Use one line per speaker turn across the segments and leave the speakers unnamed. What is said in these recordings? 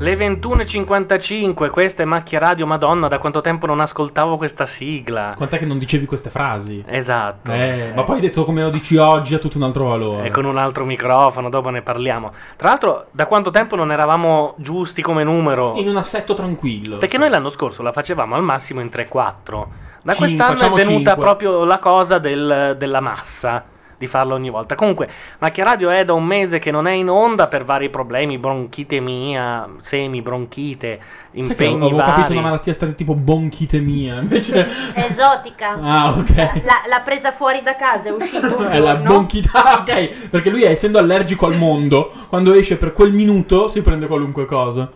Le 21.55, questa è Macchia Radio, madonna, da quanto tempo non ascoltavo questa sigla.
Quant'è che non dicevi queste frasi?
Esatto.
Eh, ma poi detto come lo dici oggi ha tutto un altro valore.
E con un altro microfono, dopo ne parliamo. Tra l'altro, da quanto tempo non eravamo giusti come numero?
In un assetto tranquillo.
Perché noi l'anno scorso la facevamo al massimo in 3-4. Da
Cinque,
quest'anno
facciamo
è venuta
cinque.
proprio la cosa del- della massa di farlo ogni volta. Comunque, Macchia Radio è da un mese che non è in onda per vari problemi, bronchitemia, semibronchite,
Sai che
impegni
avevo
vari.
capito una malattia stata tipo bonchitemia, invece
Esotica.
Ah,
Eh,
ok.
L'ha, l'ha presa fuori da casa, è uscito un giorno.
è la bonchità, ok, perché lui essendo allergico al mondo, quando esce per quel minuto si prende qualunque cosa.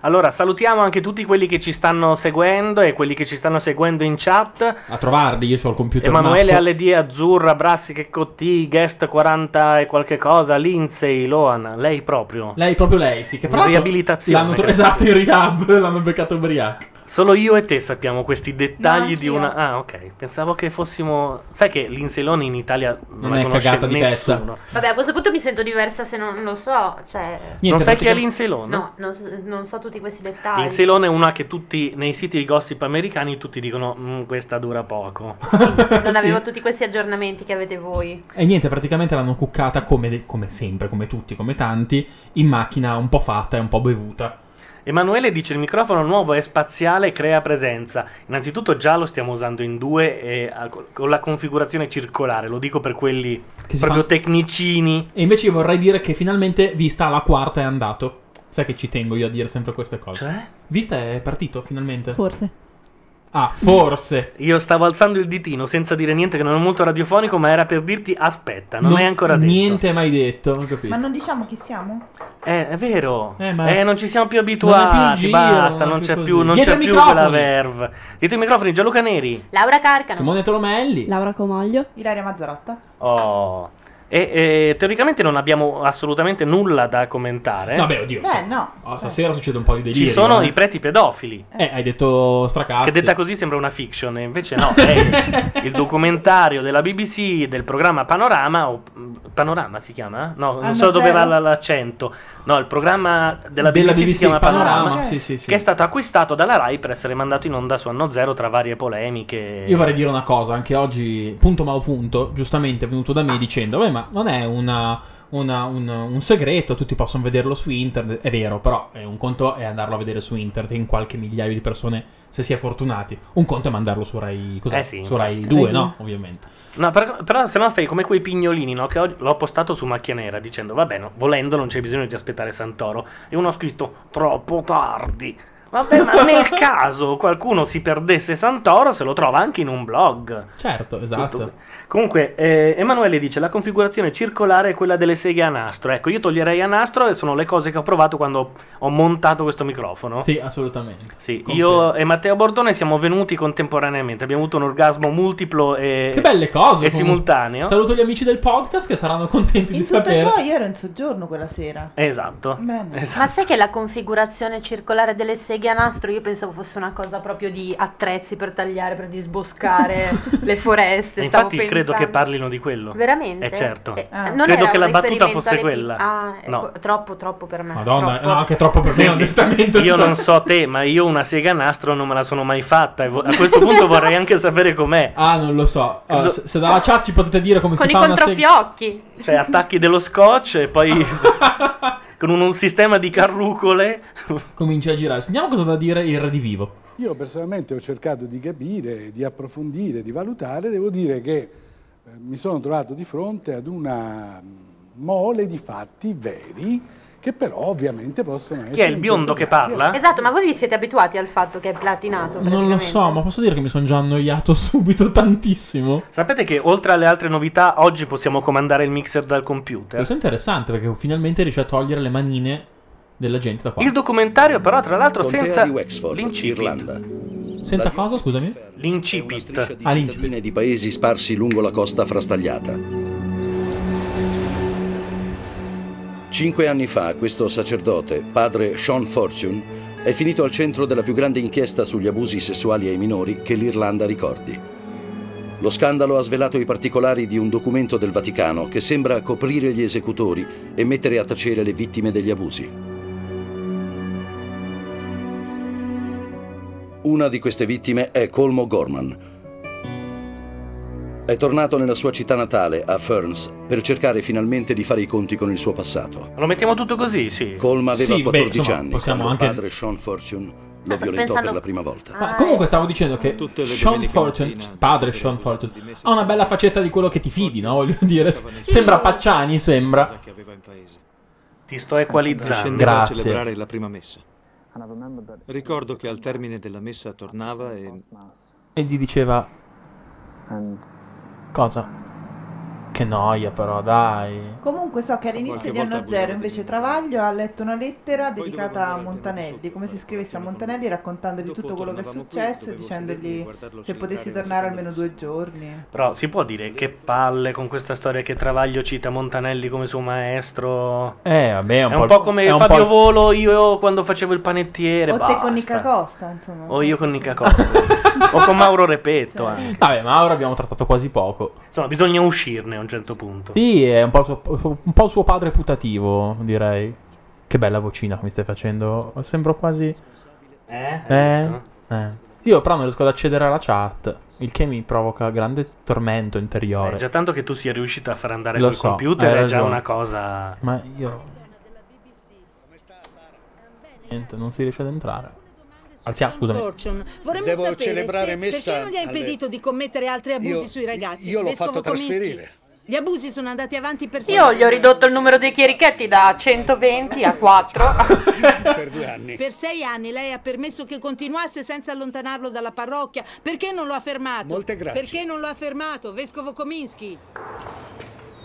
Allora, salutiamo anche tutti quelli che ci stanno seguendo e quelli che ci stanno seguendo in chat.
A trovarli, io ho il computer
Emanuele
maffo.
Alledi, Azzurra, Brassi, che Cotti, Guest 40 e qualche cosa, Lindsay, Loan, lei proprio.
Lei, proprio lei, sì, che
In
fra l'altro
riabilitazione,
l'hanno tro-
credo.
esatto, in rehab, l'hanno beccato ubriaco.
Solo io e te sappiamo questi dettagli
No,
di una. Ah, ok. Pensavo che fossimo. Sai che Lindsay Lohan in Italia non,
Non
la
è
conosce
cagata di pezza.
nessuno.
Vabbè, a questo punto mi sento diversa se non lo so. Cioè...
non sai chi è Lindsay Lohan?
No, non, so- non so tutti questi dettagli.
Lindsay Lohan è una che tutti nei siti di gossip americani tutti dicono "Mm, questa dura poco.
Non avevo tutti questi aggiornamenti che avete voi.
E niente, praticamente l'hanno cuccata come, de- come sempre, come tutti, come tanti, in macchina un po' fatta e un po' bevuta.
Emanuele dice il microfono nuovo è spaziale e crea presenza. Innanzitutto già lo stiamo usando in due e a- con la configurazione circolare, lo dico per quelli
si
proprio
fa-
tecnicini.
E invece io vorrei dire che finalmente Vista alla quarta è andato. Sai che ci tengo io a dire sempre queste cose.
Cioè?
Vista è partito finalmente.
Forse.
Ah, forse.
Io stavo alzando il ditino senza dire niente che non è molto radiofonico, ma era per dirti aspetta, non, è ancora detto.
Niente è mai detto, ho capito.
Ma non diciamo chi siamo?
Eh, è vero.
Eh,
Eh,
ma-
non ci siamo più
Non è più
abituati,
in giro,
basta,
non è
non
più
c'è
così.
più, non
Dietro
c'è
i
più
microfoni.
quella verve. Dietro i microfoni Gianluca Neri.
Laura Carcano.
Simone Tolomelli.
Laura Comoglio?
Ilaria Mazzarotta.
Oh. E, e teoricamente non abbiamo assolutamente nulla da commentare.
Vabbè, oddio.
Beh,
sì.
no.
Oh, stasera succede un po' di delirio.
Ci sono
eh.
i preti pedofili.
Eh, hai detto stracazzi.
Che detta così sembra una fiction, e invece no, è il documentario della BBC del programma Panorama, o Panorama si chiama? No, non
Anno
so dove
Ah, zero?
va la- l'accento. No, il programma della BBC,
Della
si
BBC
chiama Panorama,
Panorama.
Ok.
Sì, sì, sì.
che è stato acquistato dalla Rai per essere mandato in onda su Anno Zero tra varie polemiche.
Io vorrei dire una cosa, anche oggi, punto ma punto, giustamente è venuto da me dicendo, beh, ma non è una- una- un, un segreto, tutti possono vederlo su internet, è vero, però è un conto è andarlo a vedere su internet in qualche migliaio di persone, se si è fortunati, un conto è mandarlo su Rai, cos'è?
Eh sì,
su Rai
infatti.
2,
Rai
no?
due.
Ovviamente.
No, però, però se no fai come quei pignolini, no? Che oggi l'ho postato su Macchia Nera dicendo, vabbè, no, volendo non c'è bisogno di aspettare Santoro. E uno ha scritto, troppo tardi. Vabbè, ma nel caso qualcuno si perdesse Santoro, se lo trova anche in un blog.
Certo, esatto.
Tutto- Comunque, eh, Emanuele dice, la configurazione circolare è quella delle seghe a nastro. Ecco, io toglierei a nastro e sono le cose che ho provato quando ho montato questo microfono.
Sì, assolutamente.
Sì,
Confermo.
io e Matteo Bordone siamo venuti contemporaneamente, abbiamo avuto un orgasmo multiplo e,
Che belle cose.
e
comunque.
Eh, simultaneo.
Saluto gli amici del podcast che saranno contenti di
In tutto
sapere.
ciò io ero in soggiorno quella sera.
Esatto.
Bene.
Esatto.
Ma sai che la configurazione circolare delle seghe a nastro io pensavo fosse una cosa proprio di attrezzi per tagliare, per disboscare le foreste.
E
stavo
Infatti credo
pensando.
che parlino di quello.
Veramente?
Eh, certo.
Eh,
Ah.
non
Credo
era
che
un
la battuta
riferimento
fosse
alle pi-
quella.
Ah,
No.
ecco, troppo, troppo per me.
Madonna,
troppo.
no, anche troppo per me,
Senti,
onestamente. Cioè.
Io non so te, ma io una sega a nastro non me la sono mai fatta. E vo- a questo punto vorrei anche sapere com'è.
Ah, non lo so. Allora,
Lo-
se, se dalla chat ci potete dire come
Con
si
i
fa una sega.
controfiocchi.
Cioè, attacchi dello scotch e poi con un, un sistema di carrucole.
Comincia a girare. Sentiamo cosa ha da dire il redivivo.
Io personalmente ho cercato di capire, di approfondire, di valutare, devo dire che eh, mi sono trovato di fronte ad una mole di fatti veri che però ovviamente possono essere...
Chi è il biondo che parla?
Esatto, ma voi vi siete abituati al fatto che è platinato?
Non lo so, ma posso dire che mi sono già annoiato subito tantissimo.
Sapete che oltre alle altre novità, oggi possiamo comandare il mixer dal computer.
Questo è interessante perché finalmente riesce a togliere le manine della gente da qua.
Il documentario, però, tra l'altro,
Contea
senza
di Wexford,
Ah, l'incipit.
Irlanda.
Senza cosa, scusami?
L'incipit.
Di
Ah, l'incipit.
cittadine di paesi sparsi lungo la costa frastagliata. Cinque anni fa questo sacerdote, padre Sean Fortune, è finito al centro della più grande inchiesta sugli abusi sessuali ai minori che l'Irlanda ricordi. Lo scandalo ha svelato i particolari di un documento del Vaticano che sembra coprire gli esecutori e mettere a tacere le vittime degli abusi. Una di queste vittime è Colmo Gorman. È tornato nella sua città natale, a Ferns, per cercare finalmente di fare i conti con il suo passato.
Lo mettiamo tutto così, sì.
Colm aveva
Sì, beh,
14
insomma,
anni
possiamo
quando
anche-
il padre Sean Fortune
Ah, sto
lo violentò
pensando-
per la prima volta.
Ma comunque stavo dicendo che
Tutte le
Sean
domeniche
Fortune, cioè,
mattina,
padre
per
Sean
esempio,
Fortune,
di messa
ha una
in
bella
campo.
facetta di quello che ti fidi, no? Voglio dire,
Sì.
sembra Pacciani, sembra.
che aveva in paese.
Ti sto equalizzando.
Scendeva
Grazie.
a celebrare la prima messa. Ricordo che al termine della messa tornava e
E gli diceva... Cosa? Che noia però, dai.
Comunque so che
Sì,
all'inizio
qualche
di
volta
anno
abusavo
zero
di
invece
lui.
Travaglio ha letto una lettera
Poi
dedicata
dovevo
a
andare al piano
Montanelli,
sotto
come
per
se scrivesse a
colazione con
Montanelli
lui.
raccontandogli
Dopo
tutto quello che è
tornavamo qui,
successo e
dovevo sedermi e
dicendogli
guardarlo
se potessi
celebrare la
tornare almeno
seconda
due
messa.
giorni.
Però si può dire che palle con questa storia che Travaglio cita Montanelli come suo maestro.
Eh, vabbè, è un,
È un
po', il-
po' come
è un po'
Fabio
il-
Volo, io quando facevo il panettiere.
O te
basta.
con Nica Costa, insomma.
O io con Nica Costa. o con Mauro Repetto
Cioè.
anche.
Vabbè, ma ora abbiamo trattato quasi poco.
Insomma, bisogna uscirne a un certo punto.
Sì, è un po', il suo, un po' il suo padre putativo, direi. Che bella vocina che mi stai facendo. Sembro quasi...
Eh? Hai
Eh?
visto?
eh. Io però non riesco ad accedere alla chat, il che mi provoca grande tormento
Eh,
interiore.
già tanto che tu sia riuscita a far andare
Lo
quel
so,
computer è
hai
già
ragione.
una cosa.
Ma io... Niente, non si riesce ad entrare. Alziamo, scusami.
Fortune, vorremmo
Devo
sapere
celebrare
se-
messa
perché non gli ha
alle-
impedito di commettere altri abusi
Io-
sui ragazzi.
io l'ho
Vescovo
fatto
Kominsky.
trasferire.
Gli abusi sono andati avanti per
Io
sei
gli ho ridotto il numero dei chierichetti da 120 a 4.
per due anni.
Per sei anni lei ha permesso che continuasse senza allontanarlo dalla parrocchia. Perché non lo ha fermato?
Molte grazie.
Perché non lo ha fermato, Vescovo Kominsky?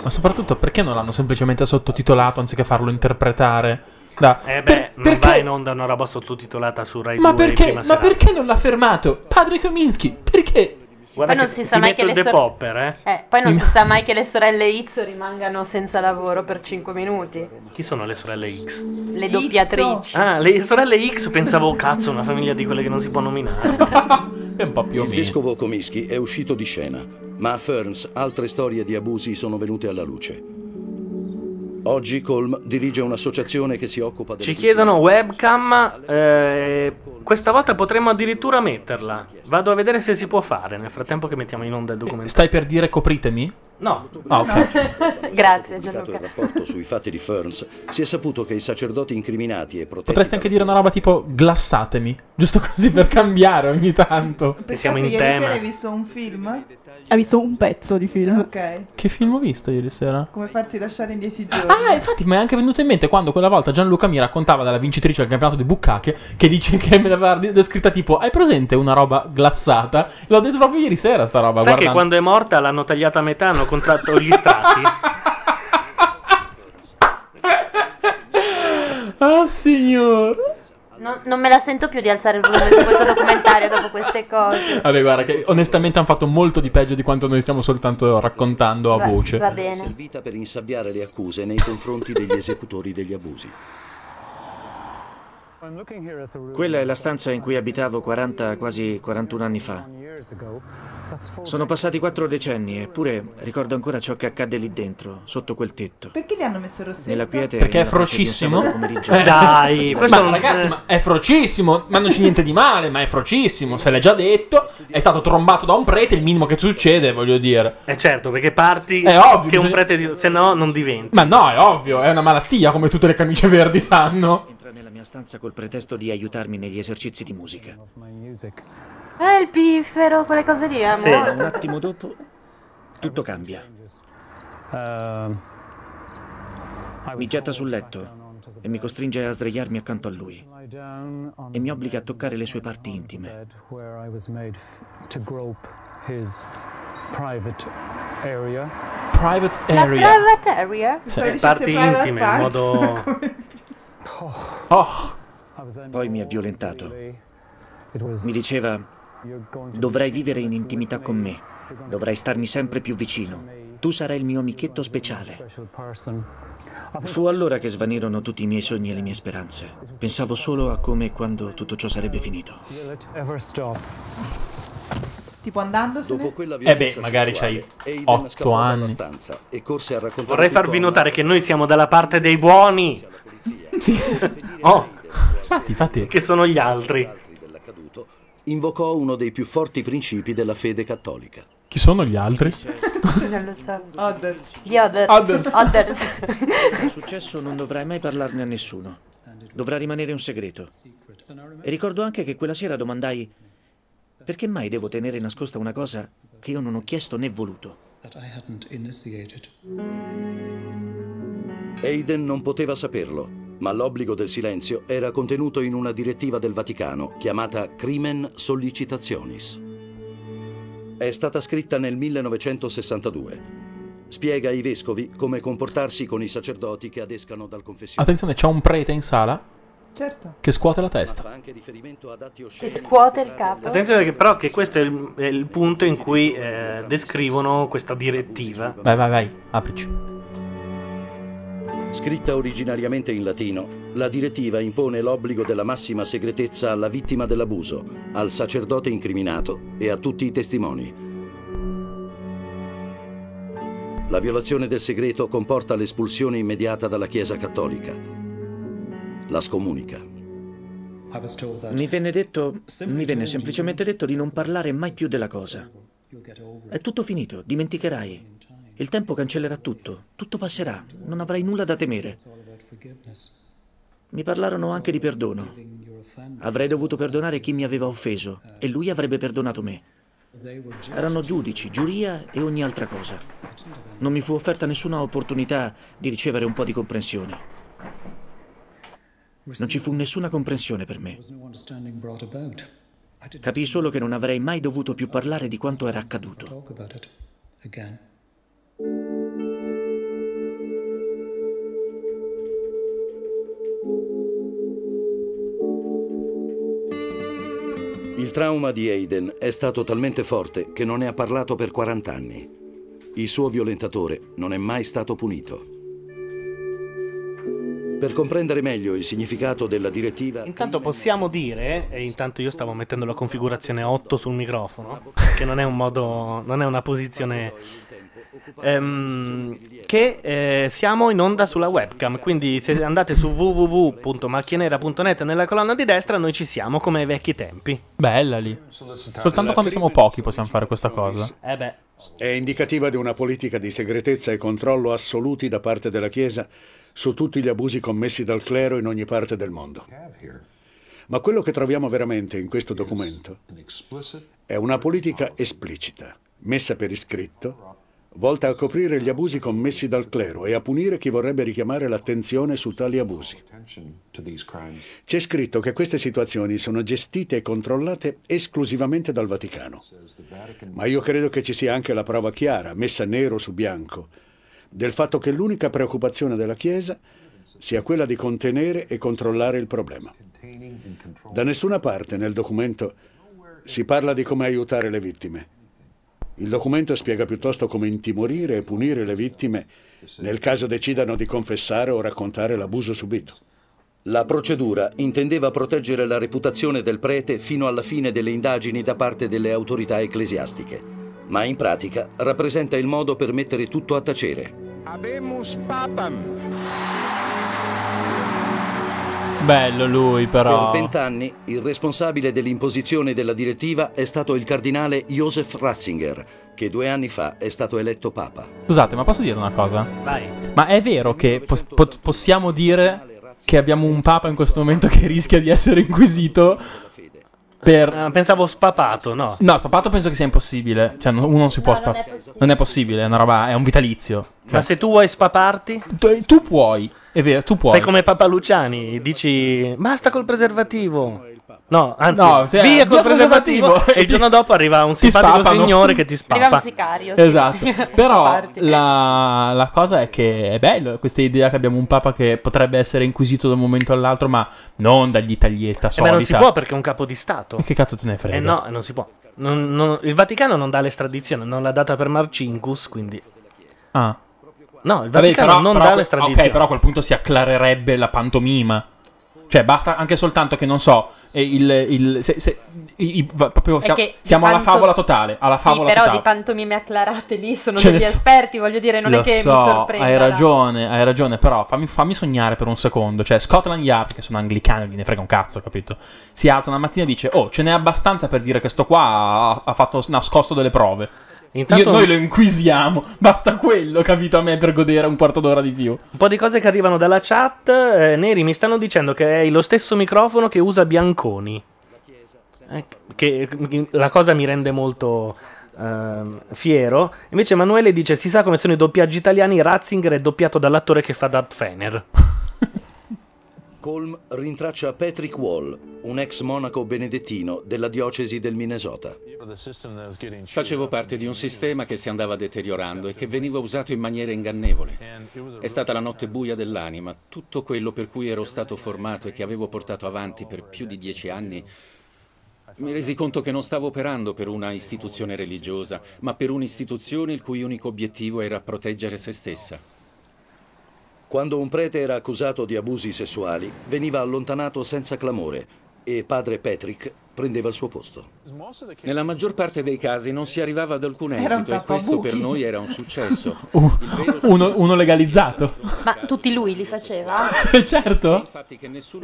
Ma soprattutto perché non l'hanno semplicemente sottotitolato anziché farlo interpretare? Da...
Eh beh,
Per-
non
perché-
va in onda una roba sottotitolata su Rai
Ma
2 in
perché?
prima
Ma
serata.
perché non l'ha fermato? Padre Kominsky, perché?
Guarda
Poi non
che
si
ti
sa mai
metto
che
il
le
The
sor-
Popper, eh?
Eh, poi non si sa mai che le sorelle Izzo rimangano senza lavoro per 5 minuti.
Chi sono le sorelle X?
Le doppiatrici.
Ah, le sorelle X pensavo, cazzo, una famiglia di quelle che non si può nominare.
È un po' più o
Il
meno.
vescovo Cominsky è uscito di scena, ma a Ferns altre storie di abusi sono venute alla luce. Oggi Colm dirige un'associazione che si occupa del...
Ci chiedono webcam, eh, questa volta potremmo addirittura metterla. Vado a vedere se si può fare nel frattempo che mettiamo in onda il documentario.
Stai per dire copritemi?
No,
Ah, ok.
Grazie,
pubblicato il
Gianluca.
rapporto sui fatti di Ferns, si è saputo che i sacerdoti incriminati e protetti...
Potresti anche dire una
dalla-
roba tipo glassatemi, giusto così per cambiare ogni tanto.
Per
siamo
caso
in
ieri
tema.
sera hai visto un film?
Ha visto un pezzo di film.
Ok.
Che film ho visto ieri sera?
Come farsi lasciare in 10 giorni.
Ah, infatti mi è anche venuto in mente quando quella volta Gianluca mi raccontava dalla vincitrice al campionato di Buccache che dice che me l'aveva di- descritta tipo hai presente una roba glassata? L'ho detto proprio ieri sera sta roba,
sai
guarda.
che quando è morta l'hanno tagliata a metà, hanno contratto gli strati.
Oh signor.
Non, non me la sento più di alzare il volume su questo documentario dopo queste cose.
Vabbè, guarda che onestamente hanno fatto molto di peggio di quanto noi stiamo soltanto raccontando a
Va-
voce.
Va bene.
servita per insabbiare le accuse nei confronti degli esecutori degli abusi.
Quella è la stanza in cui abitavo 40, quasi 41 anni fa. Sono passati quattro decenni, eppure ricordo ancora ciò che accadde lì dentro, sotto quel tetto.
Perché li hanno messo rossetto?
Nella quiete
Perché è
nella pace di un
frocissimo?
sabato pomeriggio.
Eh,
Dai, questo
Ma
non-
ragazzi,
eh.
ma è frocissimo, ma non c'è niente di male, ma è frocissimo, se l'è già detto, è stato trombato da un prete, il minimo che succede, voglio dire.
Eh certo, perché parti
È ovvio,
che un
bisogna-
prete di... se no non diventi.
Ma no, è ovvio, è una malattia come tutte le camicie verdi sanno.
Entra nella mia stanza col pretesto di aiutarmi negli esercizi di musica.
Eh, il piffero, quelle cose lì,
Sì.
amore.
Un attimo dopo tutto cambia. Mi getta sul letto. e mi costringe a sdraiarmi accanto a lui e mi obbliga a toccare le sue parti intime.
where I was made f- to grope his private area.
Private
La private area?
Le parti intime, in modo... Oh.
Poi mi ha violentato. Mi diceva, dovrai vivere in intimità con me, dovrai starmi sempre più vicino. Tu sarai il mio amichetto speciale. Fu allora che svanirono tutti i miei sogni e le mie speranze. Pensavo solo a come e quando tutto ciò sarebbe finito.
Will it ever stop?
Tipo andandosene?
Dopo quella
Eh
violenza
beh, magari c'hai
sessuale, Aiden scappò
8
dalla
anni.
stanza e corse a raccontare
Vorrei
tutto
farvi
a
notare che noi siamo dalla parte dei buoni. Oh,
infatti, infatti.
Che sono gli altri.
dell'accaduto, invocò uno dei più forti principi della fede cattolica.
Chi sono gli altri?
non lo so.
Others.
Gli others.
Others.
Others.
Il successo non dovrai mai parlarne a nessuno. Dovrà rimanere un segreto. E ricordo anche che quella sera domandai perché mai devo tenere nascosta una cosa che io non ho chiesto né voluto.
That I hadn't initiated.
Aiden non poteva saperlo, ma l'obbligo del silenzio era contenuto in una direttiva del Vaticano chiamata Crimen Sollicitationis. È stata scritta nel 1962. Spiega ai vescovi come comportarsi con i sacerdoti che adescano dal confessionale.
Attenzione, c'è un prete in sala
Certo.
che scuote la testa.
Fa anche riferimento ad atti osceni.
Che scuote il capo.
Attenzione che però che questo è il, è il punto in cui eh, descrivono questa direttiva.
Vai, vai, vai, aprici.
Scritta originariamente in latino, la direttiva impone l'obbligo della massima segretezza alla vittima dell'abuso, al sacerdote incriminato e a tutti i testimoni. La violazione del segreto comporta l'espulsione immediata dalla Chiesa Cattolica. La scomunica.
Mi venne detto, mi venne semplicemente detto di non parlare mai più della cosa. È tutto finito, dimenticherai. Il tempo cancellerà tutto, tutto passerà, non avrai nulla da temere. Mi parlarono anche di perdono. Avrei dovuto perdonare chi mi aveva offeso e lui avrebbe perdonato me. Erano giudici, giuria e ogni altra cosa. Non mi fu offerta nessuna opportunità di ricevere un po' di comprensione. Non ci fu nessuna comprensione per me.
There was no understanding brought about. I didn't
Capii solo che non avrei mai dovuto più parlare di quanto era accaduto.
talk about it again.
Il trauma di Aiden è stato talmente forte che non ne ha parlato per 40 anni. Il suo violentatore non è mai stato punito. Per comprendere meglio il significato della direttiva,
Intanto possiamo dire, e intanto io stavo mettendo la configurazione 8 sul microfono, che non è un modo, non è una posizione, ehm, che eh, siamo in onda sulla webcam, quindi se andate su www.macchianera.net nella colonna di destra noi ci siamo come ai vecchi tempi.
Bella lì. Soltanto quando siamo pochi possiamo fare questa cosa.
Eh beh.
È indicativa di una politica di segretezza e controllo assoluti da parte della Chiesa su tutti gli abusi commessi dal clero in ogni parte del mondo. Ma quello che troviamo veramente in questo documento è una politica esplicita, messa per iscritto, volta a coprire gli abusi commessi dal clero e a punire chi vorrebbe richiamare l'attenzione su tali abusi. C'è scritto che queste situazioni sono gestite e controllate esclusivamente dal Vaticano. Ma io credo che ci sia anche la prova chiara, messa nero su bianco, del fatto che l'unica preoccupazione della Chiesa sia quella di contenere e controllare il problema. Da nessuna parte nel documento si parla di come aiutare le vittime. Il documento spiega piuttosto come intimorire e punire le vittime nel caso decidano di confessare o raccontare l'abuso subito.
la procedura intendeva proteggere la reputazione del prete fino alla fine delle indagini da parte delle autorità ecclesiastiche, ma in pratica rappresenta il modo per mettere tutto a tacere.
Abemus papam.
Bello lui,
Per
però.
vent'anni il responsabile dell'imposizione della direttiva è stato il cardinale Joseph Ratzinger, che due anni fa è stato eletto papa.
Scusate, ma posso dire una cosa?
Vai.
Ma è vero che pos- po- possiamo dire che abbiamo un papa in questo momento che rischia di essere inquisito? per...
Ah, pensavo spapato, no?
No, spapato penso che sia impossibile. Cioè, no- uno non si può spapare. Non, è possibile, è una roba, è un vitalizio. Cioè,
Ma se tu vuoi spaparti,
tu, tu puoi, è vero, tu puoi.
fai come Papa Luciani, dici basta col preservativo. No, anzi,
No, se-
via col
eh, via col
preservativo,
preservativo.
e il giorno dopo arriva un
Ti
simpatico
spapano.
signore che ti spappa.
Arriva un sicario. sì.
Esatto, però
Sparti.
la, la cosa è che è bello questa idea che abbiamo un papa che potrebbe essere inquisito da un momento all'altro, ma non dagli taglietta
Eh, ma
solita.
non si può perché è un capo di Stato.
E che cazzo te ne frega?
Eh no, non si può. Non- non- il Vaticano non dà l'estradizione, non l'ha data per Marcinkus, quindi...
Ah.
No, il
Vabbè,
Vaticano
però-
non
però-
dà l'estradizione.
Ok, però a quel punto si acclarerebbe la pantomima. Cioè, basta anche soltanto che, non so, eh, il, il- se- se- i- i- va- proprio
È
siamo,
che di
siamo alla
panto-
favola totale. Alla
Sì,
favola
però di
totale.
pantomime acclarate lì sono
Ce ne
degli
so-
esperti, voglio dire, non
Lo
è che
so,
mi sorprenda.
hai
la-
ragione, hai ragione, però fammi, fammi sognare per un secondo. Cioè, Scotland Yard, che sono anglicani, gliene frega un cazzo, capito? Si alza una mattina e dice, oh, ce n'è abbastanza per dire che sto qua ha, ha fatto nascosto delle prove.
Intanto-
Io- noi lo inquisiamo, basta quello, capito, a me per godere un quarto d'ora di più.
Un po' di cose che arrivano dalla chat. eh, Neri mi stanno dicendo che è lo stesso microfono che usa Bianconi. Eh, che che la cosa mi rende molto ehm, fiero. Invece Emanuele dice: Si sa come sono i doppiaggi italiani. Ratzinger è doppiato dall'attore che fa Darth Fener.
Colm rintraccia Patrick Wall, un ex monaco benedettino della diocesi del Minnesota.
Facevo parte di un sistema che si andava deteriorando e che veniva usato in maniera ingannevole. È stata la notte buia dell'anima, tutto quello per cui ero stato formato e che avevo portato avanti per più di dieci anni. Mi resi conto che non stavo operando per una istituzione religiosa, ma per un'istituzione il cui unico obiettivo era proteggere se stessa.
Quando un prete era accusato di abusi sessuali, veniva allontanato senza clamore e padre Patrick prendeva il suo posto.
Nella maggior parte dei casi non si arrivava ad alcun
Era un
esito e questo per
tappabuchi.
noi era un successo.
Uno, uno legalizzato.
Ma tutti lui li faceva?
certo.
Infatti che nessuno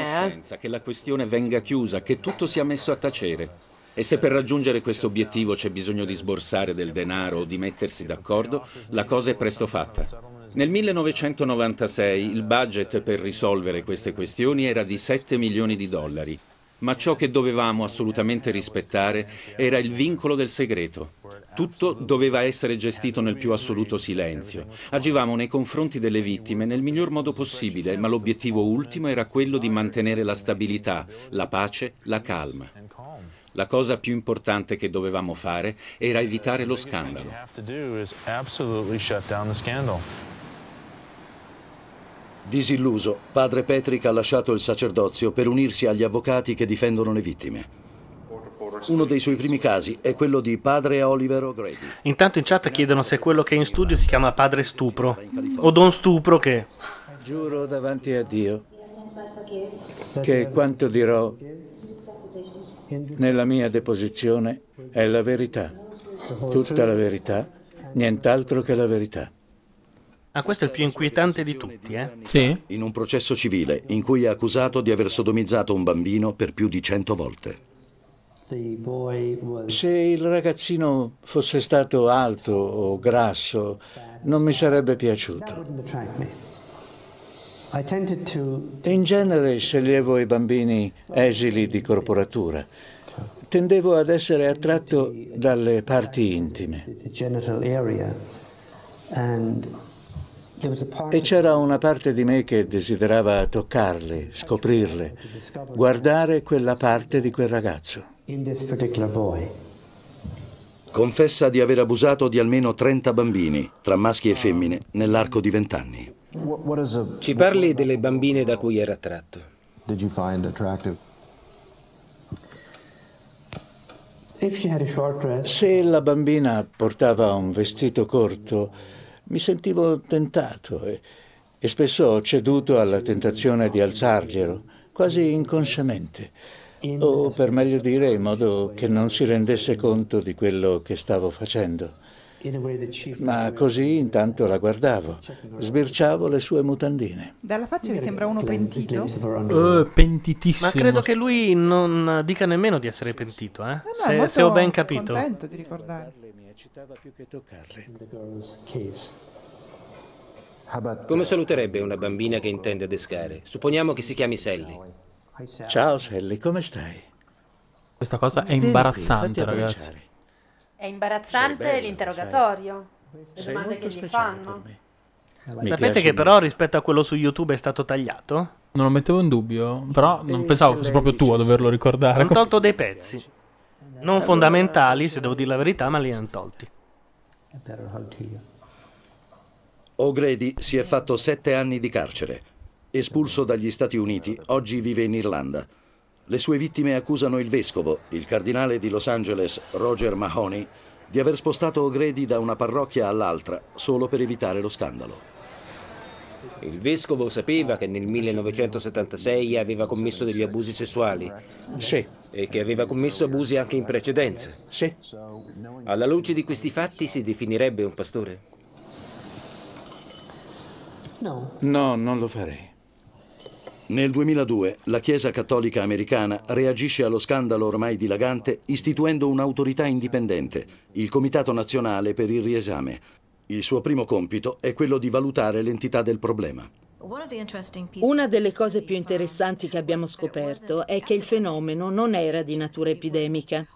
ne venga a
eh.
conoscenza, che la questione venga chiusa, che tutto sia messo a tacere. E se per raggiungere questo obiettivo c'è bisogno di sborsare del denaro o di mettersi d'accordo, la cosa è presto fatta. Nel 1996 il budget per risolvere queste questioni era di 7 milioni di dollari, ma ciò che dovevamo assolutamente rispettare era il vincolo del segreto. Tutto doveva essere gestito nel più assoluto silenzio. Agivamo nei confronti delle vittime nel miglior modo possibile, ma l'obiettivo ultimo era quello di mantenere la stabilità, la pace, la calma. La cosa più importante che dovevamo fare era evitare lo scandalo.
have to do is absolutely shut down the scandal.
Disilluso, padre Patrick ha lasciato il sacerdozio per unirsi agli avvocati che difendono le vittime. Uno dei suoi primi casi è quello di padre Oliver O'Grady.
Intanto in chat chiedono se quello che è in studio si chiama Padre Stupro. O Don Stupro che.
Giuro davanti a Dio che quanto dirò nella mia deposizione è la verità, tutta la verità, nient'altro che la verità.
Ah, questo è il più inquietante di tutti, eh.
In un processo civile in cui è accusato di aver sodomizzato un bambino per più di 100 volte.
Se il ragazzino fosse stato alto o grasso non mi sarebbe piaciuto. In genere sceglievo i bambini esili di corporatura. Tendevo ad essere attratto dalle parti intime. E c'era una parte di me che desiderava toccarle, scoprirle, guardare quella parte di quel ragazzo.
Confessa di aver abusato di almeno 30 bambini, tra maschi e femmine, nell'arco di 20 anni.
Ci parli delle bambine da cui era attratto.
Se la bambina portava un vestito corto, mi sentivo tentato e, e spesso ho ceduto alla tentazione di alzarglielo, quasi inconsciamente, o per meglio dire in modo che non si rendesse conto di quello che stavo facendo. Ma così intanto la guardavo, sbirciavo le sue mutandine.
Dalla faccia mi sembra uno pentito.
Ma
pentitissimo.
credo che lui non dica nemmeno di essere pentito, eh.
No, è
se, se ho
molto
ben capito.
contento di ricordare.
Mi eccitava più che toccarle.
Come saluterebbe una bambina che intende adescare? Supponiamo che si chiami Sally.
Ciao Sally, come stai?
Questa cosa è
Vieni qui, fatti
imbarazzante,
abbracciare.
ragazzi.
È imbarazzante
Sei bella,
l'interrogatorio. Le
Sei
domande
molto
che gli fanno.
Mi
Sapete
piace
che però rispetto a quello su YouTube è stato tagliato?
Non lo mettevo in dubbio, però non pensavo fosse proprio tu a doverlo ricordare.
Hanno tolto dei pezzi. Non
eh,
fondamentali, se devo dire la verità, ma li hanno tolti.
O'Grady si è fatto sette anni di carcere. Espulso dagli Stati Uniti, oggi vive in Irlanda. Le sue vittime accusano il vescovo, il cardinale di Los Angeles Roger Mahoney, di aver spostato O'Grady da una parrocchia all'altra solo per evitare lo scandalo.
Il vescovo sapeva che nel 1976 aveva commesso degli abusi sessuali.
Sì.
E che aveva commesso abusi anche in precedenza.
Sì.
Alla luce di questi fatti si definirebbe un pastore?
No, non lo farei.
Nel 2002 la Chiesa Cattolica Americana reagisce allo scandalo ormai dilagante istituendo un'autorità indipendente, il Comitato Nazionale per il Riesame. Il suo primo compito è quello di valutare l'entità del problema.
Una delle cose più interessanti che abbiamo scoperto è che il fenomeno non era di natura epidemica.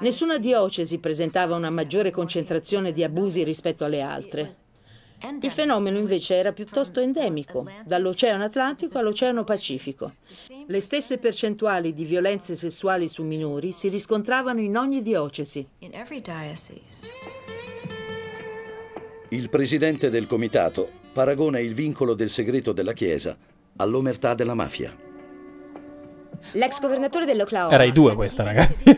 Nessuna diocesi presentava una maggiore concentrazione di abusi rispetto alle altre. Il fenomeno invece era piuttosto endemico, dall'Oceano Atlantico all'Oceano Pacifico. Le stesse percentuali di violenze sessuali su minori si riscontravano in ogni diocesi.
Il presidente del comitato paragona il vincolo del segreto della Chiesa all'omertà della mafia.
L'ex governatore dell'Oklahoma.
Era i due questa, ragazzi.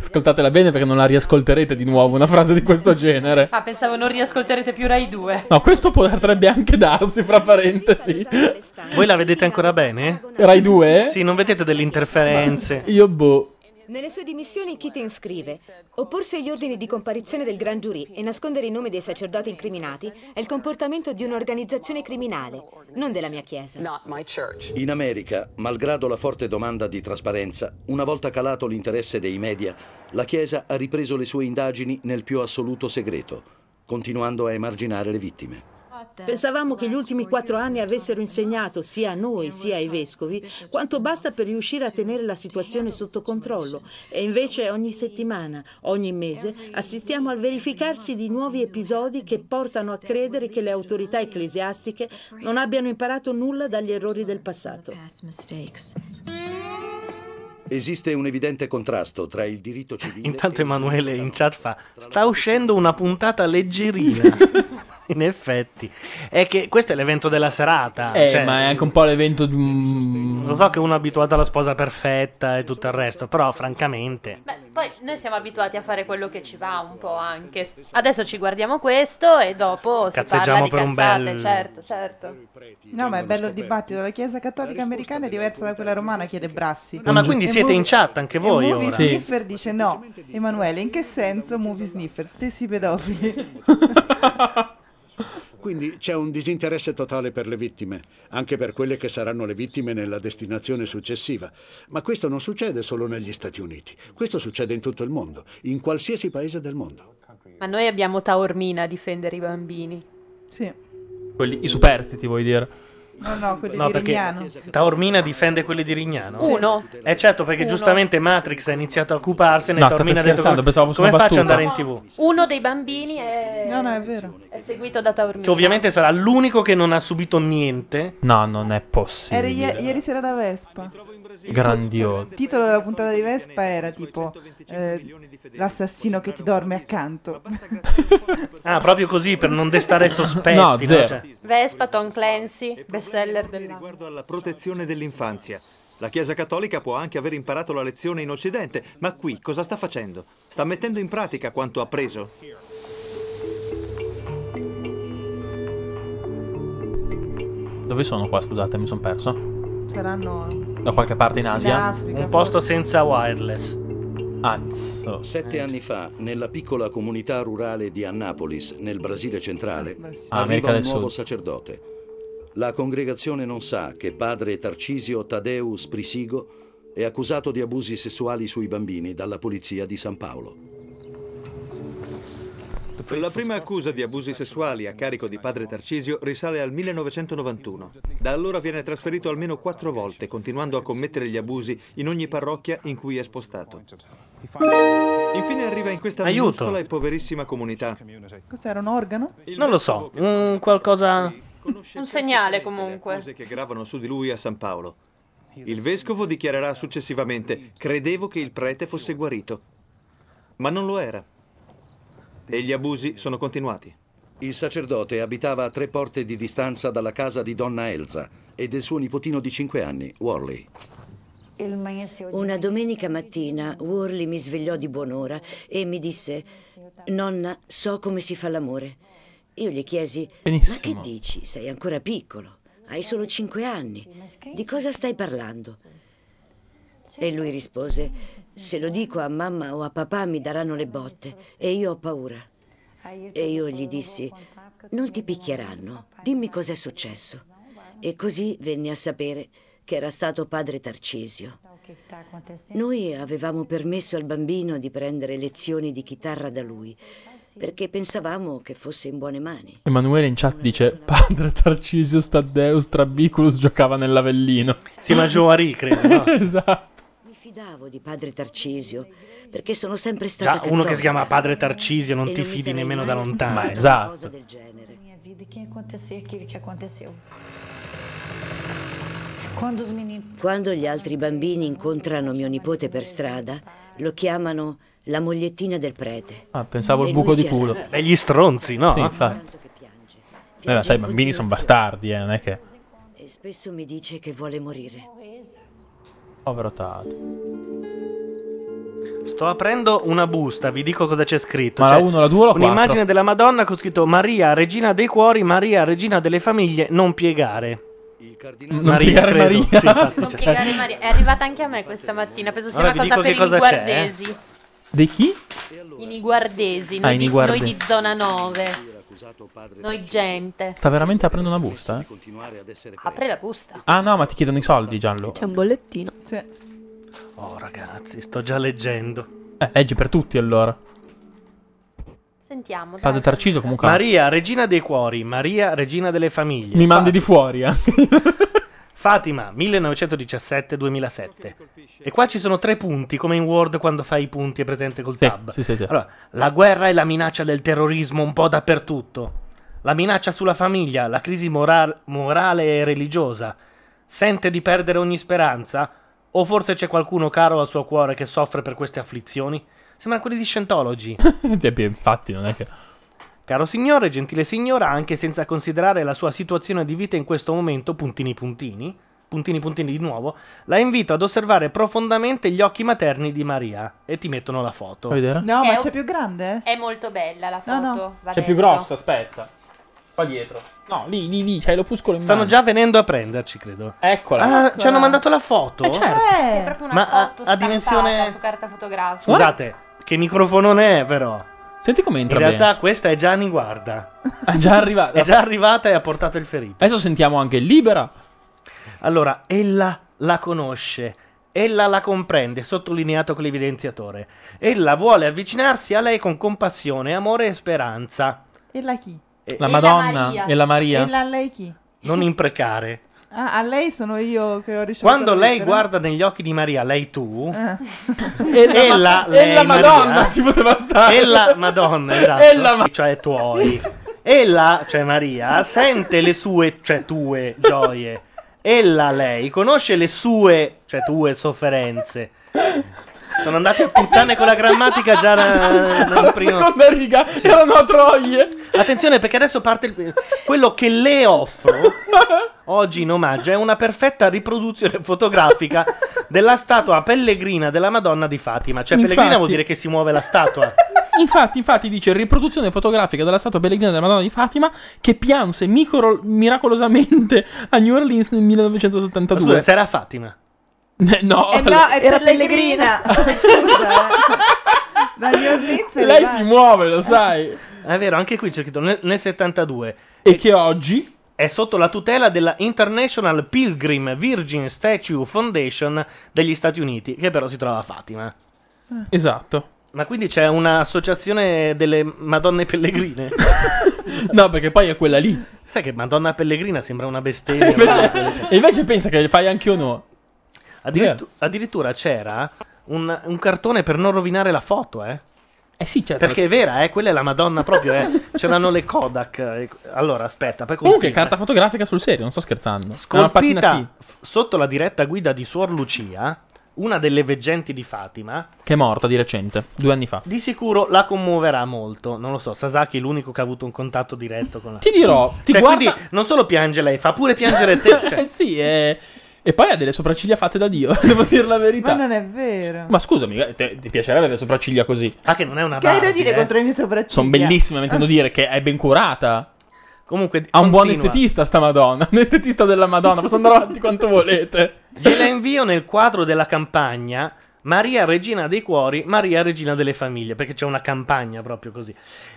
Ascoltatela bene perché non la riascolterete di nuovo una frase di questo genere.
Ah, pensavo non riascolterete più Rai 2.
No, questo potrebbe anche darsi, fra parentesi.
Voi la vedete ancora bene?
Rai 2?
Sì, non vedete delle interferenze.
Io boh.
Nelle sue dimissioni Keating scrive Opporsi agli ordini di comparizione del Gran Giurì e nascondere i nomi dei sacerdoti incriminati è il comportamento di un'organizzazione criminale, non della mia chiesa.
In America, malgrado la forte domanda di trasparenza, una volta calato l'interesse dei media, la Chiesa ha ripreso le sue indagini nel più assoluto segreto, continuando a emarginare le vittime.
Pensavamo che gli ultimi quattro anni avessero insegnato sia a noi sia ai vescovi quanto basta per riuscire a tenere la situazione sotto controllo e invece ogni settimana, ogni mese, assistiamo al verificarsi di nuovi episodi che portano a credere che le autorità ecclesiastiche non abbiano imparato nulla dagli errori del passato.
Esiste un evidente contrasto tra il diritto civile
Intanto Emanuele in chat fa: Sta uscendo una puntata leggerina. in effetti, è che questo è l'evento della serata.
Eh,
cioè,
ma è anche un po' l'evento di un...
Lo so che uno è abituato alla sposa perfetta e tutto il resto, però francamente.
Beh, poi noi siamo abituati a fare quello che ci va un po' anche. Adesso ci guardiamo questo e dopo si parla
Cazzeggiamo
di
per un
cazzate,
bel-
certo, certo.
No, ma è bello il dibattito. La Chiesa Cattolica Americana è diversa da quella romana, chiede Brassi.
Ah, ma quindi siete in chat anche voi
Movie
ora?
Sniffer dice no. Emanuele, in che senso Movie Sniffer? Stessi pedofili.
Quindi c'è un disinteresse totale per le vittime, anche per quelle che saranno le vittime nella destinazione successiva. Ma questo non succede solo negli Stati Uniti, questo succede in tutto il mondo, in qualsiasi paese del mondo.
Ma noi abbiamo Taormina a difendere i bambini.
Sì.
Quelli, I superstiti, vuoi dire?
No, no, quelli
No,
di
perché
Rignano.
Taormina difende quelli di Rignano?
Uno.
Eh certo, perché
Uno.
giustamente Matrix ha iniziato a occuparsene
No,
e Taormina ha
state
detto come,
scherzando, pensavo fosse
come
una
faccio ad andare in
battuta."
tv?
Uno dei bambini è
No, no, è vero.
È seguito da Taormina.
Che ovviamente sarà l'unico che non ha subito niente.
No, non è
Era
possibile.
ie- ieri sera da Vespa.
Grandioso.
Il titolo della puntata di Vespa era tipo eh, l'assassino che ti dorme accanto.
Ah, proprio così, per non destare sospetti.
No, zero.
Cioè,
Vespa, Tom Clancy, bestseller dell'anno.
riguardo alla protezione dell'infanzia. La Chiesa Cattolica può anche aver imparato la lezione in Occidente, ma qui cosa sta facendo? Sta mettendo in pratica quanto appreso?
Dove sono qua, scusate, mi sono perso?
Saranno
Da qualche parte in
in
Asia?
Africa.
posto senza wireless.
Certo
Azzo.
Sette anni fa, nella piccola comunità rurale di Annapolis, nel Brasile centrale,
Ah, America
arriva un
del
nuovo
Sud.
sacerdote. La congregazione non sa che padre Tarcisio Tadeus Prisigo è accusato di abusi sessuali sui bambini dalla polizia di San Paolo.
La prima accusa di abusi sessuali a carico di padre Tarcisio risale al 1991. Da allora viene trasferito almeno quattro volte, continuando a commettere gli abusi in ogni parrocchia in cui è spostato. Infine arriva in questa
Aiuto.
minuscola e poverissima comunità.
Cos'era un organo?
Non lo so, un qualcosa...
Un segnale comunque.
accuse che gravano su di lui a San Paolo. Il vescovo dichiarerà successivamente: Credevo che il prete fosse guarito. Ma non lo era. E gli abusi sono continuati.
Il sacerdote abitava a tre porte di distanza dalla casa di donna Elsa e del suo nipotino di 5 anni, Worley.
Una domenica mattina Worley mi svegliò di buon'ora e mi disse: Nonna, so come si fa l'amore. Io gli chiesi:
Benissimo.
Ma che dici? Sei ancora piccolo, hai solo cinque anni. Di cosa stai parlando? E lui rispose: Se lo dico a mamma o a papà mi daranno le botte e io ho paura. E io gli dissi: Non ti picchieranno, dimmi cos'è successo. E così venne a sapere che era stato padre Tarcisio.
tá
Noi avevamo permesso al bambino di prendere lezioni di chitarra da lui, perché pensavamo che fosse in buone mani.
Emanuele in chat dice: Padre Tarcisio Staddeus Trabiculus giocava nell'Avellino.
Sì, ma Joari, credo, no?
esatto.
Mi fidavo di padre Tarcisio, perché sono sempre stata
Già, uno che si
cattolica.
chiama padre Tarcisio non
E
ti
non mi
fidi
sarei
nemmeno
mai
da
aspettata
lontano. esatto.
una
esatto.
cosa del genere.
é
Quando gli altri bambini incontrano mio nipote per strada, lo chiamano la mogliettina del prete.
Ah, pensavo
E
il
lui
buco
si
di culo.
arrabbia.
E gli stronzi, no?
Sì, infatti. Beh, ma sai, i bambini sono bastardi, eh, non è che.
E spesso mi dice che vuole morire.
Povero Tato.
Sto aprendo una busta, vi dico cosa c'è scritto.
Ma la
C'è
uno, la due o la quattro?
Un'immagine della Madonna con scritto Maria, regina dei cuori, Maria, regina delle famiglie, non piegare.
Non
Maria,
piegare
credo.
Maria.
Sì, infatti,
Non
cioè.
piegare Maria. È arrivata anche a me questa mattina. Penso sia
Allora
una
vi
cosa
dico
per i
che cosa c'è, eh?
niguardesi.
Di chi?
I niguardesi, noi,
Ah, i
di-
niguarde-
noi di zona 9. Noi gente.
Sta veramente aprendo una busta? eh?
Apri la busta.
Ah, no, ma ti chiedono i soldi, Gianlu.
C'è un bollettino.
Oh, ragazzi, sto già leggendo.
Eh, leggi per tutti allora.
Sentiamo.
Padre Tarcisio, comunque.
Maria, regina dei cuori, Maria, regina delle famiglie.
Mi mandi di fuori, eh.
Fatima, 1917-2007. E qua ci sono tre punti, come in Word quando fai i punti è presente col tab.
sì, sì, sì.
Allora, la guerra e la minaccia del terrorismo un po' dappertutto. La minaccia sulla famiglia, la crisi mora- morale e religiosa. Sente di perdere ogni speranza? O forse c'è qualcuno caro al suo cuore che soffre per queste afflizioni? Sembrano quelli di Scientology.
Cioè, beh, infatti, non è che.
Caro signore, gentile signora, anche senza considerare la sua situazione di vita in questo momento, puntini puntini, puntini puntini di nuovo, la invito ad osservare profondamente gli occhi materni di Maria. E ti mettono la foto.
No,
È
ma
un-
c'è più grande?
È molto bella la foto.
No, no.
Eh, va
C'è più
detto.
grossa, aspetta. Qua dietro. No, lì, lì, lì, c'hai l'opuscolo in
Stanno
mano.
già venendo a prenderci, credo.
Eccola.
Ah,
Eccola.
ci hanno mandato la foto? Ah,
Eh, certo.
È proprio una
Ma a-
foto
a
stampata
dimensione-
su carta fotografica.
Scusate, che microfonone è però?
Senti come entra
In realtà
bene.
questa è già in guarda.
È già arrivata.
È già arrivata e ha portato il ferito.
Adesso sentiamo anche libera.
Allora, ella la conosce, ella la comprende, sottolineato con l'evidenziatore. Ella vuole avvicinarsi a lei con compassione, amore e speranza.
E la chi?
E-
La Madonna e la Maria.
E la lei chi?
Non imprecare.
Ah, a lei sono io che ho ricevuto
Quando
la
lei
lettera. Eh.
guarda negli occhi di Maria, lei tu.
E la-
Ella,
e
lei,
la
Maria.
Madonna, ci poteva stare.
E la Madonna, esatto.
E la ma-
cioè tuoi. Ella, cioè Maria, sente le sue, cioè tue, gioie. Ella, lei, conosce le sue, cioè tue, sofferenze. Sono andati a puttane con la grammatica già eh, da- dal
Alla
primo-
seconda riga erano troie.
Attenzione perché adesso parte il- quello che le offro oggi in omaggio è una perfetta riproduzione fotografica della statua pellegrina della Madonna di Fatima. Cioè pellegrina
Infatti.
vuol dire che si muove la statua.
Infatti, infatti, dice riproduzione fotografica della statua pellegrina della Madonna di Fatima che pianse micro- miracolosamente a New Orleans nel
Ma Scusa,
1972.
se era Fatima.
No,
Eh no, è
era-
pellegrina. Scusa, eh. Da New Orleans è
lei
arrivata.
si muove, lo sai.
È vero, anche qui c'è scritto nel, nel 72.
E che oggi
è sotto la tutela della International Pilgrim Virgin Statue Foundation degli Stati Uniti, che però si trova a Fatima.
Esatto.
Ma quindi c'è un'associazione delle Madonne Pellegrine?
no, perché poi è quella lì.
Sai che Madonna Pellegrina sembra una bestemmia.
E invece pensa che fai anche uno.
Addirittu- addirittura c'era un, un cartone per non rovinare la foto, eh.
Eh sì, certo.
Perché è vera, eh, quella è la Madonna proprio, eh. C'erano le Kodak. eh. Allora, aspetta, poi
Comunque,
continua.
carta fotografica sul serio, non sto scherzando. È una patina
Colpita f- sotto la diretta guida di Suor Lucia, una delle veggenti di Fatima,
T, che è morta di recente, due anni fa.
di sicuro la commuoverà molto. Non lo so, Sasaki è l'unico che ha avuto un contatto diretto con la...
Ti dirò, ti
Cioè,
guarda-
quindi non solo piange lei, fa pure piangere te. cioè.
Eh sì, e... e poi ha delle sopracciglia fatte da Dio, devo dire la verità.
Ma
Ma,
non è vero.
scusami, eh, te- ti piacerebbe avere sopracciglia così?
Ah, che non è una
Che hai da dire contro i miei sopracciglia? Eh.
Sono eh. bellissime, ma intendo dire che è ben curata.
Comunque,
ha un buon
continua.
estetista sta Madonna, un estetista della Madonna, posso andare avanti quanto volete.
Gliela invio nel quadro della campagna Maria Regina dei Cuori, Maria Regina delle Famiglie, perché c'è una campagna proprio così.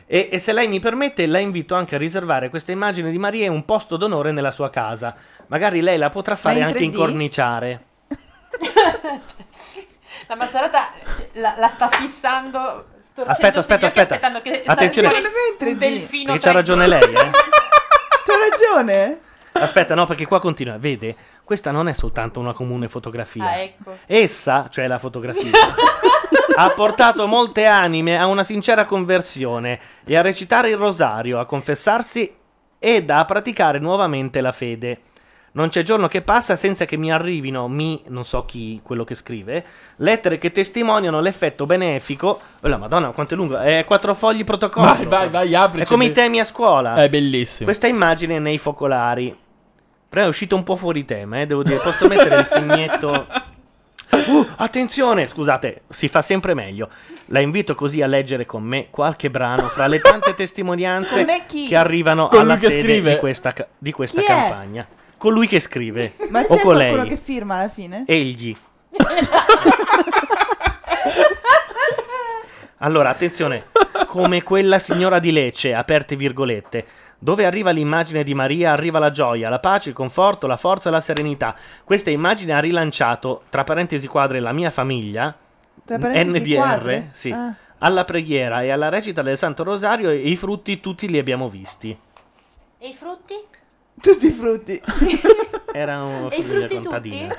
E, e se lei mi permette, la invito anche a riservare questa immagine di Maria in un posto d'onore nella sua casa. Magari lei la potrà fare
in
anche
3D?
incorniciare.
La Mazzarata la, la sta fissando. storcendosi
Aspetta, aspetta,
gli occhi,
aspetta.
aspettando che
Attenzione.
salga un
Ah,
delfino.
Perché c'ha
tra-
ragione lei, eh?
C'ha Ah, ragione?
Aspetta, no, perché qua continua. Vede, questa non è soltanto una comune fotografia.
Ah, ecco.
Essa, cioè la fotografia, ha portato molte anime a una sincera conversione e a recitare il rosario, a confessarsi ed a praticare nuovamente la fede. Non c'è giorno che passa senza che mi arrivino, mi, non so chi, quello che scrive, lettere che testimoniano l'effetto benefico. Oh, la madonna, quanto è lungo! È quattro fogli protocollo.
Vai, vai, vai, apri.
È come i temi a scuola.
È bellissimo.
Questa immagine nei focolari. Però è uscito un po' fuori tema, eh, devo dire. Posso mettere il segnetto. Uh, attenzione! Scusate, si fa sempre meglio. La invito così a leggere con me qualche brano fra le tante testimonianze
Con me chi?
che arrivano
Colui
alla
che
sede
scrive.
di questa, ca- di questa
Chi è?
campagna. Colui che scrive.
Ma
o
c'è
con
qualcuno
lei.
che firma alla fine?
Egli. Allora, attenzione, come quella signora di Lecce, aperte virgolette, dove arriva l'immagine di Maria, arriva la gioia, la pace, il conforto, la forza e la serenità. Questa immagine ha rilanciato, tra parentesi quadre, la mia famiglia,
Tra parentesi
NDR,
quadre?
sì,
Ah.
alla preghiera e alla recita del Santo Rosario e i frutti tutti li abbiamo visti.
E i frutti?
Tutti i frutti.
Era una
E i
famiglia
frutti tutti?
contadina.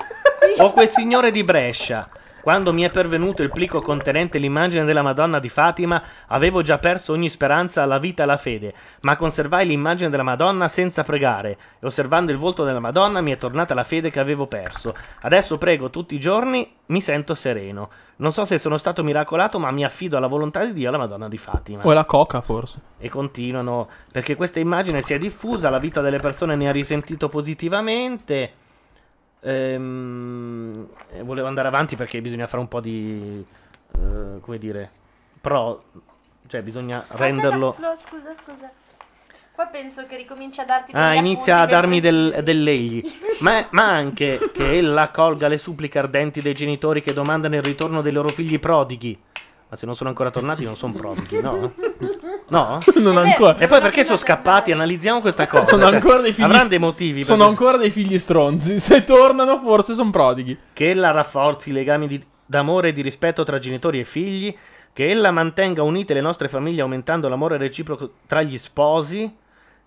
O quel signore di Brescia. Quando mi è pervenuto il plico contenente l'immagine della Madonna di Fatima, avevo già perso ogni speranza, la vita e la fede, ma conservai l'immagine della Madonna senza pregare, e osservando il volto della Madonna mi è tornata la fede che avevo perso. Adesso prego tutti i giorni, mi sento sereno. Non so se sono stato miracolato, ma mi affido alla volontà di Dio e alla Madonna di Fatima
O è la coca, forse.
e continuano perché questa immagine si è diffusa, la vita delle persone ne ha risentito positivamente. Ehm, eh, volevo andare avanti perché bisogna fare un po' di eh, come dire, pro, cioè bisogna renderlo
Aspetta, Ah, no, scusa, scusa. Qua penso che ricomincia a darti degli
Ah, inizia a
appunti per
darmi del, dell'egli. Ma, ma anche che ella colga le suppliche ardenti dei genitori che domandano il ritorno dei loro figli prodighi. Ma se non sono ancora tornati, non sono prodighi, no? No?
Non È vero, ancora.
E poi perché sono scappati? Analizziamo questa cosa.
Sono
cioè,
ancora dei figli
Avranno
str-
dei motivi. per
Sono
questo.
ancora dei figli stronzi. Se tornano, forse sono prodighi.
Che ella rafforzi i legami di- d'amore e di rispetto tra genitori e figli. Che ella mantenga unite le nostre famiglie aumentando l'amore reciproco tra gli sposi.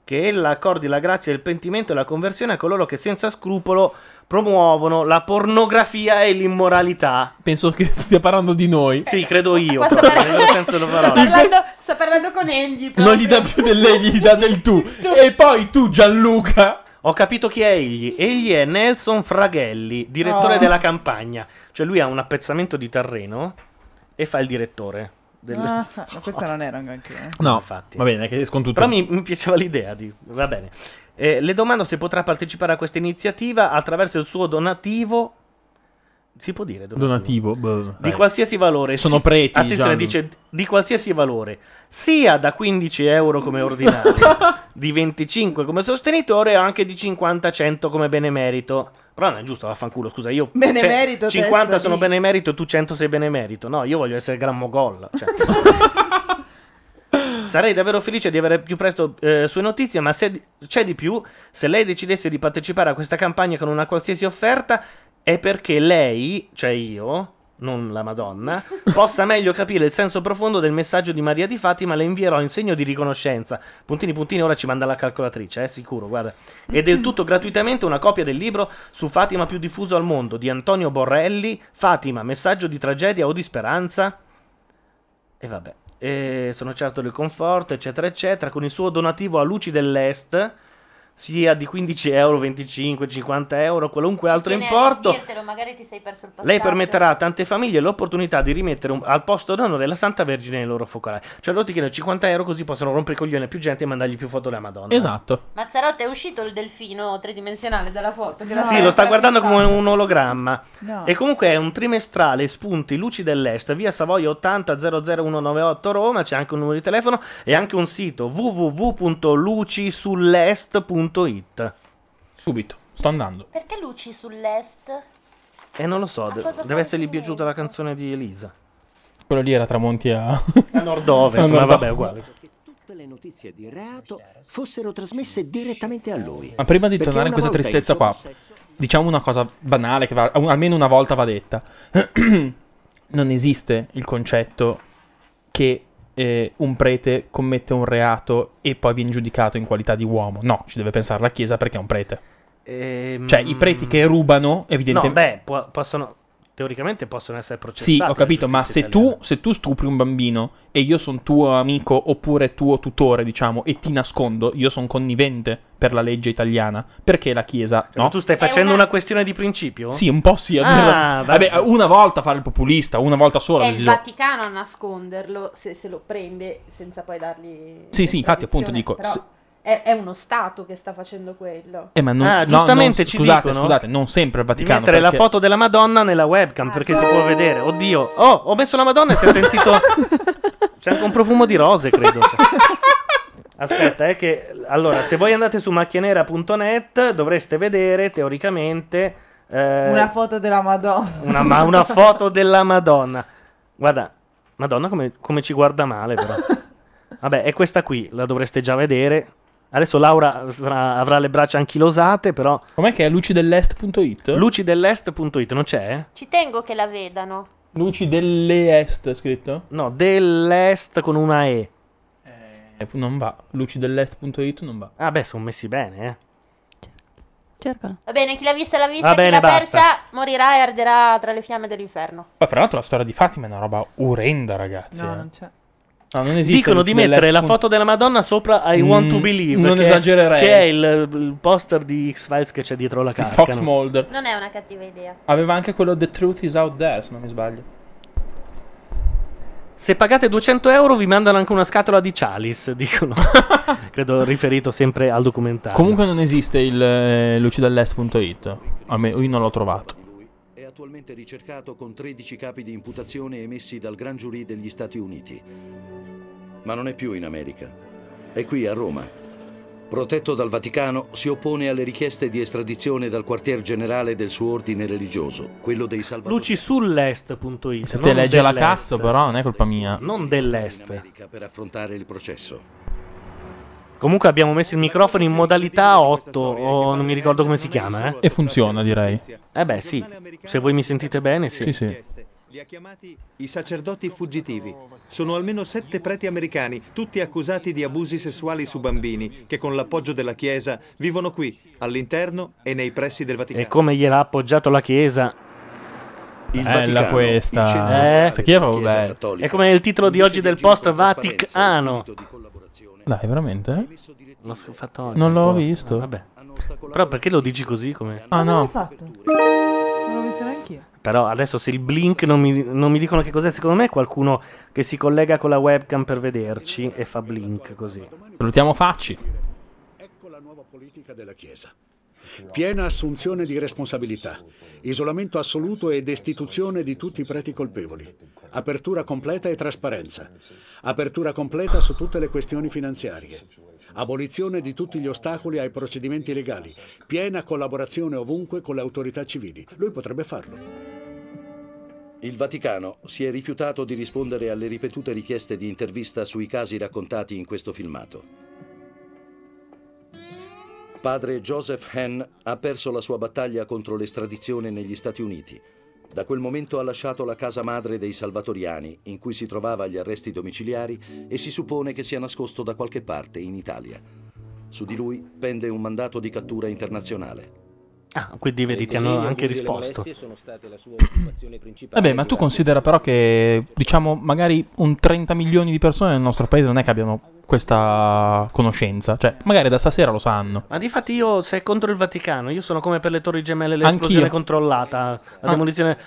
Che ella accordi la grazia del pentimento e la conversione a coloro che senza scrupolo promuovono la pornografia e l'immoralità.
Penso che stia parlando di noi.
Sì, credo io.
Qua sta
proprio,
parlando-
nel vero senso della
Sta
parola.
parlando, sta parlando con egli. proprio.
Non gli dà più del lei, gli dà del tu. E poi tu, Gianluca.
Ho capito chi è egli. Egli è Nelson Fraghelli, direttore
Oh.
della campagna. Cioè lui ha un appezzamento di terreno e fa il direttore. del-
Ah, ma questa non era anche eh.
No, va bene, che escono tutti.
Però mi, mi piaceva l'idea di... Va bene. Eh, le domando se potrà partecipare a questa iniziativa attraverso il suo donativo. Si può dire donativo?
Donativo. boh,
Di
eh.
qualsiasi valore.
Sono
sì-
preti,
Attenzione,
Gianlu.
dice di qualsiasi valore. Sia da 15 euro come ordinario, di 25 come sostenitore o anche di 50-100 come benemerito. Però non è giusto, vaffanculo, scusa, io...
Benemerito,
cioè, 50
testa
sono
di-
benemerito, tu 100 sei benemerito. No, io voglio essere gran mogol. cioè. Sarei davvero felice di avere più presto eh, sue notizie, ma se di- c'è di più, se lei decidesse di partecipare a questa campagna con una qualsiasi offerta, è perché lei, cioè io, non la Madonna, possa meglio capire il senso profondo del messaggio di Maria di Fatima, le invierò in segno di riconoscenza. Puntini, puntini, ora ci manda la calcolatrice, eh, sicuro, guarda. E del tutto gratuitamente una copia del libro su Fatima più diffuso al mondo di Antonio Borrelli, Fatima, messaggio di tragedia o di speranza? E vabbè, e sono certo del conforto, eccetera, eccetera, con il suo donativo a Luci dell'Est, sia di 15 euro, 25, 50 euro, qualunque altro
Tieni a
importo.
dirtelo, magari ti sei perso il passaggio.
Lei permetterà a tante famiglie l'opportunità di rimettere un- al posto d'onore la Santa Vergine nei loro focolai. Cioè loro ti chiedono 50 euro così possono rompere i coglioni a più gente e mandargli più foto della Madonna.
Esatto.
Mazzarotta è uscito il delfino tridimensionale dalla foto. Che la
Sì,
fa-
lo sta
fa
guardando come
pensare.
un ologramma.
No.
E comunque è un trimestrale spunti Luci dell'Est, via Savoia 80 00198 Roma, c'è anche un numero di telefono e anche un sito www.lucisull'est.it.
Subito, sto andando.
Perché luci sull'est?
E non lo so, de-
cosa
deve essergli piaciuta la canzone di Elisa.
Quello lì era tramonti a...
A nord-ovest,
A
ma vabbè,
nord-ovest.
uguale.
Tutte le notizie di reato fossero trasmesse direttamente a lui.
Ma prima di
Perché
tornare in
una
questa
volta
tristezza
il suo
qua, diciamo una cosa banale che va- almeno una volta va detta. non esiste il concetto che eh, un prete commette un reato e poi viene giudicato in qualità di uomo. No, ci deve pensare la Chiesa perché è un prete.
Ehm,
Cioè, i preti che rubano,
No,
evidentemente...
beh, può- possono, teoricamente possono essere processati.
Sì, ho capito,
dalla
ma
giustizia
se tu, se tu stupri un bambino e io sono tuo amico oppure tuo tutore, diciamo, e ti nascondo, io sono connivente per la legge italiana. Perché la Chiesa...
italiana.
no?
Cioè, Tu stai facendo una... questione di principio?
Sì, un po' sì. a
Ah,
dirla-
vabbè.
vabbè, una volta fare il populista, una volta sola.
È
ho
il
deciso-
Vaticano a nasconderlo se, se lo prende senza poi dargli.
Sì, sì, infatti, appunto,
l'estradizione,
dico,
però
se-
È, è uno Stato che sta facendo quello.
Eh, ma non,
Ah,
no,
giustamente
non-
ci
scusate,
dicono
scusate, non sempre il
Di
Vaticano.
mettere la
perché-
foto della Madonna nella webcam perché si può vedere. Oddio, oh, ho messo la Madonna e si è sentito. C'è anche un profumo di rose, credo. Aspetta, eh, che allora, se voi andate su macchianera.net dovreste vedere teoricamente eh,
Una foto della Madonna.
una, ma- una foto della Madonna. Guarda, Madonna come, come ci guarda male, però. Vabbè, è questa qui, la dovreste già vedere. Adesso Laura sarà- avrà le braccia anchilosate, però.
Com'è che è lucidell'est.it?
Lucidell'est.it, non c'è? eh?
Ci tengo che la vedano.
Luci delle est è scritto?
No, dell'est con una E.
Eh, non va. Luci dell'est.it non va.
Ah, beh, sono messi bene, eh.
Cercalo.
Va bene, chi l'ha vista l'ha vista,
Va
chi
bene,
l'ha
basta.
persa morirà e arderà tra le fiamme dell'inferno.
Poi, fra l'altro, la storia di Fatima è una roba orrenda, ragazzi.
No,
eh.
non
c'è.
No, non esiste.
Dicono di
luci
mettere la
dell'est.
foto della Madonna sopra I Want to
Mm,
Believe.
non
che-
esagererei.
Che è il, il poster di X-Files che c'è dietro la carta.
Fox Mulder.
Non è una cattiva idea.
Aveva anche quello The Truth is Out There, se non mi sbaglio.
Se pagate 200 euro vi mandano anche una scatola di Chalice, dicono. Credo riferito sempre al documentario.
Comunque non esiste il eh, lucidell'est.it. Almeno io non l'ho trovato.
È attualmente ricercato con 13 capi di imputazione emessi dal Gran Giurì degli Stati Uniti. Ma non è più in America. È qui a Roma. Protetto dal Vaticano, si oppone alle richieste di estradizione dal quartier generale del suo ordine religioso, quello dei Salvatori.
Luci sull'est.it.
Se te legge la cazzo, però, non è colpa mia.
Non dell'est.
Per affrontare il processo.
Comunque abbiamo messo il microfono in modalità 8, o non mi ricordo come si chiama, eh.
E funziona, direi.
Eh beh, sì. Se voi mi sentite bene, sì.
Sì, sì.
I sacerdoti fuggitivi. Sono almeno sette preti americani, tutti accusati di abusi sessuali su bambini, che con l'appoggio della Chiesa vivono qui, all'interno e nei pressi del Vaticano.
E come gliel'ha appoggiato la Chiesa.
Il Bella Vaticano, questa. il centro
Eh,
Se chi è proprio bella.
È come il titolo di oggi del post Vaticano.
Dai, veramente?
L'ho sc- fatto oggi.
Non
il
l'ho
post.
visto.
Vabbè. Però perché lo dici così come...
Ah,
Non l'hai
no.
fatto? Non l'ho visto neanche io.
Però adesso se il blink non mi, non mi dicono che cos'è, secondo me è qualcuno che si collega con la webcam per vederci e fa blink così.
Salutiamo Facci.
politica della Chiesa. Piena assunzione di responsabilità, isolamento assoluto e destituzione di tutti i preti colpevoli, apertura completa e trasparenza, apertura completa su tutte le questioni finanziarie, abolizione di tutti gli ostacoli ai procedimenti legali, piena collaborazione ovunque con le autorità civili. Lui potrebbe farlo.
Il Vaticano si è rifiutato di rispondere alle ripetute richieste di intervista sui casi raccontati in questo filmato. Padre Joseph Henn ha perso la sua battaglia contro l'estradizione negli Stati Uniti, Da quel momento ha lasciato la casa madre dei Salvatoriani, in cui si trovava agli arresti domiciliari e si suppone che sia nascosto da qualche parte in Italia. Su di lui pende un mandato di cattura internazionale.
Ah, quindi vedi, ti hanno anche risposto.
sono state la sua occupazione principale.
Vabbè, ma tu considera però che, diciamo, magari un 30 milioni di persone nel nostro paese non è che abbiano questa conoscenza. Cioè, magari da stasera lo sanno.
Ma difatti io, se è contro il Vaticano, io sono come per le torri gemelle,
Anch'io.
l'esplosione controllata, la
Ah.
demolizione...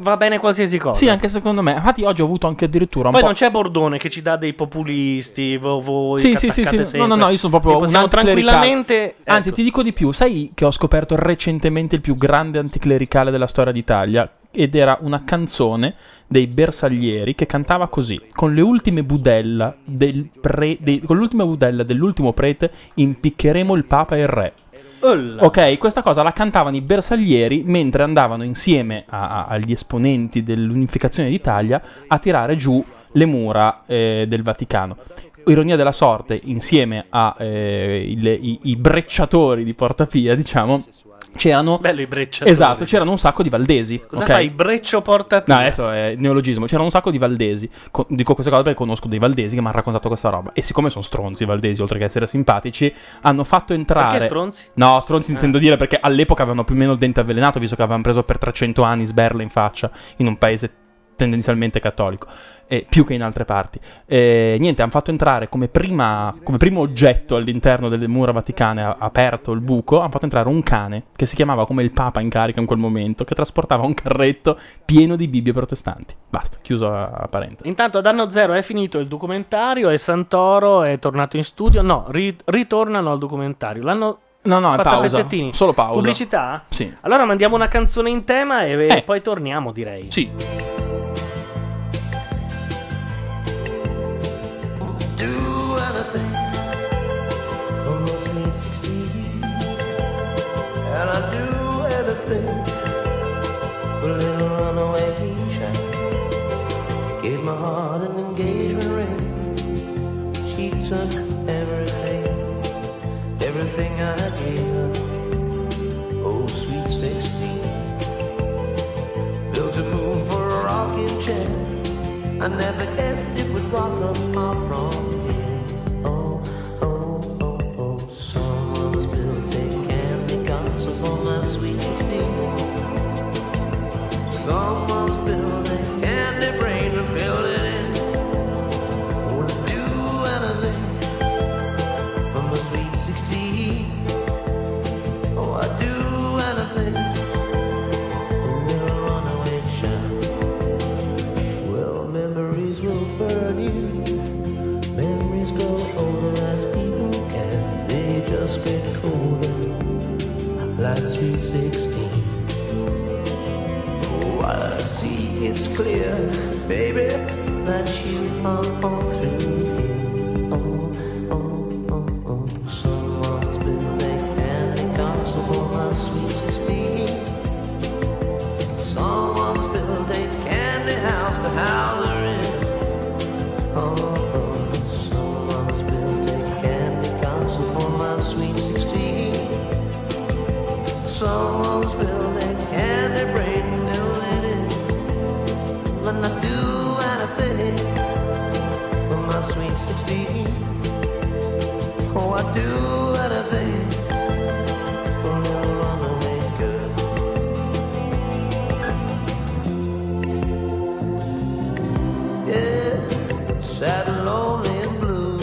Va bene qualsiasi cosa.
Sì, anche secondo me. Infatti oggi ho avuto anche addirittura un
Poi
po'...
non c'è Bordone che ci dà dei populisti, vo- voi
Sì,
che
sì, sì, sì.
attaccate
No, no,
sempre.
no, io sono proprio
E possiamo
un anticlericale.
tranquillamente...
Anzi,
ecco.
ti dico di più. Sai che ho scoperto recentemente il più grande anticlericale della storia d'Italia? Ed era una canzone dei bersaglieri che cantava così: Con le ultime budella del pre- dei- con l'ultima budella dell'ultimo prete impiccheremo il Papa e il Re.
Olla.
Ok, questa cosa la cantavano i bersaglieri mentre andavano insieme a- a- agli esponenti dell'unificazione d'Italia a tirare giù le mura eh, del Vaticano. Ironia della sorte, insieme a eh, il- i, i brecciatori di Portapia, diciamo, c'erano...
Bello i brecciatori.
Esatto, c'erano un sacco di valdesi.
Cosa
ok?
fai? Breccio porta...
No, adesso è neologismo. C'erano un sacco di valdesi. Co- dico questa cosa perché conosco dei valdesi che mi hanno raccontato questa roba. E siccome sono stronzi i valdesi, oltre che essere simpatici, hanno fatto entrare.
Perché stronzi?
No, stronzi
Ah.
intendo dire perché all'epoca avevano più o meno il dente avvelenato, visto che avevano preso per 300 anni sberle in faccia in un paese tendenzialmente cattolico, e più che in altre parti. E niente, hanno fatto entrare come, prima- come primo oggetto all'interno delle mura vaticane, a- aperto il buco, hanno fatto entrare un cane che si chiamava come il Papa in carica in quel momento, che trasportava un carretto pieno di Bibbie protestanti. Basta, chiuso a, a parentesi.
Esatto. Intanto ad anno zero è finito il documentario e Santoro è tornato in studio. No, ri- ritornano al documentario. L'hanno
No, no, è
fatto a
pausa.
pezzettini.
Solo pausa.
Pubblicità?
Sì. Eh.
Allora mandiamo una canzone in tema e e poi torniamo, direi.
Sì.
Do anything for my sweet 16. And I'd do anything for a little runaway child. Gave my heart an engagement ring. She took everything, everything I gave her. Oh, sweet 16. Built a room for a rocking chair. I never guessed it would rock up our prom. Someone's bill take candy gossip on my sweet 16. Someone's building candy brain to fill it in. Wanna do anything for my sweet 16. Oh, I do anything. A little runaway child. Well, memories will burn you. Memories grow older as people can. They just get colder. Like sweet 16. Oh, I see it's clear, baby, that you are all through. Oh, Someone's building an castle for my sweet 16. Someone's building candy house to house her in. Oh, oh, someone's building candy castle for my sweet 16. Someone's building candy brain to fill it in. And I do anything for my sweet 16. Oh, I do anything for a little runaway girl. Yeah, sad and lonely and blue.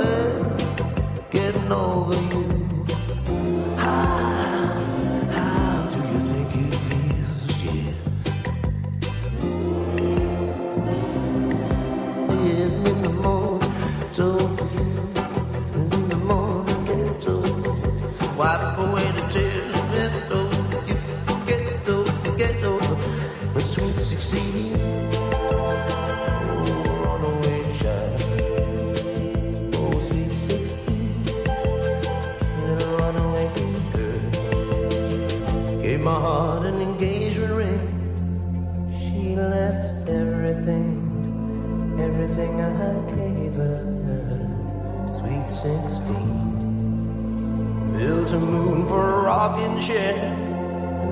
Eh, getting over you. How, how do you think it feels? Yeah. Yeah, in the morning, it's over you. And in the morning, it's over. Wipe away the tears, get over you, get over, get over. But sweet 16, oh, runaway child. Oh, sweet 16, little runaway girl. Gave my heart an engagement ring. She left everything, everything I gave her. Sweet 16. Built a moon for a rocking chair.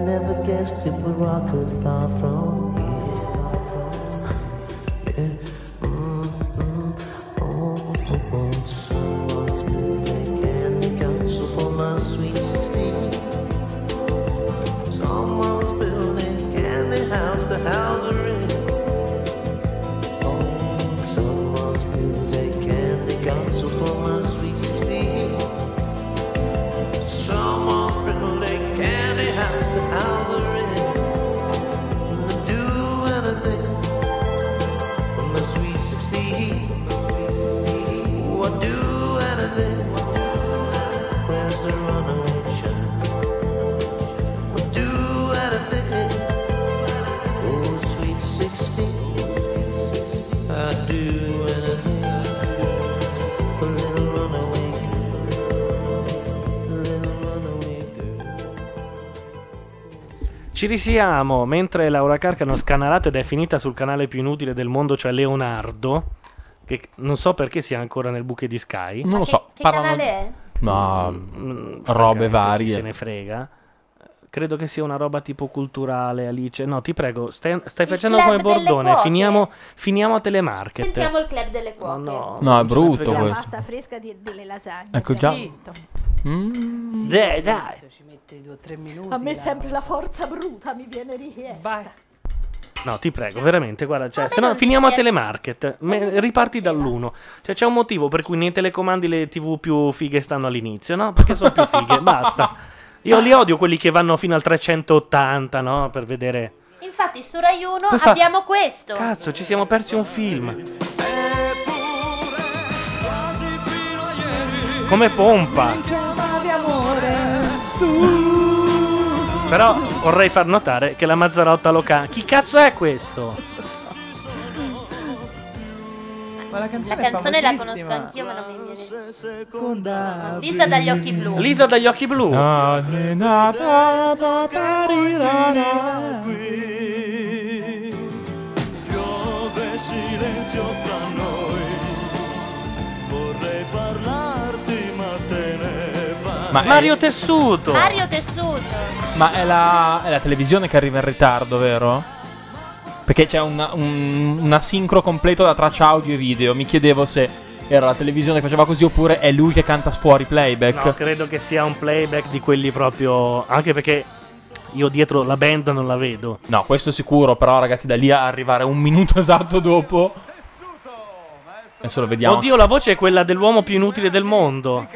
Never guessed it would rock her far from here. mm, Someone's building candy house to house a rich. And they do anything from the sweet 16. Oh, I do anything. Where's the runaway child? I do anything. Oh, sweet 16. I do anything. For little runaway girl. Little runaway girl.
Ci risiamo mentre Laura Carcano ha scanalato ed è finita sul canale più inutile del mondo, cioè Leonardo. Che non so perché sia ancora nel buche di Sky.
Non lo so.
Che canale è?
Ma
Mm,
robe
francamente, chi
varie.
Se ne frega. Credo che sia una roba tipo culturale, Alice. No, ti prego, stai, stai facendo
club
come
delle
Bordone.
cuoche.
Finiamo, finiamo a Telemarket.
Sentiamo il club delle cuoche. No,
No, è brutto
La
questo.
pasta fresca di- delle lasagne.
Ecco già.
zitto.
Mm.
Dai, dai.
Ci mette due o tre minuti. A me sempre la forza bruta mi viene richiesta.
No, ti prego, veramente, guarda, cioè,
Vabbè,
se no
non ti
finiamo a
scherzo.
telemarket, Me- riparti dall'1. Cioè, c'è un motivo per cui nei telecomandi le TV più fighe stanno all'inizio, no? Perché sono più fighe, basta. Io li odio quelli che vanno fino al 380, no? Per vedere...
Infatti su Rai 1
Poi fa-
abbiamo questo.
Cazzo, ci siamo persi un film. Come pompa.
Chiamavi amore, tu.
Però vorrei far notare che la Mazzarotta lo canta. Chi cazzo è questo?
Ma la
La
canzone,
canzone
è
la
famosissima.
conosco anch'io, ma non mi viene.
Seconda
Lisa dagli occhi blu.
Lisa dagli occhi blu.
Piove silenzio fra noi. Vorrei parlarti, ma te ne vai.
Ma Mario Tessuto!
Mario Tessuto.
Ma è la, è la televisione che arriva in ritardo, vero? Perché c'è una- un, un asincro completo da traccia audio e video. Mi chiedevo se era la televisione che faceva così oppure è lui che canta fuori playback.
No, credo che sia un playback di quelli proprio. Anche perché io dietro la band non la vedo.
No, questo sicuro, però ragazzi, da lì a arrivare un minuto esatto dopo... Adesso lo vediamo.
Oddio, la voce è quella dell'uomo più inutile del mondo.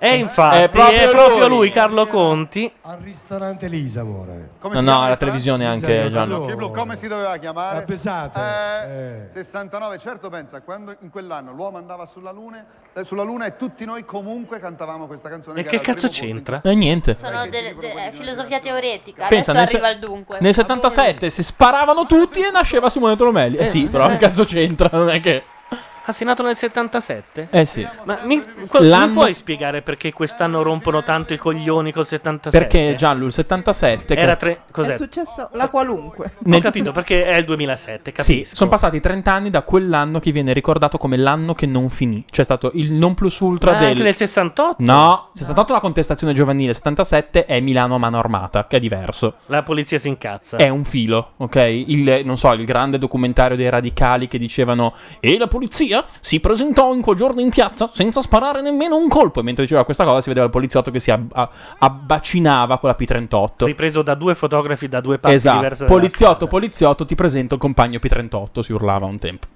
E infatti,
È
è
proprio
proprio,
lui.
lui. Carlo Conti.
Al ristorante Lisa, amore.
No, no, la televisione anche,
Che
Gianni.
blu, come si doveva chiamare?
L'ha pesato.
Eh, 69, certo pensa, quando in quell'anno l'uomo andava sulla luna, eh, sulla luna e tutti noi comunque cantavamo questa canzone.
E
che
che
era il
cazzo
primo posto in
c'entra?
classifica.
Eh, niente.
Sono delle- de- eh, filosofia teoretica.
Pensa, nel,
Adesso
se-
arriva il dunque.
nel 77 si sparavano tutti e nasceva Simone Tolomelli. Eh,
Eh,
sì, però
eh.
che cazzo c'entra? Non è che...
Ah, sei nato nel 77?
Eh sì.
Ma mi, qual-
L'anno-
mi puoi spiegare perché quest'anno rompono tanto i coglioni col 77?
Perché Gianlu il 77
Era
che-
tre-
È
Cos'è?
successo la qualunque.
Ho capito perché è il 2007,
Sì,
capisco.
sono passati 30 anni da quell'anno che viene ricordato come l'anno che non finì. Cioè è stato il non plus ultra
Ma
del...
anche nel 68?
No, 68 la contestazione giovanile, 77 è Milano a mano armata, che è diverso.
La polizia si incazza.
È un filo, ok? Il, non so, il grande documentario dei radicali che dicevano E la polizia si presentò in quel giorno in piazza senza sparare nemmeno un colpo. E mentre diceva questa cosa si vedeva il poliziotto che si ab- a- abbacinava con la P38.
Ripreso da due fotografi da due parti diverse.
Esatto,
della-
poliziotto, poliziotto, ti presento il compagno P38, si urlava un tempo.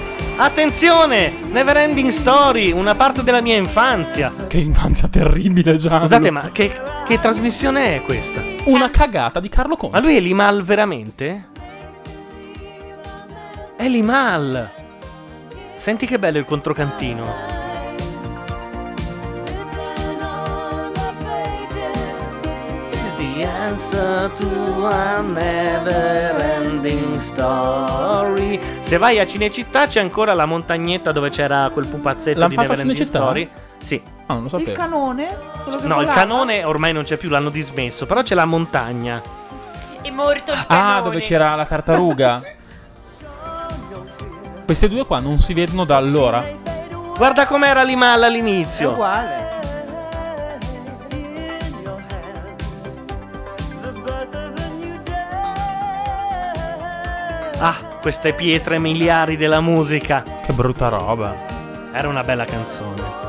Attenzione! Neverending Story, una parte della mia infanzia.
Che infanzia terribile, già.
Scusate, ma che, che trasmissione è questa?
Una cagata di Carlo Conti.
Ma lui è Limal veramente? È Limal! Senti che bello il controcantino. The answer to a never ending story. Se vai a Cinecittà c'è ancora la montagnetta dove c'era quel pupazzetto
L'hanno
di
fatto a
Neverending
Cinecittà?
Story. Sì.
Ah, non lo
Il canone? Quello che
No, il
volava?
canone ormai non c'è più, l'hanno dismesso, però c'è la montagna.
È morto il canone.
Ah, dove c'era la tartaruga. Queste due qua non si vedono da allora.
Guarda com'era
Ah,
Limal all'inizio.
Uguale.
Ah, queste pietre miliari della musica.
Che brutta roba.
Era una bella canzone.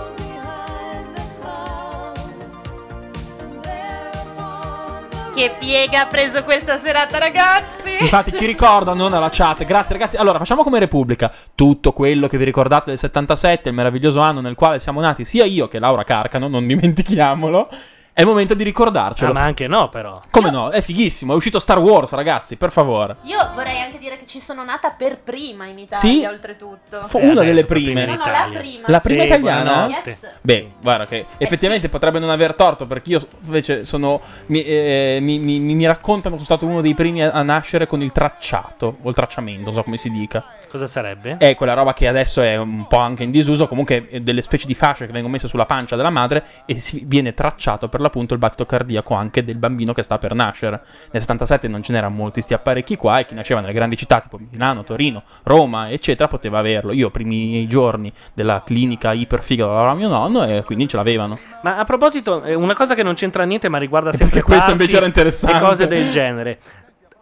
Che piega ha preso questa serata, ragazzi!
Infatti ci ricordano nella chat. Grazie ragazzi. Allora facciamo come Repubblica. Tutto quello che vi ricordate del 77, il meraviglioso anno nel quale siamo nati sia io che Laura Carcano, non dimentichiamolo. È il momento di ricordarcelo.
Ah, ma anche no però.
Come no? È fighissimo. È uscito Star Wars ragazzi, per favore.
Io vorrei anche dire che ci sono nata per prima in Italia,
Sì?
oltretutto.
Eh,
Fu una delle prime.
No, no, la prima.
La prima
Sì,
italiana?
buonanotte. Yes. Eh
Beh, guarda che effettivamente potrebbe non aver torto perché io invece sono... Mi, eh, mi- mi- mi- mi raccontano che sono stato uno dei primi a, a nascere con il tracciato o il tracciamento, non so come si dica.
Cosa sarebbe?
È quella roba che adesso è un po' anche in disuso, comunque è delle specie di fasce che vengono messe sulla pancia della madre e si viene tracciato per l'appunto il battito cardiaco anche del bambino che sta per nascere. Nel 77 non ce n'erano molti sti apparecchi qua e chi nasceva nelle grandi città tipo Milano, Torino, Roma, eccetera, poteva averlo. Io i primi giorni della clinica iperfiga dove lavorava mio nonno e quindi ce l'avevano.
Ma a proposito, eh, una cosa che non c'entra niente, ma riguarda sempre
Perché questo
parchi
invece era interessante.
E cose del genere.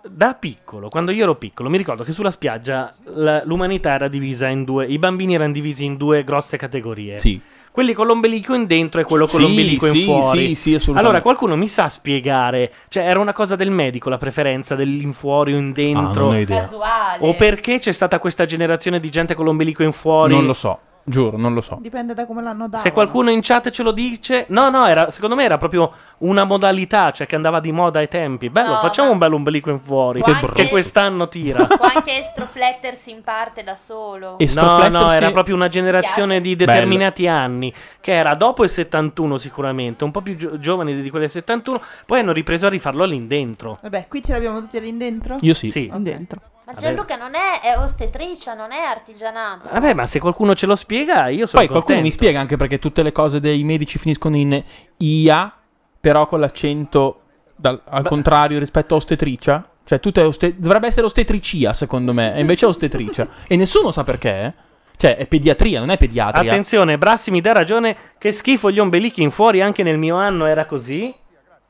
Da piccolo, quando io ero piccolo, mi ricordo che sulla spiaggia la- l'umanità era divisa in due. I bambini erano divisi in due grosse categorie.
Sì.
Quelli con l'ombelico in dentro e quello con
Sì,
l'ombelico
sì,
in fuori.
sì, sì, assolutamente.
Allora, qualcuno mi sa spiegare? Cioè, era una cosa del medico la preferenza dell'in fuori o in dentro?
Ah, non ho idea.
Casuale.
O perché c'è stata questa generazione di gente con l'ombelico in fuori?
Non lo so, giuro, non lo so.
Dipende da come l'hanno dato.
Se qualcuno in chat ce lo dice, no, no, era, secondo me era proprio una modalità, cioè che andava di moda ai tempi. Bello,
No,
facciamo un bel ombelico in fuori,
Può
che,
anche-
quest'anno tira.
Può anche estroflettersi in parte da solo.
No,
Estroflettersi-
no, era proprio una generazione di determinati anni, che era dopo il 71 sicuramente, un po' più gio- giovani di quelli del 71, poi hanno ripreso a rifarlo all'indentro.
Vabbè, qui ce l'abbiamo tutti lì dentro?
Io sì. Sì.
Lì dentro.
Ma Gianluca non è, è ostetricia, non è artigianato.
Vabbè, ma se qualcuno ce lo spiega, io sono
Poi qualcuno mi
contento.
spiega anche perché tutte le cose dei medici finiscono in IA, però con l'accento dal- al contrario rispetto a ostetricia. Cioè, tutto è oste- dovrebbe essere ostetricia, secondo me, e invece è ostetricia. e nessuno sa perché. eh. Cioè, è pediatria, non è pediatria.
Attenzione, Brassi mi dà ragione, che schifo gli ombelichi in fuori, anche nel mio anno era così.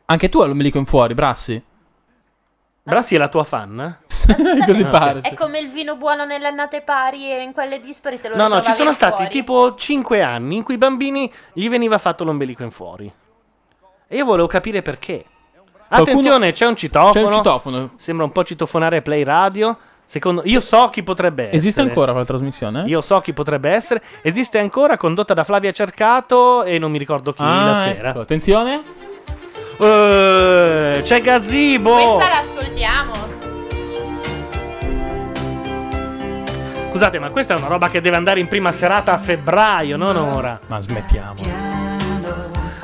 Anche tu hai l'ombelico in fuori, Brassi.
Brassi è la tua fan? Ah,
Così pare.
È come il vino buono nelle annate pari e in quelle dispari te lo
No, no, ci
ritrovavi
sono
al
stati
fuori.
tipo 5 anni in cui i bambini gli veniva fatto l'ombelico in fuori. E io volevo capire perché.
Qualcuno-
Attenzione, c'è un citofono.
C'è un citofono.
Sembra un po' citofonare Play Radio. Secondo... Io so chi potrebbe essere.
Esiste ancora la trasmissione?
Io so chi potrebbe essere. Esiste ancora, condotta da Flavia Cercato e non mi ricordo chi
Ah,
la sera.
ecco, Attenzione.
Eh, c'è Gazebo.
Questa l'ascoltiamo.
Scusate, ma questa è una roba che deve andare in prima serata a febbraio, non ora.
Ma smettiamo.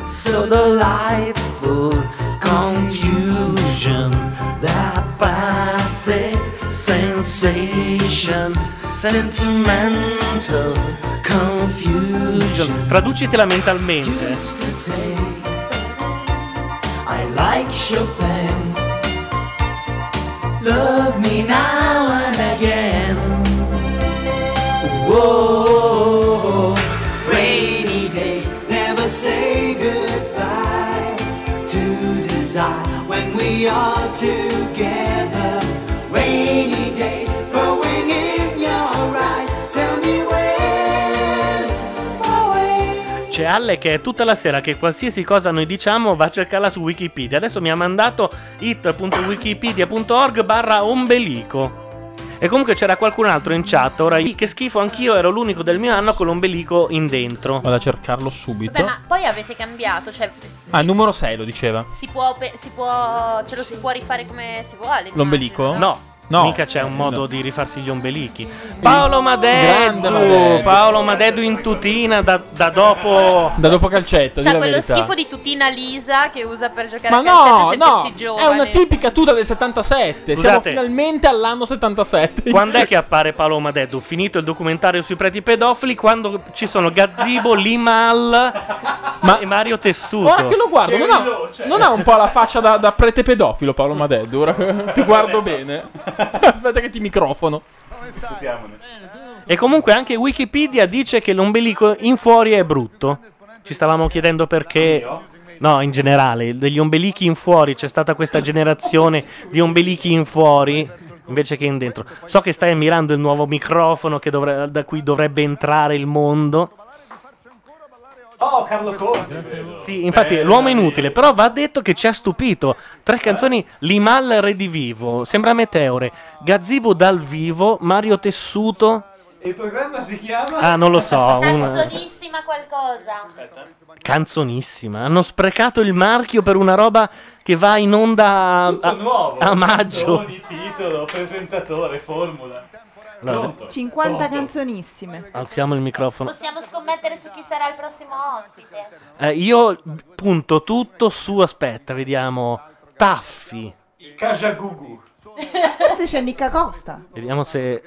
So delightful confusion, that passé sensation, sentimental confusion.
Traducitela mentalmente.
to say I like Chopin. Love me now and again. Whoa, rainy days never say goodbye to desire when we are together. Rainy days growing in your eyes. Tell me where's my way.
C'è Alle che è tutta la sera che qualsiasi cosa noi diciamo va a cercarla su Wikipedia. Adesso mi ha mandato it.wikipedia.org barra ombelico. E comunque c'era qualcun altro in chat. Ora, io- che schifo, anch'io ero l'unico del mio anno con l'ombelico in dentro.
Vado a cercarlo subito.
Beh, ma poi avete cambiato, cioè
Ah, il numero 6 lo diceva.
si può, pe- si può ce lo si può rifare come si vuole.
L'ombelico?
No.
No.
Mica c'è un modo di rifarsi gli ombelichi. Paolo
Grande Madeddu.
Madeddu! Paolo Madeddu in tutina da, da dopo.
Da dopo calcetto,
Cioè
di la
quello
verità.
schifo di tutina lisa che usa per giocare
Ma
a calcetto
no,
se
no,
fessi
è una
giovane.
tipica tuta del 77. Siamo
Scusate.
finalmente all'anno 77.
Quando è che appare Paolo Madeddu? Finito il documentario sui preti pedofili, quando ci sono Gazzibo, Limal e Mario Tessuto.
Ora che lo guardo, non ha, non ha un po' la faccia da, da prete pedofilo Paolo Madeddu. Ora che ti guardo bene. Aspetta che ti microfono.
E comunque anche Wikipedia dice che l'ombelico in fuori è brutto. Ci stavamo chiedendo perché. No, in generale, degli ombelichi in fuori c'è stata questa generazione di ombelichi in fuori invece che in dentro. So che stai ammirando il nuovo microfono che dovre- da cui dovrebbe entrare il mondo.
Oh, Carlo Conte.
Sì,
Eh,
infatti, l'uomo inutile, però va detto che ci ha stupito. Tre canzoni, Limal Redivivo, Sembra Meteore, Gazzibo dal vivo, Mario Tessuto.
Il programma si chiama...
Ah, non lo so, una
Canzonissima qualcosa.
canzonissima. Hanno sprecato il marchio per una roba che va in onda a, a-
nuovo.
a maggio.
Canzoni, titolo, presentatore, formula.
Allora,
Pronto?
50
Pronto?
canzonissime.
Alziamo il microfono.
Possiamo scommettere su chi sarà il prossimo ospite.
Eh, io punto tutto su, aspetta, vediamo. Taffi.
Casa Gugu.
Forse c'è Nicca Costa.
Vediamo se...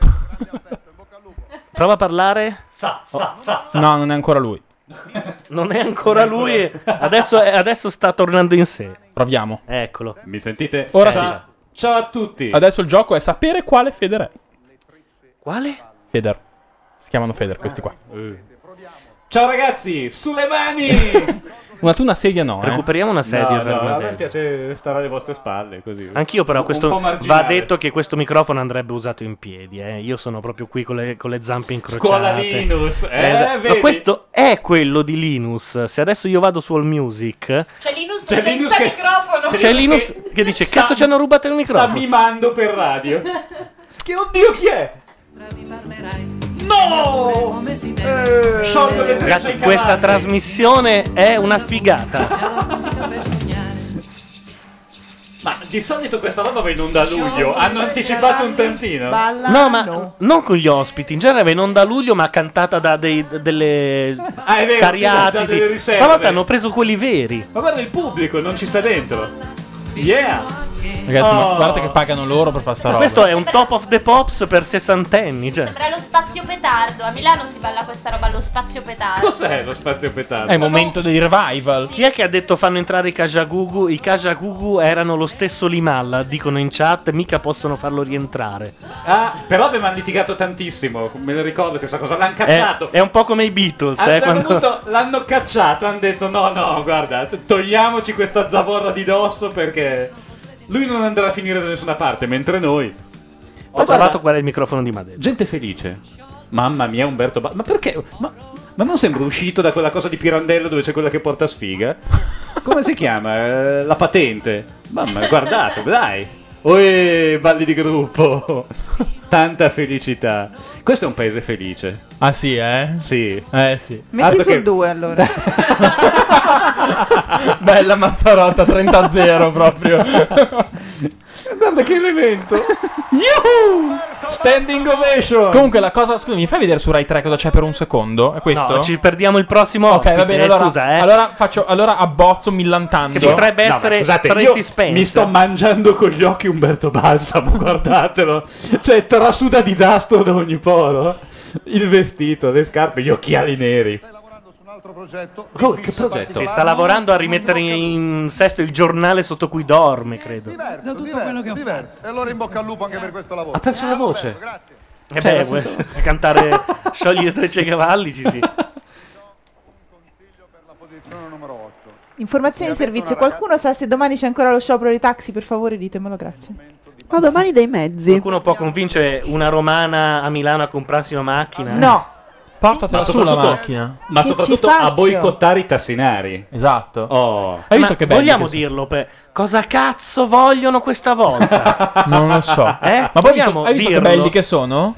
Prova a parlare. Oh.
Sa, sa, sa, sa.
No, non è ancora lui.
Non è ancora lui. e Adesso, è- adesso sta tornando in sé.
Proviamo.
Eccolo.
Mi sentite?
Ora sì.
Ciao- Ciao a tutti.
Adesso il gioco è sapere quale Feder è.
Quale?
Feder. Si chiamano Feder questi qua.
Eh. Ciao ragazzi, sulle mani!
Una tu una sedia no, eh.
Recuperiamo una sedia
no,
per
no, a me
Matteo.
piace stare alle vostre spalle così.
Anch'io però
Un
questo
po'
va
marginale.
detto che questo microfono andrebbe usato in piedi, eh. Io sono proprio qui con le, con le zampe incrociate.
Scuola Linus, eh,
esatto.
vedi?
Ma questo è quello di Linus. Se adesso io vado su All Music,
C'è Linus
C'è
senza
Cioè, Linus che- Cioè,
microfono.
c'è Linus che, dice cazzo ci hanno rubato il
Sta
microfono.
mimando per radio. che oddio chi è? No! Sciolgo le trecce
Ragazzi,
ai
questa
cavalli.
trasmissione è una figata.
Ma di solito questa roba va in onda a luglio. Hanno anticipato un tantino.
No, ma non con gli ospiti. In genere non da luglio, ma cantata da dei- delle
Ah, è vero, sì, da- da delle
cariatidi.
riserve.
Stavolta hanno preso quelli veri.
Ma guarda il pubblico, non ci sta dentro. Yeah!
Ragazzi, ma
Oh.
guarda che pagano loro per fare sta
Ma
roba.
questo è un top of the pops per sessantenni. Cioè.
Sembra lo spazio petardo. A Milano si balla questa roba allo spazio petardo.
Cos'è lo spazio petardo?
È il momento dei revival.
Chi è che ha detto fanno entrare i Kajagugu? I Kajagugu erano lo stesso Limalla, dicono in chat, mica possono farlo rientrare.
Ah, però avevamo litigato tantissimo. Me lo ricordo questa cosa. L'hanno
È,
cacciato.
è un po' come i Beatles,
A un
eh,
certo
quando-
punto l'hanno cacciato, hanno detto no, no, guarda, togliamoci questa zavorra di dosso perché lui non andrà a finire da nessuna parte, mentre noi...
Ho trovato qual è il microfono di Madè.
Gente felice. Mamma mia, Umberto Ba- Ma perché? Ma, ma non sembra uscito da quella cosa di Pirandello dove c'è quella che porta sfiga? Come si chiama? Eh, La patente. Mamma, guardate, dai. Oe, balli di gruppo. Tanta felicità. Questo è un paese felice.
Ah sì, eh?
Sì.
Eh sì.
Metti
Altro
sul
che-
2 allora.
Bella Mazzarotta 30-0 proprio.
Guarda che elemento. Yuhu! Standing ovation.
Comunque la cosa, scusa, mi fai vedere su Rai 3 cosa c'è per un secondo? È questo?
No, ci perdiamo il prossimo
Ok, va
ospite,
bene, allora,
scusa, eh.
allora faccio allora abbozzo millantando.
Che potrebbe
No, ma
essere
scusate,
Tracy
io
Spencer.
Mi sto mangiando con gli occhi Umberto Balsamo, guardatelo. Cioè, trasuda disastro da ogni poro. Il vestito, le scarpe, gli occhiali neri. Oh, che progetto?
Sì, sta lavorando a rimettere in sesto il giornale sotto cui dorme, credo.
Da tutto quello che ho fatto. E allora in bocca al lupo anche per questo lavoro.
Ha perso la voce. Cioè,
E Eh beh,
nel
vuoi-
senso-
a cantare Sciogli le trecce ai cavalli ci si.
Posizione numero 8.
Informazioni di servizio. Qualcuno sa se domani c'è ancora lo sciopero dei taxi? Per favore ditemelo, grazie.
No, domani dei mezzi.
Qualcuno può convincere una romana a Milano a comprarsi una macchina?
No.
Eh? Portatela
Ma
sulla
soprattutto-
macchina.
Ma
Che
soprattutto
ci
a
faccio?
boicottare i tassinari.
Esatto.
Oh.
Hai visto
Ma
che belli
vogliamo
che sono?
dirlo? per- Cosa cazzo vogliono questa volta?
Non lo so.
Eh?
Ma poi hai visto-
Vogliamo
hai visto che
dirlo?
belli che sono?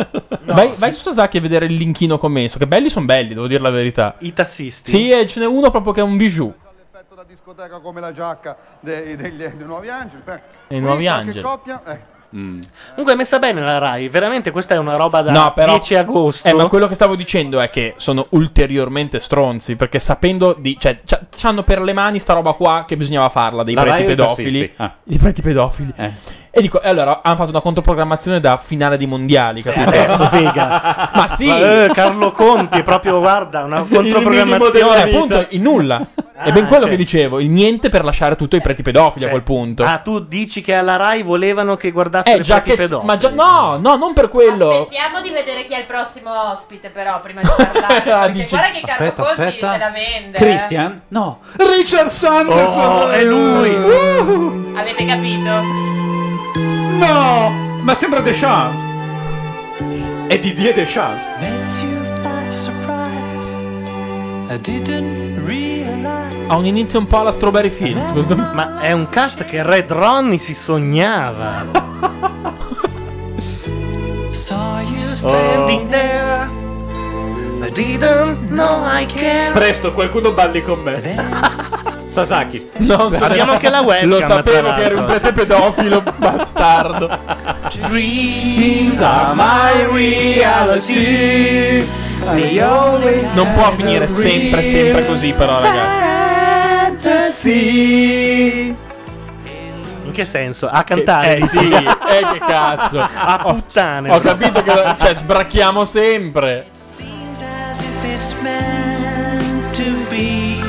vai, vai su Sasaki a vedere il linkino commesso. Che belli sono belli, devo dire la verità.
I tassisti.
Sì, e ce n'è uno proprio che è un bijou.
La discoteca come la giacca dei, degli- eh, dei Nuovi Angeli. Beh,
Dei
qui
Nuovi
qualche
Angeli.
Coppia, eh,
Comunque è messa bene la Rai, veramente questa è una roba da
No, però
10 agosto.
Eh, ma quello che stavo dicendo è che sono ulteriormente stronzi. Perché sapendo di. Cioè, c'ha- c'hanno per le mani sta roba qua che bisognava farla. Dei
La
preti
Rai o i
pedofili.
tassisti? Ah.
I preti pedofili. E dico, e allora hanno fatto una controprogrammazione da finale di mondiali, capito?
Adesso figa.
Ma sì!
Ma, eh, Carlo Conti, proprio guarda, una
Eh,
controprogrammazione.
appunto, il nulla. è ben quello
Ah, ok.
che dicevo, il niente per lasciare tutto ai preti pedofili
Cioè,
a quel punto.
Ah, tu dici che alla Rai volevano che guardassero
eh,
i
già
preti
che.
pedofili.
Ma già, no, no, non per quello.
Aspettiamo di vedere chi è il prossimo ospite, però, prima di parlare.
Ah,
perché
dici-
guarda che Carlo
Aspetta,
Conti
aspetta.
se la vende. eh.
Christian? No. oh, Richard Sanderson!
Oh, è lui.
Uh.
Avete capito?
No! Ma sembra Deschamps! È Didier Deschamps!
Ha un inizio un po' alla Strawberry Fields. questo-
Ma è un cast che Red Ronnie si sognava.
Oh. standing
Oh. there.
I didn't know I cared.
Presto, qualcuno balli con me. Sasaki.
Non so-
Abbiamo anche la webcam.
Lo sapevo
tra
che eri un
l'altro.
prete pedofilo, bastardo.
Dreams are my reality. The only
Non può finire sempre, sempre così, però, eh. ragazzi.
fantasy.
In che senso? A cantare.
Che- eh, sì, eh, che cazzo.
A puttane.
Ho capito che. lo- Cioè, sbracchiamo sempre.
If it's meant to be.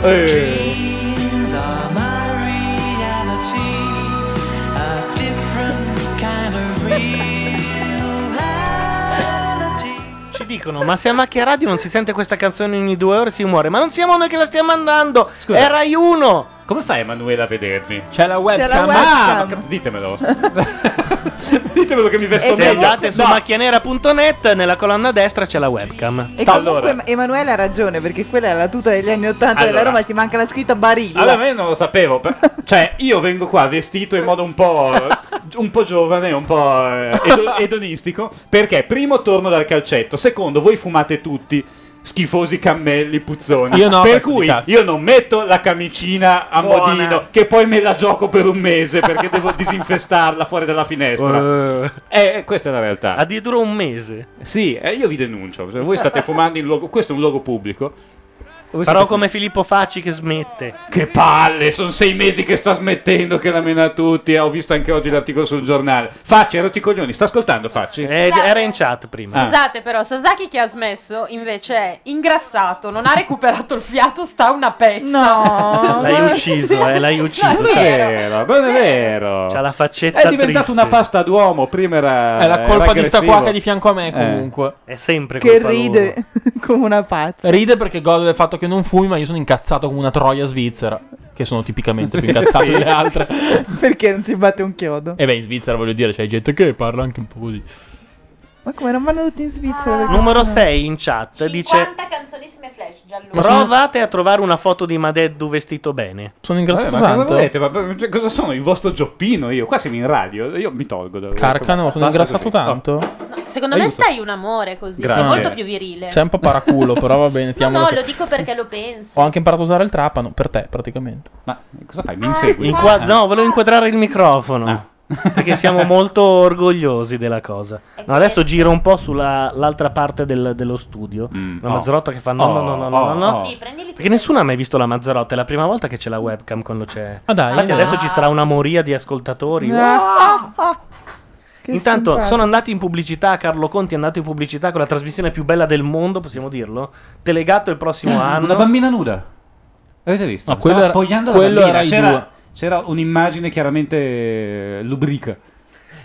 Dreams are my reality. A different kind of reality.
Ci dicono, ma se a Macchia Radio non si sente questa canzone ogni due ore si muore. Ma non siamo noi che la stiamo mandando. È Rai 1.
Come fai, Emanuela, a vedermi?
C'è la
webcam. C'è la webcam.
Ah, ma ca- ditemelo. ditemelo che mi vesto
Se
meglio.
andate su macchianera.net, nella colonna destra c'è la webcam.
E comunque Emanuele ha ragione perché quella è la tuta degli anni 80 della
Allora.
Roma e ti manca la scritta Barilla.
Allora, me non lo sapevo. per- Cioè, io vengo qua vestito in modo un po'. un po' giovane, un po' eh, edo- edonistico. Perché, primo, torno dal calcetto. Secondo, voi fumate tutti. Schifosi cammelli puzzoni.
Io no,
per
pezzo di
cui
cazzo.
io non metto la camicina a
Buona.
modino, che poi me la gioco per un mese perché devo disinfestarla fuori dalla finestra. Eh, questa è la realtà.
Addirittura un mese.
Sì, eh, io vi denuncio. Se Voi state fumando in luogo. Questo è un luogo pubblico. Voi
Farò
state
come Filippo Facci che smette.
che palle, sono sei mesi che sta smettendo che la mena tutti. eh, Ho visto anche oggi l'articolo sul giornale. Facci, ero coglioni, sta ascoltando Facci?
Eh,
Esatto.
Ah.
era in chat prima.
Scusate però, Sasaki che ha smesso invece è ingrassato, non ha recuperato il fiato, sta una pezza. Esatto. No,
L'hai ucciso, eh, l'hai ucciso.
Non è
Cioè,
vero, non è vero.
C'ha la faccetta
È diventata
triste.
una pasta d'uomo, prima era
È la
Eh,
era
colpa di sta
aggressivo.
qua che è di fianco a me,
Eh.
comunque.
È sempre
che ride come una pazza.
Ride perché gode del fatto che non fumi, ma io sono incazzato come una troia svizzera. Che sono tipicamente più incazzato
Sì.
delle altre.
perché non si batte un chiodo?
E beh, in Svizzera voglio dire, c'è gente che parla anche un po' così.
Ma come non vanno tutti in Svizzera? perché
Numero
sono-
6 in chat dice
50 canzonissime flash, Giallo.
Provate a trovare una foto di Madeddu vestito bene.
Sono
Vabbè, ma cosa volete? Ma- ma- cioè, cosa sono? Il vostro gioppino io? Qua siamo in radio, io mi tolgo. da-
Carcano,
Basta
sono ingrassato
così. Oh.
tanto.
Secondo me
Aiuto.
stai un amore così, sei
Grazie.
molto più virile.
Sei un po' paraculo, però va bene, ti
No,
amo.
no,
lo
lo
stesso.
dico perché lo penso.
Ho anche imparato a usare il trapano, per te praticamente.
Ma cosa fai? Mi insegui?
Inqua- Ah, no, volevo inquadrare il microfono. Perché siamo molto orgogliosi della cosa. No, adesso giro un po' sull'altra parte del- dello studio. la
oh.
Mazzarotta che fa no, no, no, no, no,
Oh,
no, no.
oh. Sì,
Perché nessuno ha mai visto la Mazzarotta. È la prima volta che c'è la webcam quando c'è.
Ma dai,
Infatti
eh.
adesso ci sarà una moria di ascoltatori.
Ah,
Intanto
simpatico.
sono andati in pubblicità. Carlo Conti è andato in pubblicità con la trasmissione più bella del mondo, possiamo dirlo. Telegatto il prossimo anno.
Eh, Una bambina nuda. Avete visto?
No, quello
Stava
era-
spogliando la
quello
bambina.
era i due.
c'era, c'era un'immagine chiaramente eh, lubrica.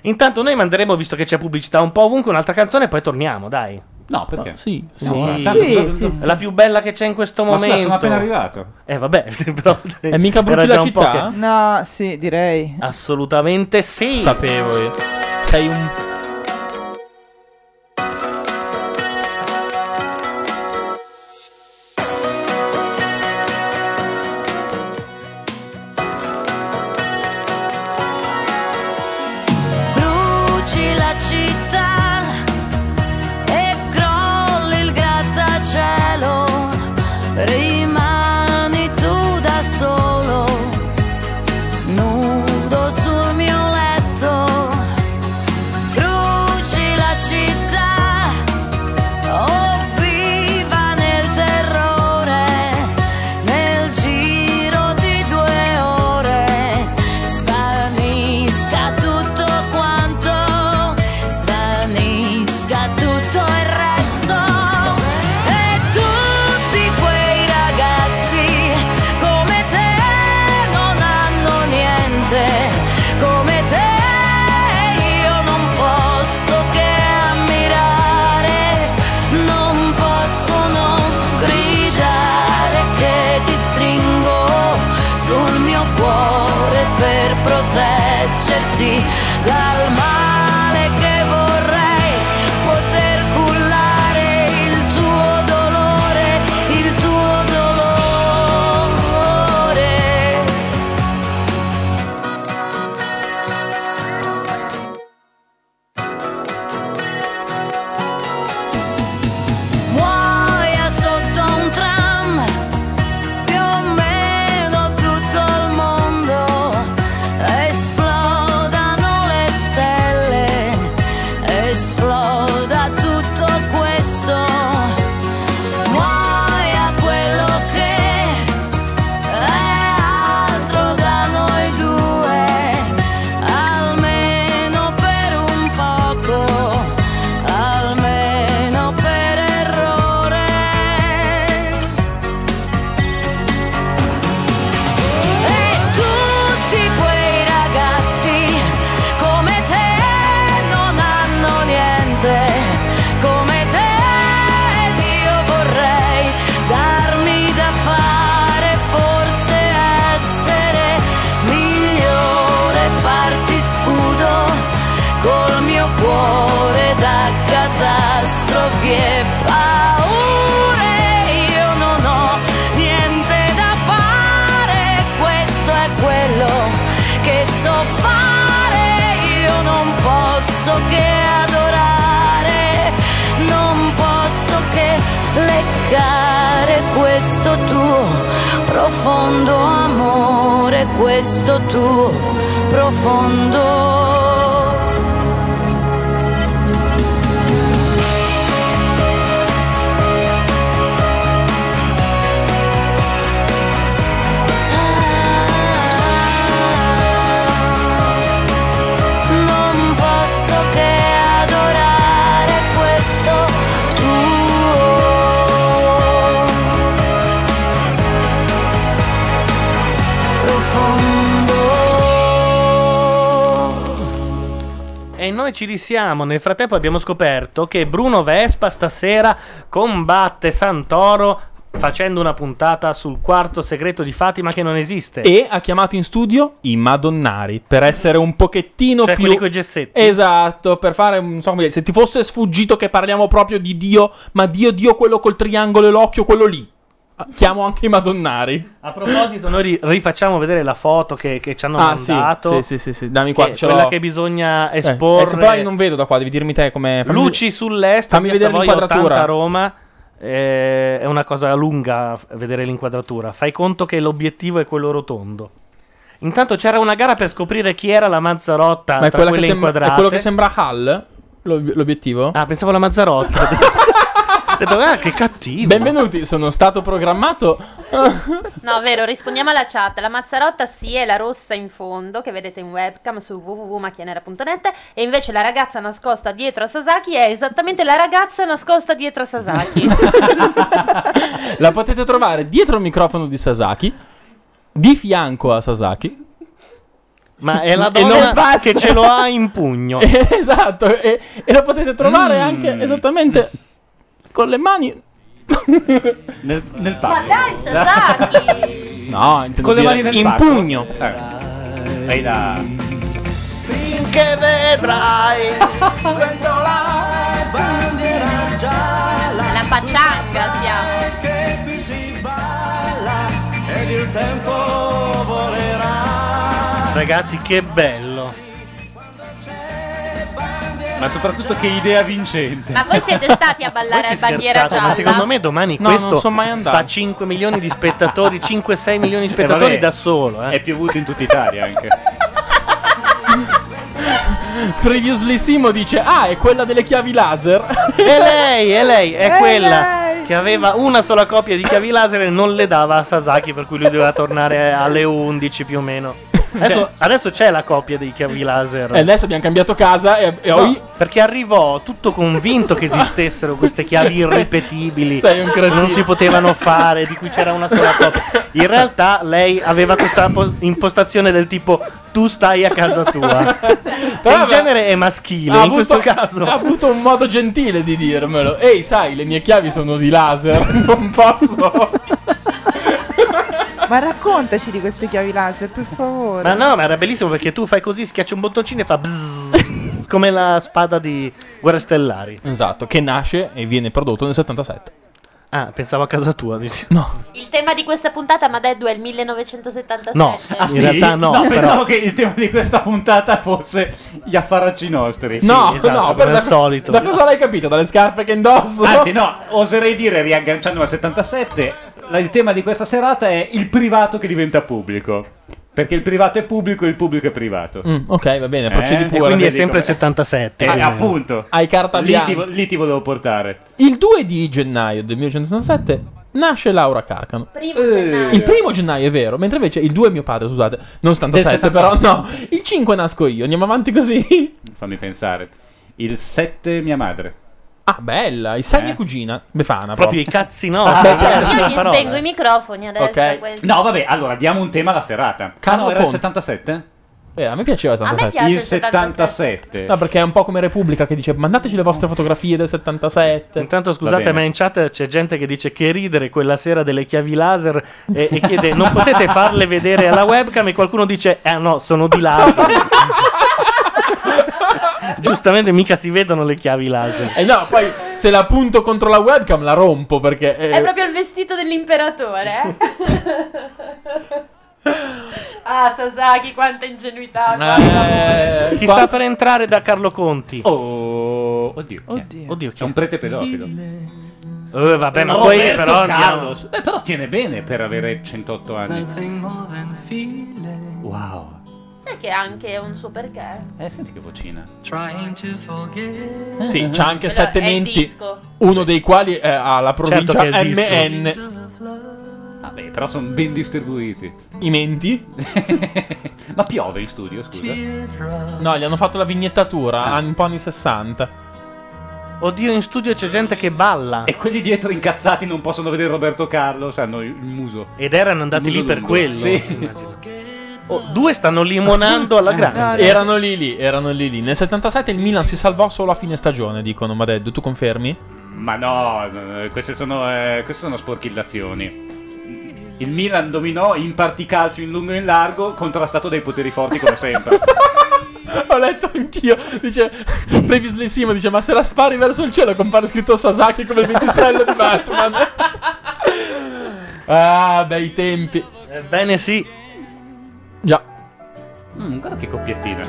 Intanto noi manderemo, visto che c'è pubblicità un po' ovunque, un'altra canzone e poi torniamo, dai.
No, perché?
Sì,
sì.
No, guarda,
Sì,
tanto-
sì,
tanto-
sì,
tanto-
sì. La più bella che c'è in questo
Ma scusa,
momento.
sono appena arrivato.
Eh vabbè, però
È mica
era
bruci
già
la
un po'
città?
che-
No, sì, direi.
Assolutamente sì.
Sapevo io. Sei un
Bruci la città e crolli il grattacielo, rimani tu da solo, nudo sul mio letto. Cruci oh,
proteggerti dal male che vorrei poter cullare il tuo dolore, il tuo dolore. Muoia sotto un tram, più o meno tutto il mondo, esplodano le stelle, esploda tutto questo. Muoia quello che è altro da noi due, almeno per un poco almeno per errore. E tutti quei ragazzi come te non hanno niente, come te ed io vorrei darmi da fare, forse essere migliore, farti scudo col mio cuore da catastrofi e paure. Io non ho niente da fare, questo è quello che so fare. Io non posso che adorare, non posso che leccare questo tuo profondo amore, questo tuo profondo Non posso che adorare questo tuo profondo
E noi ci risiamo. Nel frattempo abbiamo scoperto che Bruno Vespa stasera combatte Santoro facendo una puntata sul quarto segreto di Fatima che non esiste.
E ha chiamato in studio i Madonnari per essere un pochettino
Cioè,
più.
quelli coi gessetti.
Esatto, per fare. Non so come dire, se ti fosse sfuggito che parliamo proprio di Dio, ma Dio, Dio, quello col triangolo e l'occhio, quello lì. Ah, Chiamo anche i Madonnari.
A proposito, noi ri- rifacciamo vedere la foto che, che ci hanno
Ah, sì,
mandato.
sì, sì, sì, sì, dammi qua,
Che è
ce
quella
l'ho.
che bisogna
Eh, eh, se
esporre.
poi non vedo da qua, devi dirmi te come. fammi-
Luci sull'est,
fammi
via
vedere
Savoia
l'inquadratura.
80 Roma. Eh, è una cosa lunga f- vedere l'inquadratura. Fai conto che l'obiettivo è quello rotondo. Intanto c'era una gara per scoprire chi era la Mazzarotta
Ma è,
tra
quella
quelle
che sembra,
inquadrate.
è quello che sembra Hall? l'ob- l'obiettivo?
Ah, pensavo alla Mazzarotta. Ho detto, "Ah, che cattivo.
Benvenuti, sono stato programmato.
No, vero, rispondiamo alla chat. La Mazzarotta sì è la rossa in fondo che vedete in webcam su www.macchianera.net e invece la ragazza nascosta dietro a Sasaki è esattamente la ragazza nascosta dietro a Sasaki.
La potete trovare dietro il microfono di Sasaki, di fianco a Sasaki.
Ma è la
E non-
donna che ce lo ha in pugno.
esatto, e, e la potete trovare
Mm.
anche esattamente con le mani.
nel, nel
Ma dai, Sasaki!
No, intendo
Con le
dire
mani nel
in
pacco.
pugno.
Eh.
Ehi là.
Finché vedrai
quando la bandiera gialla
La paccianga siamo.
che qui si balla ed il tempo volerà
Ragazzi, che bello.
Ma soprattutto che idea vincente.
Ma voi siete stati a ballare
Voi
a
ci
bandiera
scherzate, Ma
gialla?
secondo me domani
No,
questo
non sono mai Eh, andato.
fa 5 milioni di spettatori, 5-6 milioni di spettatori
vabbè,
da solo. Eh.
È piovuto in tutta Italia anche.
Previously Simo dice: Ah, è quella delle chiavi laser.
E lei, e lei, è quella che aveva una sola copia di chiavi laser e non le dava a Sasaki, per cui lui doveva tornare alle 11 più o meno.
Cioè,
Adesso, adesso c'è la copia dei chiavi laser.
E adesso abbiamo cambiato casa e, e ho
No, perché arrivò tutto convinto che esistessero queste chiavi
Sei-
irripetibili
sei un cretino.
non si potevano fare, di cui c'era una sola copia. In realtà lei aveva questa po- impostazione del tipo tu stai a casa tua. E in genere è maschile, in questo caso.
ha avuto un modo gentile di dirmelo. Ehi, sai, le mie chiavi sono di laser, non posso.
Ma raccontaci di queste chiavi laser, per favore.
Ma no, ma era bellissimo perché tu fai così, schiacci un bottoncino e fa bzzz, come la spada di Guerre Stellari.
Esatto, che nasce e viene prodotto nel 77.
Ah, pensavo a casa tua, dici.
No.
Il tema di questa puntata, Madeddu, è il 1977.
In realtà Ah, no. Pensavo che il tema di questa puntata fosse gli affaracci nostri.
No,
esatto,
no, per da, Da cosa l'hai capito? Dalle scarpe che indosso?
Anzi, no, oserei dire, riagganciandomi al 77, la- il tema di questa serata è il privato che diventa pubblico. Perché il privato è pubblico e il pubblico è privato.
Mm, ok, va bene, procedi
Eh?
pure.
E quindi è
Vedi
sempre
com'è.
il 77.
Ah,
Eh, appunto.
Hai carta
Lì ti,
bianca.
lì ti volevo portare.
Il 2 di gennaio del 1977 nasce Laura Carcano.
Primo gennaio.
Il primo gennaio è vero, mentre invece il 2 è mio padre, scusate, non 77
Del
però
77.
no, il 5 nasco io, andiamo avanti così.
Fammi pensare. Il 7 mia madre.
Ah, bella, il 6 mia cugina, Befana.
Proprio
i
Eh? cazzi
nostri.
beh,
Cioè,
certo.
io-
Io
una
gli
parola.
spengo i microfoni adesso. a
Ok.
questo.
No, vabbè, allora diamo un tema alla serata.
Carlo
ah, no, era il
Conti.
77?
Eh, a me piaceva il
A me
77.
piace il
77.
No, perché è un po' come Repubblica che dice mandateci le vostre fotografie del 77.
Mm. Intanto Scusate, ma in chat c'è gente che dice che ridere quella sera delle chiavi laser e, e chiede non potete farle vedere alla webcam e qualcuno dice eh no, sono di laser. Giustamente mica si vedono le chiavi laser.
E Eh no, poi se la punto contro la webcam la rompo perché... eh,
È proprio il vestito dell'imperatore. eh? ah, Sasaki, quanta
Ah.
ingenuità.
Eh,
chi
qua-
sta per entrare da Carlo Conti?
Oh, oddio.
Oddio.
È un prete pedofilo.
Eh, vabbè, ma poi però andiamo-
Carlos. Beh, però tiene bene per avere 108 anni. Wow.
Sai che ha anche un suo perché?
Eh, senti che vocina.
Certo
Sì,
Eh,
c'ha anche
Però
sette
è
menti,
disco.
uno dei quali eh, ha la provincia
Certo che è disco.
MN.
Vabbè, però sono ben distribuiti.
I menti?
Ma piove in studio, scusa.
No, gli hanno fatto la vignettatura anni- un po' anni 60.
Oddio, in studio c'è gente che balla.
E quelli dietro incazzati non possono vedere Roberto Carlos, eh, hanno il muso.
Ed erano andati
Il
lì
muso
per
lungo.
quello.
Sì.
Oh, due stanno limonando
Eh,
alla grande.
erano lì lì, erano lì lì. Nel 77 il Milan si salvò solo a fine stagione, dicono Madeddu, tu confermi?
Ma no, no, no, queste sono, eh, queste sono sporchillazioni. Il Milan dominò in particalcio in lungo e in largo, contrastato dai poteri forti come sempre.
Ho letto anch'io, dice Previously Simo, dice ma se la spari verso il cielo compare scritto Sasaki come il pipistrello di Batman. ah, bei tempi.
Ebbene sì.
Già.
Mm, guarda che coppiettina.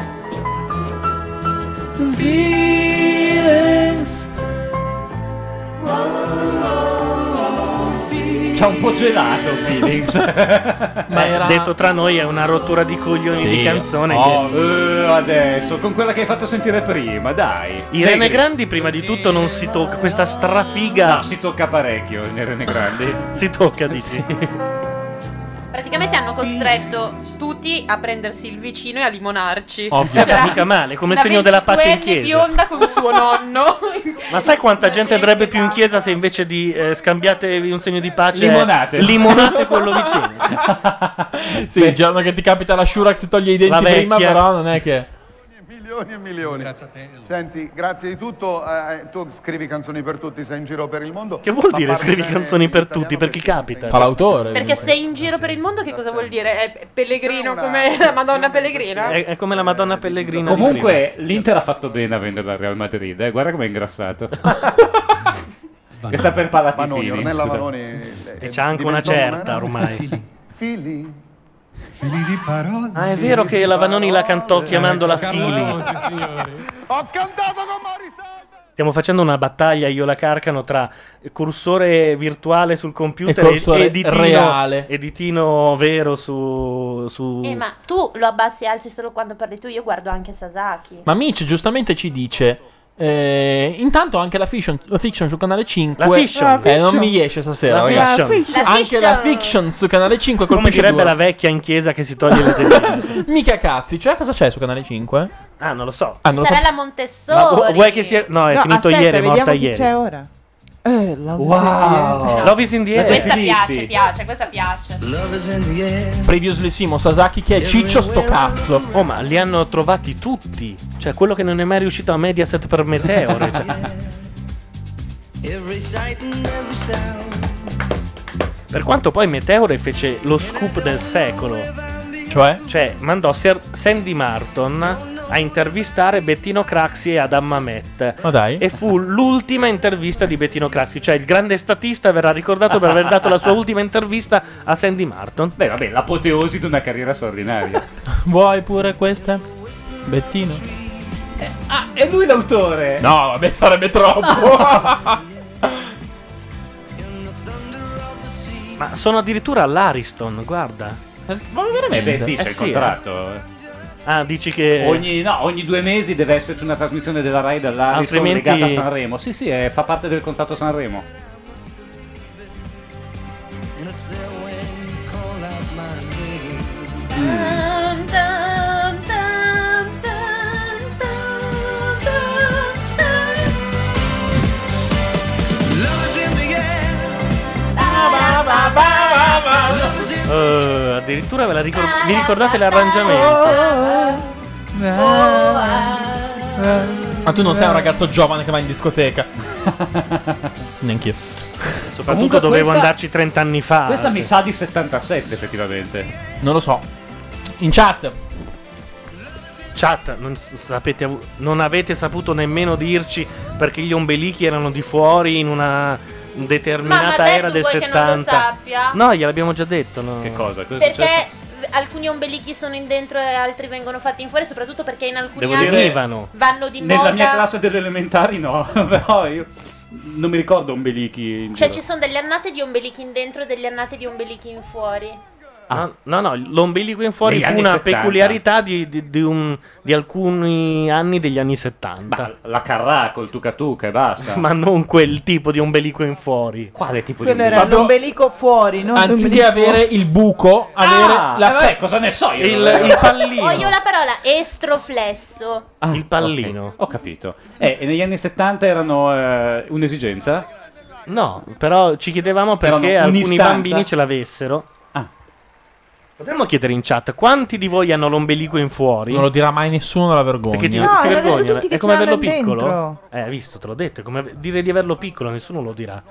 C'ha un po' gelato Feelings.
Ma Detto tra noi è una rottura di coglioni
Sì.
di canzone.
Oh,
che-
eh, adesso, con quella che hai fatto sentire prima, dai.
Irene
Negri.
Grandi prima di tutto non si tocca, questa strafiga...
No, si tocca parecchio in Irene Grandi.
si tocca, dici?
Praticamente hanno costretto tutti a prendersi il vicino e a limonarci.
Ovvio. Eh beh,
Tra-
mica male, come
una
segno della pace in
22enne
chiesa.
bionda con suo nonno.
Ma sai quanta gente andrebbe più in chiesa se invece di eh, scambiatevi un segno di pace...
Limonate.
Limonate quello vicino.
Sì, il giorno che ti capita la Shurax si toglie i
La
denti
vecchia.
prima, però non è che...
Milioni e milioni. Grazie a te. Senti, grazie di tutto. eh, tu scrivi canzoni per tutti, sei in giro per il mondo.
Che vuol
ma
dire
parli
scrivi
bene
canzoni per tutti? Per chi capita?
Fa l'autore.
Perché sei in giro per il mondo, che cosa vuol dire? È pellegrino come la Madonna Pellegrina?
È, è come la Madonna Pellegrina. di
Comunque, l'Inter ha fatto bene a venderla al Real Madrid, eh. guarda com'è ingrassato. che sta per palati
Vanoni,
fini,
Ornella
scusa.
Vanoni,
prima.
eh,
E c'ha anche una
diventò
certa
una-
ormai.
Fili. Fili di parole.
Ah, è vero che la Vanoni Eh, la cantò chiamandola Fili. Stiamo facendo una battaglia io e la Carcano tra cursore virtuale sul computer
E cursore
ditino,
reale.
e ditino vero su... su...
Eh, ma tu lo abbassi e alzi solo quando parli tu, io guardo anche Sasaki.
Ma Mitch giustamente ci dice... eh, intanto anche la fiction, la fiction sul canale 5
La fiction. La
Eh, non
fiction.
mi esce
La
stasera ragazzi.
fiction. La
anche
fiction.
la fiction su canale 5 col
Come
PC2.
direbbe la vecchia in chiesa che si toglie le tendine?
mica cazzi cioè cosa c'è su canale 5
ah non lo so
ah, non lo
Sarà
so.
la Montessori.
Ma vu- vuoi che sia... No, è
No,
finito
aspetta,
ieri, è
vediamo
morta
chi
ieri.
c'è ora. Eh, Love is in the
Wow.
air.
Love is in the air.
Questa
Finiti.
piace, piace, questa piace.
Previously Simo Sasaki che è Ciccio sto cazzo.
Oh, ma li hanno trovati tutti. Cioè, quello che non è mai riuscito a Mediaset per Meteore. cioè.
Every sight and every sound.
Per quanto poi Meteore fece lo scoop del secolo.
Cioè?
Cioè, mandò Sir Sandy Martin a intervistare Bettino Craxi e Adam Mamet.
Ma dai.
E fu l'ultima intervista di Bettino Craxi. Cioè, il grande statista verrà ricordato per aver dato la sua ultima intervista a Sandy Martin.
Beh, vabbè, l'apoteosi di una carriera straordinaria.
Vuoi pure questa? Bettino?
Eh,
ah, è lui l'autore!
No, vabbè, sarebbe troppo.
Ah. Ma sono addirittura all'Ariston, guarda.
Ma veramente? Eh beh, sì, c'è il contratto. eh.
Ah, dici che.
Ogni, no, ogni due mesi deve esserci una trasmissione della Rai dall'Ariston
Altrimenti-
legata a Sanremo. Sì, sì, eh, fa parte del contratto Sanremo.
Mm.
Eh, addirittura ve la ricor-
Ah,
vi ricordate l'arrangiamento?
Ma tu non sei un ragazzo giovane che va in discoteca. Neanch'io.
Soprattutto dovevo andarci 30 anni fa.
Questa mi sa di 77 effettivamente.
Non lo so. In chat.
Chat, non, s- sapete, av- non avete saputo nemmeno dirci perché gli ombelichi erano di fuori in una
Mamma,
determinata
dai,
era
tu
del
vuoi che non lo
70.
sappia?
No, gliel'abbiamo già detto. Che
cosa? Cosa
Perché
Cioè,
alcuni ombelichi sono in dentro e altri vengono fatti in fuori, soprattutto perché in alcuni
Devo
anni
dire- Venivano.
vanno di
Nella
moda.
mia classe delle elementari no, però io non mi ricordo ombelichi in
Cioè
giro.
ci sono delle annate di ombelichi in dentro e delle annate di ombelichi in fuori.
No, no, no, l'ombelico in fuori
Ah. Negli
fu
anni
una
70.
peculiarità di, di- di un- di alcuni anni degli anni 70.
La Carrà col tucatuca e basta.
Ma non quel tipo di ombelico in fuori.
Quale tipo
Quello era l'ombelico fuori, non
Anziché
l'ombelico.
avere il buco, avere
Ah,
la.
eh, vabbè, cosa ne so io?
Il, il
pallino.
Ho io la parola estroflesso.
il pallino.
Ah, Ho capito. Eh, e negli anni 70 erano eh, un'esigenza?
No, però ci chiedevamo perché
Erano
alcuni
un'istanza?
bambini ce l'avessero. Potremmo chiedere in chat quanti di voi hanno l'ombelico in fuori?
Non lo dirà mai nessuno la vergogna.
Perché ti,
No,
si
hanno detto
vergogna.
tutti che
È come
ce l'hanno
averlo piccolo?
dentro.
Eh, hai visto, te l'ho detto. È come ave- dire di averlo piccolo, nessuno lo dirà.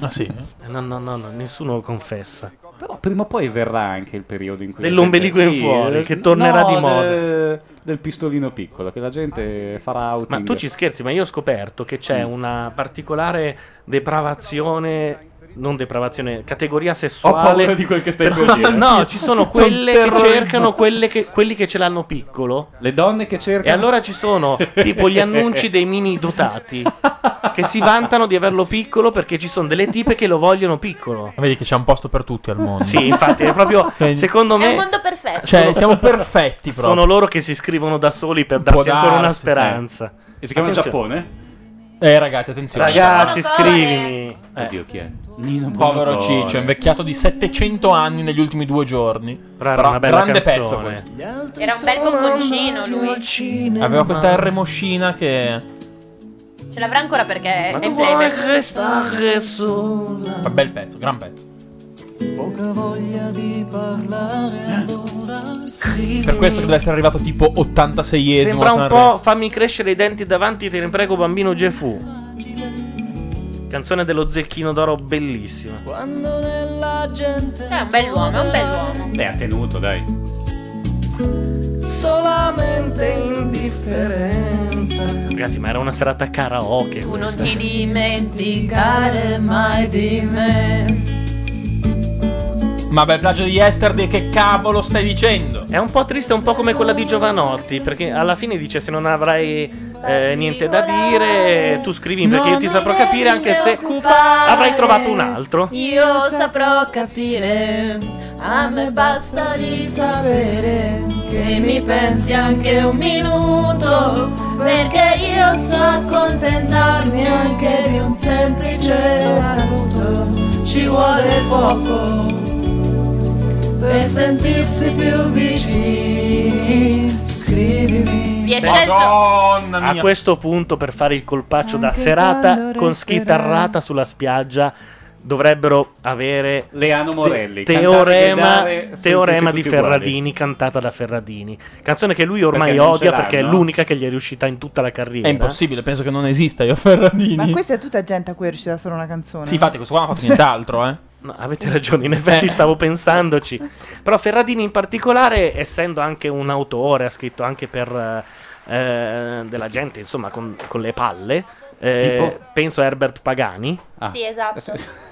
Ah, sì? No, no, no, no, nessuno lo confessa.
Però prima o poi verrà anche il periodo in cui... la
Dell'ombelico
gente-
in fuori,
eh,
che tornerà
no,
di moda.
Del, del pistolino piccolo, che la gente farà outing.
Ma tu ci scherzi, ma io ho scoperto Esatto, che c'è
Mm.
una particolare depravazione. Non depravazione, categoria sessuale.
paura di quel che stai per dire.
No, ci sono
Sono
quelle che
terrorizzato.
cercano quelle che- quelli che ce l'hanno piccolo.
Le donne che cercano.
E allora ci sono tipo gli annunci dei mini dotati che si vantano di averlo piccolo perché ci sono delle tipe che lo vogliono piccolo.
Vedi che c'è un posto per tutti al mondo.
Sì, infatti, è proprio.
Quindi-
Secondo me.
È un mondo perfetto.
Cioè, siamo perfetti proprio.
Sono loro che si scrivono da soli per
Può
darsi ancora una
darsi,
speranza.
eh. E si chiama
Attenzione.
Giappone?
Eh, ragazzi, attenzione.
Ragazzi, scrivimi.
Oddio, chi è? Nino
Povero
Bonocore.
Ciccio, è invecchiato di 700 anni negli ultimi due giorni.
Però era
Però
una bella
grande
canzone.
pezzo questo.
Era un bel bocconcino lui.
Aveva questa R moscina che...
Ce l'avrà ancora perché è
Ma
in
tu vuoi
playback.
restare sola?
Ma bel pezzo, gran pezzo.
Poca voglia di parlare allora scrivi
Per questo che deve essere arrivato tipo 86esimo.
Sembra
a
un
Sanremo.
po' fammi crescere i denti davanti, te ne prego, bambino Jeffu. Canzone dello zecchino d'oro bellissima.
quando nella gente
Cioè, è un bell'uomo, è un bell'uomo.
Beh, ha tenuto, dai.
solamente indifferenza
Ragazzi, ma era una serata karaoke.
Tu
questa.
non ti dimenticare mai di me
Ma bel plagio di Yesterday, che cavolo stai dicendo?
È un po' triste, un po' come quella di Giovanotti, perché alla fine dice se non avrai eh, niente da dire, tu scrivi perché io ti saprò capire anche se avrai trovato un altro.
Io saprò capire, a me basta di sapere che mi pensi anche un minuto, perché io so accontentarmi anche di un semplice saluto. Ci vuole poco per sentirsi più vicini. Scrivimi.
Vi è
A questo punto, per fare il colpaccio da serata, con schitarrata sulla spiaggia, dovrebbero avere
Leano Morelli.
Te-
cantante
teorema
dell'are, sentirsi
Teorema
tutti
di
uguali.
Ferradini, cantata da Ferradini. Canzone che lui ormai
Perché non ce
odia
l'hanno,
perché è
no?
l'unica che gli è riuscita in tutta la carriera.
È impossibile, penso che non esista io Ferradini.
Ma questa è tutta gente a cui è riuscita solo una canzone.
Sì, infatti, questo qua non ha fatto nient'altro, eh.
No, avete ragione, in effetti stavo pensandoci. Però Ferradini in particolare, essendo anche un autore, ha scritto anche per eh, della gente, insomma, con, con le palle. eh,
Tipo?
penso a Herbert Pagani.
Ah.
Sì, esatto.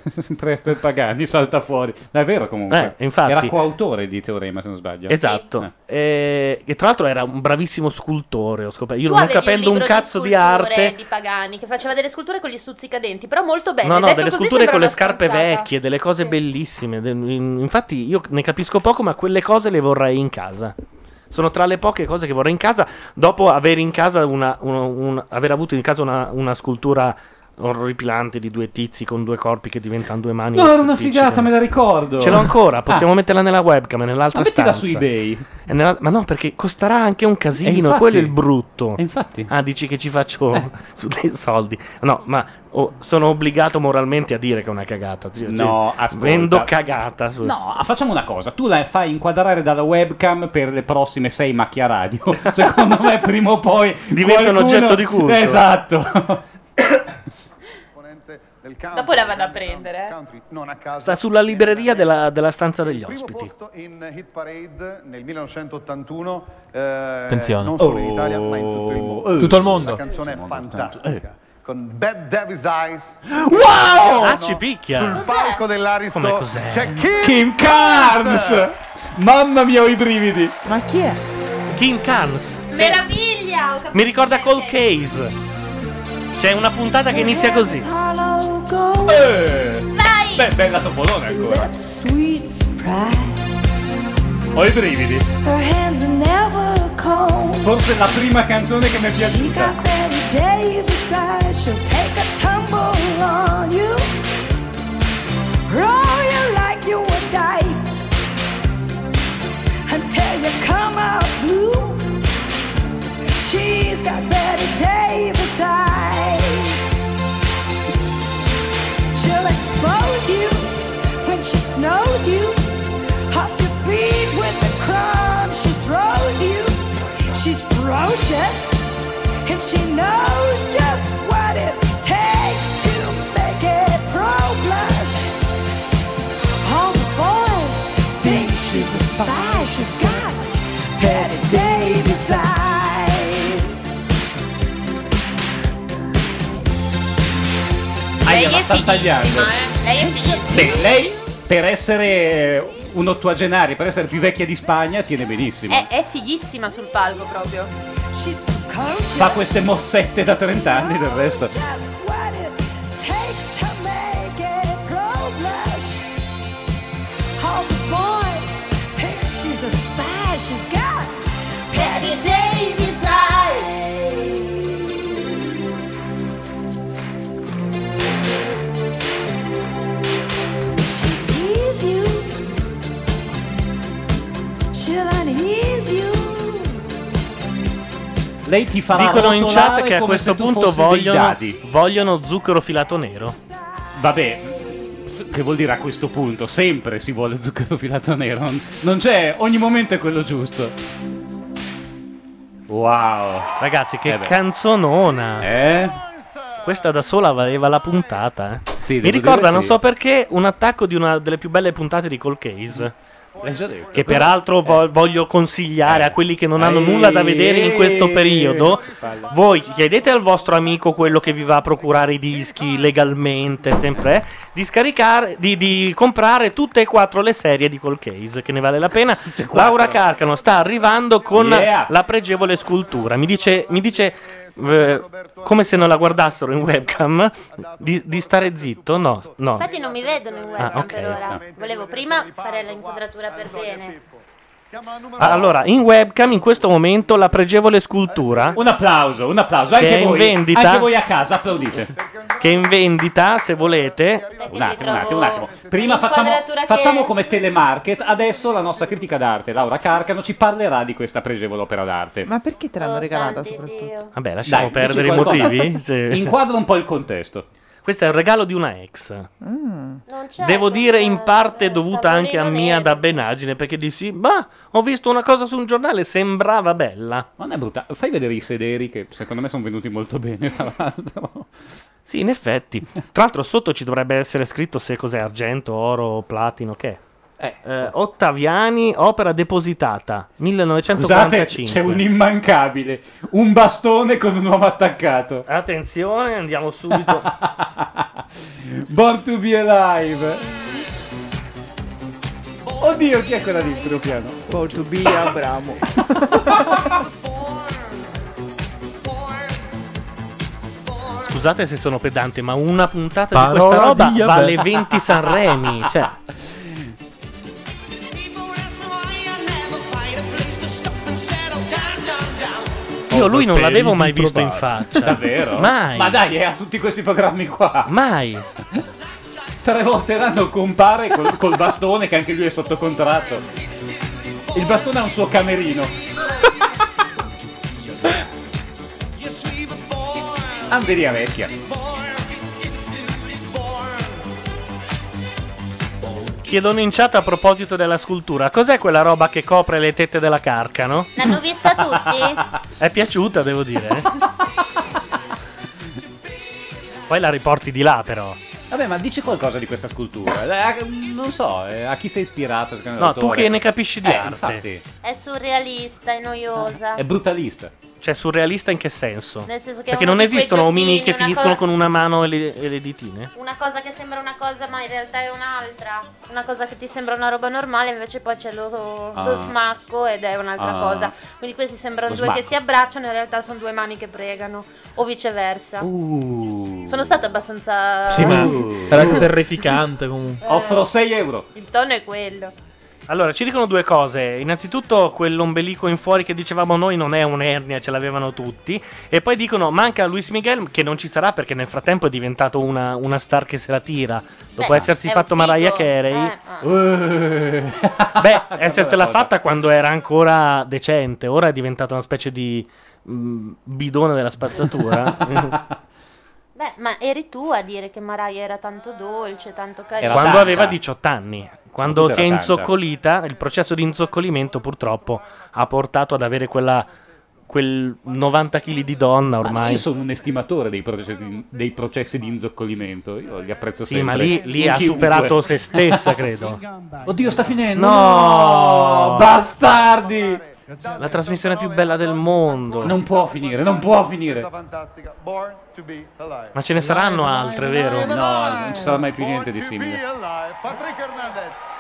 Sempre per Pagani salta fuori. No, è vero comunque.
Eh, infatti.
Era coautore di Teorema, se non sbaglio.
Esatto. Eh, che tra l'altro era un bravissimo scultore, ho scoperto. Io
Tu
non
avevi
capendo un
libro
cazzo di,
sculture
arte.
di Pagani che faceva delle sculture con gli stuzzicadenti, però molto belle.
No, no,
Detto
delle
così
sculture
sembra
con le
una
scarpe
stronzata.
vecchie, delle cose bellissime. de- in- infatti, io ne capisco poco, ma quelle cose le vorrei in casa. Sono tra le poche cose che vorrei in casa. Dopo aver in casa una, un- un- aver avuto in casa una, una scultura orripilante di due tizi con due corpi che diventano due mani.
No, era una
fictici,
figata,
che-
me la ricordo.
Ce l'ho ancora, possiamo
Ah.
metterla nella webcam, nell'altra
Ma mettila
stanza.
su eBay.
E nella- Ma no, perché costerà anche un casino,
E infatti-
quello è il brutto.
e infatti. Eh.
Ah, dici che ci faccio su dei soldi. No, ma oh, sono obbligato moralmente a dire che è una cagata. zio,
No,
cioè,
ascolta.
Vendo cagata. su-
No, ah, facciamo una cosa. Tu la fai inquadrare dalla webcam per le prossime sei macchia radio. Secondo me, prima o poi.
Diventa un
qualcuno-
oggetto di culto.
Esatto.
del country,
Dopo la vado a prendere. eh.
non a caso.
Sta sulla libreria della, della stanza degli
Primo
ospiti.
posto in Hit Parade nel 1981, eh,
Attenzione.
non solo in
Oh,
Italia ma in tutto il mondo.
eh. Tutto il mondo. Eh.
La canzone è fantastica. Con Bad Davis Eyes.
Wow!
Ah,
ci picchia.
Sul palco
Come
dell'Aristo
cos'è?
c'è Kim,
Kim Carnes! Mamma mia, ho i brividi!
Ma chi è?
Kim Carnes.
Meraviglia! ho capito.
Mi ricorda Cold Case. C'è una puntata che inizia così.
Vai!
Eh. Beh, bella ecco. topolona ancora.
Sweet surprise.
Ho i brividi.
Her hands are never cold.
Forse è la prima canzone che mi è piaciuta.
Every day beside, she'll take a tumble on you. Roll you like you were dice until you come out blue. She's got Betty Davis eyes. She'll expose you when she snows you. Off your feet with the crumbs she throws you. She's ferocious and she knows just what it takes to make it pro blush. All the boys think she's a spy. She's got Betty Davis eyes.
Aia, la stanno tagliando.
Lei è
Beh, lei, per essere un ottuagenario, per essere più vecchia di Spagna, tiene benissimo.
È, è fighissima sul palco proprio.
Fa queste mossette da 30 anni del resto.
takes to make it pro blush. All the boys think she's a spy. She's got Betty Davis eyes. She tease you. She'll unease you.
Lei ti farà
Dicono in
rotolare
chat che a
come
questo
se tu
punto
fossi dei
vogliono,
dadi.
vogliono zucchero filato nero.
Vabbè, s- che vuol dire a questo punto? Sempre si vuole zucchero filato nero. Non c'è, ogni momento è quello giusto. Wow.
Ragazzi, che
Eh beh. Eh,
canzonona! Questa da sola valeva la puntata. eh. Mi
devo
ricorda,
dire
non
sì.
so perché, un attacco di una delle più belle puntate di Call Case.
L'hai già detto.
Che peraltro vo- voglio consigliare a quelli che non hanno
Ehi.
nulla da vedere in questo periodo.
Fallo.
Voi chiedete al vostro amico quello che vi va a procurare i dischi legalmente, sempre, eh, di scaricare, di, di comprare tutte e quattro le serie di Call Case, che ne vale la pena. Laura Carcano sta arrivando con
Yeah.
la pregevole scultura. Mi dice, mi dice, eh, come se non la guardassero in webcam, di, di stare zitto. No, no.
Infatti non mi vedono in webcam
Ah, ok,
per ora.
ok.
Volevo prima fare l'inquadratura per bene.
Ah, Allora, in webcam in questo momento la pregevole scultura.
Eh, Un applauso, un applauso. Anche
che è in
voi,
vendita.
anche voi a casa applaudite.
Che è in vendita, se volete.
Un attimo, un attimo, un attimo. Prima facciamo,
Inquadratura che-
facciamo come telemarket. Adesso la nostra critica d'arte, Laura Carcano, ci parlerà di questa pregevole opera d'arte.
Ma perché te
Oh,
l'hanno regalata soprattutto?
Vabbè, lasciamo
Dai, dici
perdere i
qualcosa.
motivi. Sì.
Inquadra un po' il contesto.
Questo è un regalo di una ex.
Mm. Non c'è
Certo,
Devo dire in parte dovuta anche a mia dabbenaggine perché dissi, ma ho visto una cosa su un giornale, sembrava bella.
Ma non è brutta. Fai vedere i sederi che secondo me sono venuti molto bene, tra l'altro.
Sì, in effetti. Tra l'altro sotto ci dovrebbe essere scritto se cos'è argento, oro, platino, che è. Eh, Ottaviani, opera depositata,
Scusate,
1945.
c'è un immancabile. Un bastone con un uomo attaccato.
Attenzione, andiamo subito.
Born to be alive. Oddio, chi è quella lì? Primo piano.
Born Oh, to be Abramo.
Scusate se sono pedante, ma una puntata di
Parola
questa roba
di Abel.
vale 20 Sanremi. Cioè, io lui non l'avevo mai visto in faccia.
Davvero?
Mai.
Ma dai, è a tutti questi programmi qua.
Mai.
Tre volte l'anno compare col, col bastone che anche lui è sotto contratto. Il bastone ha un suo camerino. Amberia vecchia.
Chiedono in chat a proposito della scultura: cos'è quella roba che copre le tette della carcano?
L'hanno vista tutti?
È piaciuta, devo dire. eh. Poi la riporti di là, però.
Vabbè, ma dici qualcosa di questa scultura? Eh, Non so, eh, a chi sei ispirato? secondo
No, tu
l'autore?
che ne capisci di
Eh,
arte.
infatti.
È surrealista, è noiosa.
brutalista.
Cioè, surrealista in che senso?
Nel senso che è
Perché
uno
non
di quei
esistono omini
giochini,
che
una
finiscono
cosa-
con una mano e le, e le ditine?
Una cosa che sembra una cosa, ma in realtà è un'altra. Una cosa che ti sembra una roba normale, invece poi c'è lo, lo
Ah.
smacco ed è un'altra
Ah.
cosa. Quindi questi sembrano
Lo
due che
smacco.
si abbracciano, in realtà sono due mani che pregano, o viceversa.
Uh.
Sono stata abbastanza.
Sì, ma
Uh.
era terrificante comunque.
Offro
6 euro.
Il tono è quello.
Allora, ci dicono due cose. Innanzitutto, quell'ombelico in fuori che dicevamo noi non è un'ernia, ce l'avevano tutti. E poi dicono: manca Luis Miguel, che non ci sarà perché nel frattempo è diventato una, una star che se la tira. Dopo
Beh,
essersi
è un
fatto
figo. Eh,
Mariah Carey,
beh,
essersela fatta quando era ancora decente. Ora è diventata una specie di mm, bidone della spazzatura.
Beh, ma eri tu a dire che Mariah era tanto dolce, tanto carina.
quando aveva 18 anni. Quando
Soprattutto
si è
era tanta.
inzoccolita, il processo di inzoccolimento purtroppo ha portato ad avere quella, quel 90 kg di donna ormai.
Io sono un estimatore dei processi, di- dei processi di inzoccolimento. Io li apprezzo
Sì,
sempre.
ma lì- lì
In
ha
chiunque.
superato se stessa, credo.
Oddio, sta finendo.
No!
bastardi!
La trasmissione più bella del mondo.
Non può finire, non può finire.
Ma ce ne saranno altre, vero?
No, non ci sarà mai più niente di simile.
Alive, Patrick Hernandez.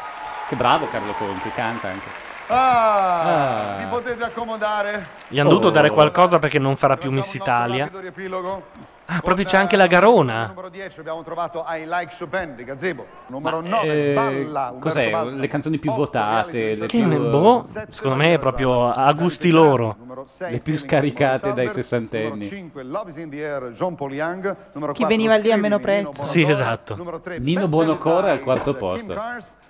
Che bravo Carlo Conti, canta anche.
Ah,
Ah.
vi potete accomodare.
Gli hanno dovuto
Oh.
dare qualcosa perché non farà più Miss Italia.
Riepilogo.
Ah, proprio c'è anche la Garona.
Numero 10 abbiamo trovato I Like Chopin di Gazebo. Numero 9
Eh,
Balla. Umberto
cos'è?
Balza.
Le canzoni più votate, le
Che ne-
più,
boh, secondo me è proprio a gusti loro.
le più scaricate dai sessantenni.
5 Loves in the Air John Paul Young. Numero 4
Chi veniva lì a meno prezzo.
Sì, esatto. Nino Buonocore al quarto posto.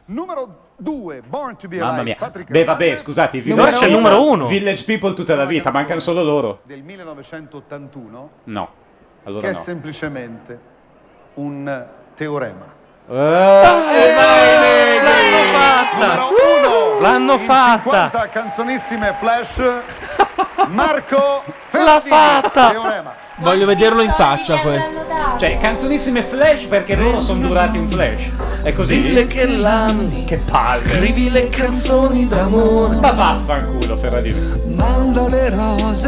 Numero 2 Born to be Alive.
Mamma mia.
Patrick
Beh, vabbè, scusate.
Numero-
Village
c'è il
People-
numero uno.
Village People tutta la vita, mancano solo loro.
del 1981
No.
che
Allora
è
no.
semplicemente un eh, teorema.
Eh,
Numero uno.
L'hanno
in
fatta.
50 canzonissime flash. Marco
L'ha
Ferdi.
fatta!
Teorema.
Voglio vederlo in faccia questo.
Cioè, canzonissime flash perché loro sono durati un flash. È così?
Dille che l'ami,
che palle.
scrivi le canzoni d'amore,
Ma vaffanculo, Ferradino.
manda le rose.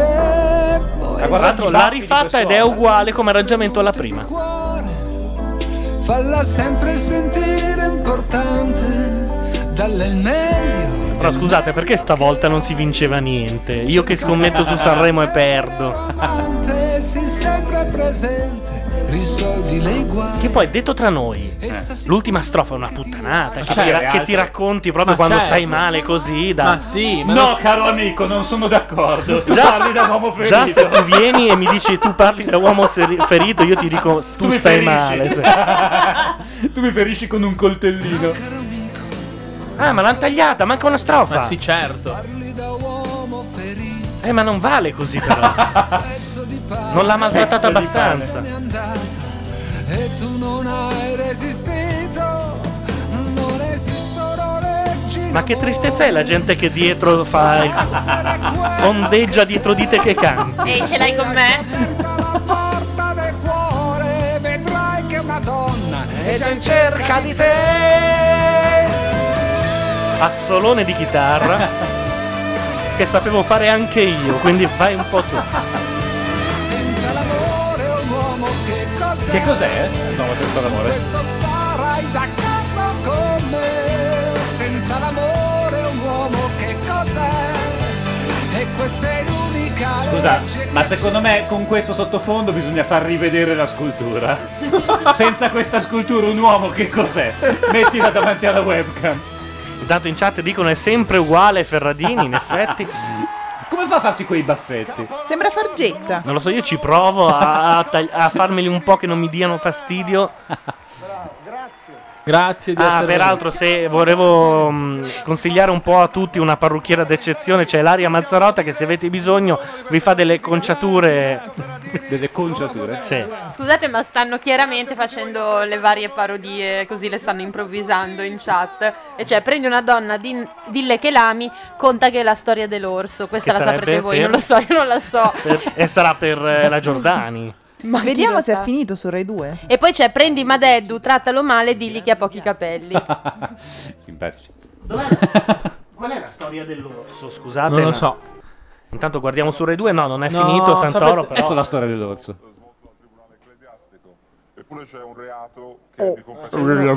Tra
eh,
l'altro l'ha rifatta ed è uguale come arrangiamento alla prima.
Falla sempre sentire importante, dalle meglio.
Però scusate, perché stavolta non si vinceva niente? Io che scommetto su Sanremo e perdo.
Te si sempre presente, risolvi le guai.
Che poi, detto tra noi, eh, l'ultima strofa è una puttanata. Eh, Che,
Cioè,
ti, ra-
le
che
altre-
ti racconti
Ma
proprio quando
certo.
stai male così. Da...
Ma sì, ma No, lo- caro amico, non sono d'accordo. Tu parli da uomo ferito.
Già se tu vieni e mi dici tu parli da uomo seri- ferito, io ti dico tu,
mi ferisci.
stai male. se-
tu mi ferisci con un coltellino.
Ah, ma l'hanno tagliata, manca una strofa.
Ma sì, certo.
Eh, ma non vale così però. non
Ah,
l'ha maltrattata
Pezzo di
abbastanza.
pane. È andata E tu non hai resistito, non esisto, non reggi.
Ma che tristezza è la gente che dietro fa il... ondeggia dietro di te che canti.
Ehi, ce l'hai con me?
cuore,
è già in cerca di te.
Assolone di chitarra che sapevo fare anche io, quindi vai un po' tu.
Senza l'amore un uomo che cos'è?
Che cos'è? No, senza l'amore.
Questo sarai d'accordo con me. Senza l'amore un uomo che cos'è? E questa è l'unica
Scusa,
legge
ma secondo me con questo sottofondo bisogna far rivedere la scultura. Senza questa scultura un uomo che cos'è? Mettila davanti alla webcam.
Intanto in chat dicono è sempre uguale Ferradini, in effetti.
Come fa a farsi quei baffetti?
Sembra fargetta.
Non lo so, io ci provo a, a tagli- a farmeli un po' che non mi diano fastidio.
Grazie di
Ah,
essere
peraltro, se volevo mh, consigliare un po' a tutti una parrucchiera d'eccezione, c'è Laria Mazzarotta che se avete bisogno vi fa delle conciature.
Delle conciature?
Sì.
Scusate, ma stanno chiaramente facendo le varie parodie, così le stanno improvvisando in chat. E cioè, prendi una donna, din- dille che l'ami, conta che è la storia dell'orso. Questa
Che
la
sarebbe
saprete voi,
per-
non lo so, io non la so.
E- E sarà per eh, la Giordani.
Ma chi
Vediamo
lo
se
sa?
è finito su Rai 2.
E poi c'è, prendi Madeddu, trattalo male, digli che ha pochi capelli.
Simpatici.
Qual è la storia dell'orso? Scusate.
Non lo
ma-
so.
Intanto guardiamo su Rai 2. No, non è
No,
finito Santoro.
sapete-
Però...
ecco la
storia dell'orso.
Eppure c'è un reato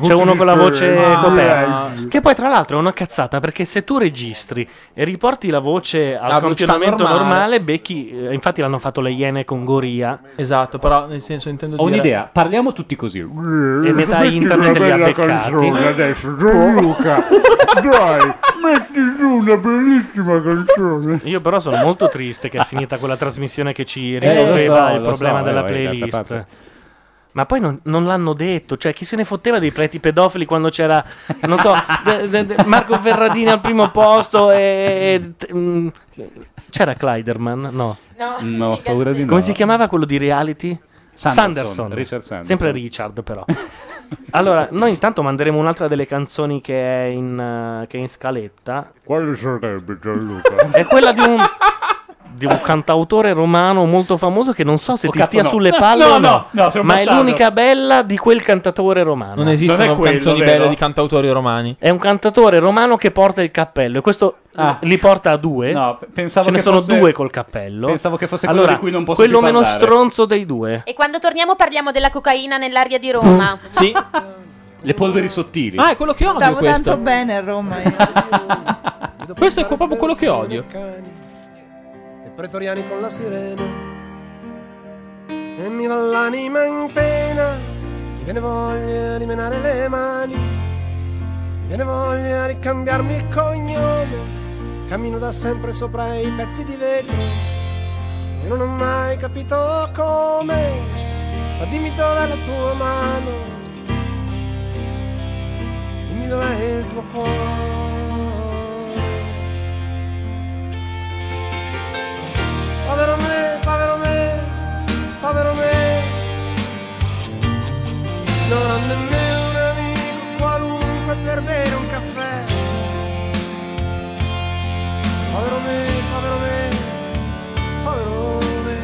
C'è uno con la voce
Ah,
coperta.
eh.
Che poi, tra l'altro, è una cazzata perché se tu registri e riporti la voce al
La voce
campionamento
normale.
normale, becchi. eh, infatti, l'hanno fatto le Iene con Goria.
Esatto, però nel senso intendo
Ho
dire...
un'idea,
parliamo tutti così. E
metà internet li ha beccati.
adesso, Gianluca, dai, metti su una bellissima canzone.
Io, però, sono molto triste che è finita quella trasmissione che
Eh,
ci
Eh, lo so,
Eh, risolveva il
lo
problema
so,
della
eh, d'altra
playlist.
parte.
Ma poi non, non l'hanno detto, cioè chi se ne fotteva dei preti pedofili quando c'era, non so, de- de- de- Marco Ferradini al primo posto e... e- mm, c'era Kleiderman? No.
No, ho paura di no.
Come si chiamava quello di reality?
Sanderson, Richard Sanderson.
Sempre Richard, però. allora, noi intanto manderemo un'altra delle canzoni che è in, eh, che è in scaletta.
Quale sarebbe Gianluca?
È quella di un, di un cantautore romano molto famoso che non so se
Oh,
ti
cazzo,
stia
no.
sulle palle
No,
o
no, no, sei un
ma è
bastardo.
l'unica bella di quel cantatore romano.
Non esistono
è quello,
canzoni
vero?
belle di cantautori romani.
È un cantatore romano che porta il cappello e questo li porta a due.
Ah. No, pe- pensavo
Ce ne
che
sono
fosse-
due col cappello.
Pensavo che fosse quello
allora,
di cui non posso
quello
più
meno
parlare.
stronzo dei due.
e quando torniamo parliamo della cocaina nell'aria di Roma.
Sì.
Le polveri sottili.
Ah, è quello che odio
Stavo
questo.
tanto bene a Roma.
Questo è proprio quello che odio.
e pretoriani con la sirena. E mi va l'anima in pena, mi viene voglia di menare le mani, mi viene voglia di cambiarmi il cognome. Cammino da sempre sopra i pezzi di vetro e non ho mai capito come. Ma dimmi dov'è la tua mano, dimmi dov'è il tuo cuore. Povero me, povero me, povero me. Non ho nemmeno un amico qualunque per bere un caffè. Povero me, povero me, povero me.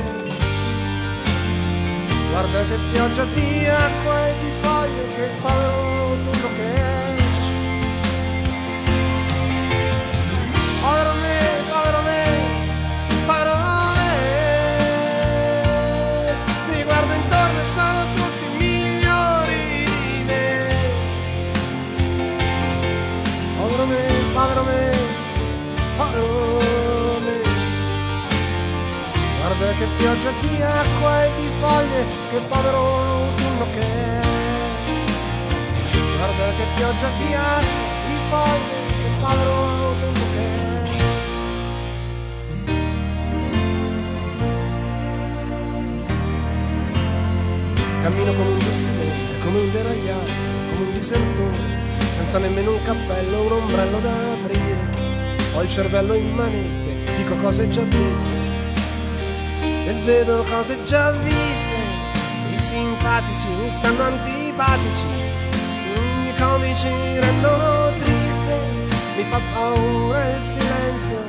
Guarda che pioggia di acqua e di foglie, che povero tutto che è. Povero me, povero me parole mi guardo intorno e sono tutti migliori di me povero me, povero me, povero me guarda che pioggia di acqua e di foglie che povero autunno che è guarda che pioggia di acqua e di foglie che povero autunno che è Cammino come un dissidente, come un deragliato, come un disertore, senza nemmeno un cappello, un ombrello da aprire. Ho il cervello in manette, dico cose già dette e vedo cose già viste. I simpatici mi stanno antipatici, i comici rendono triste, mi fa paura il silenzio,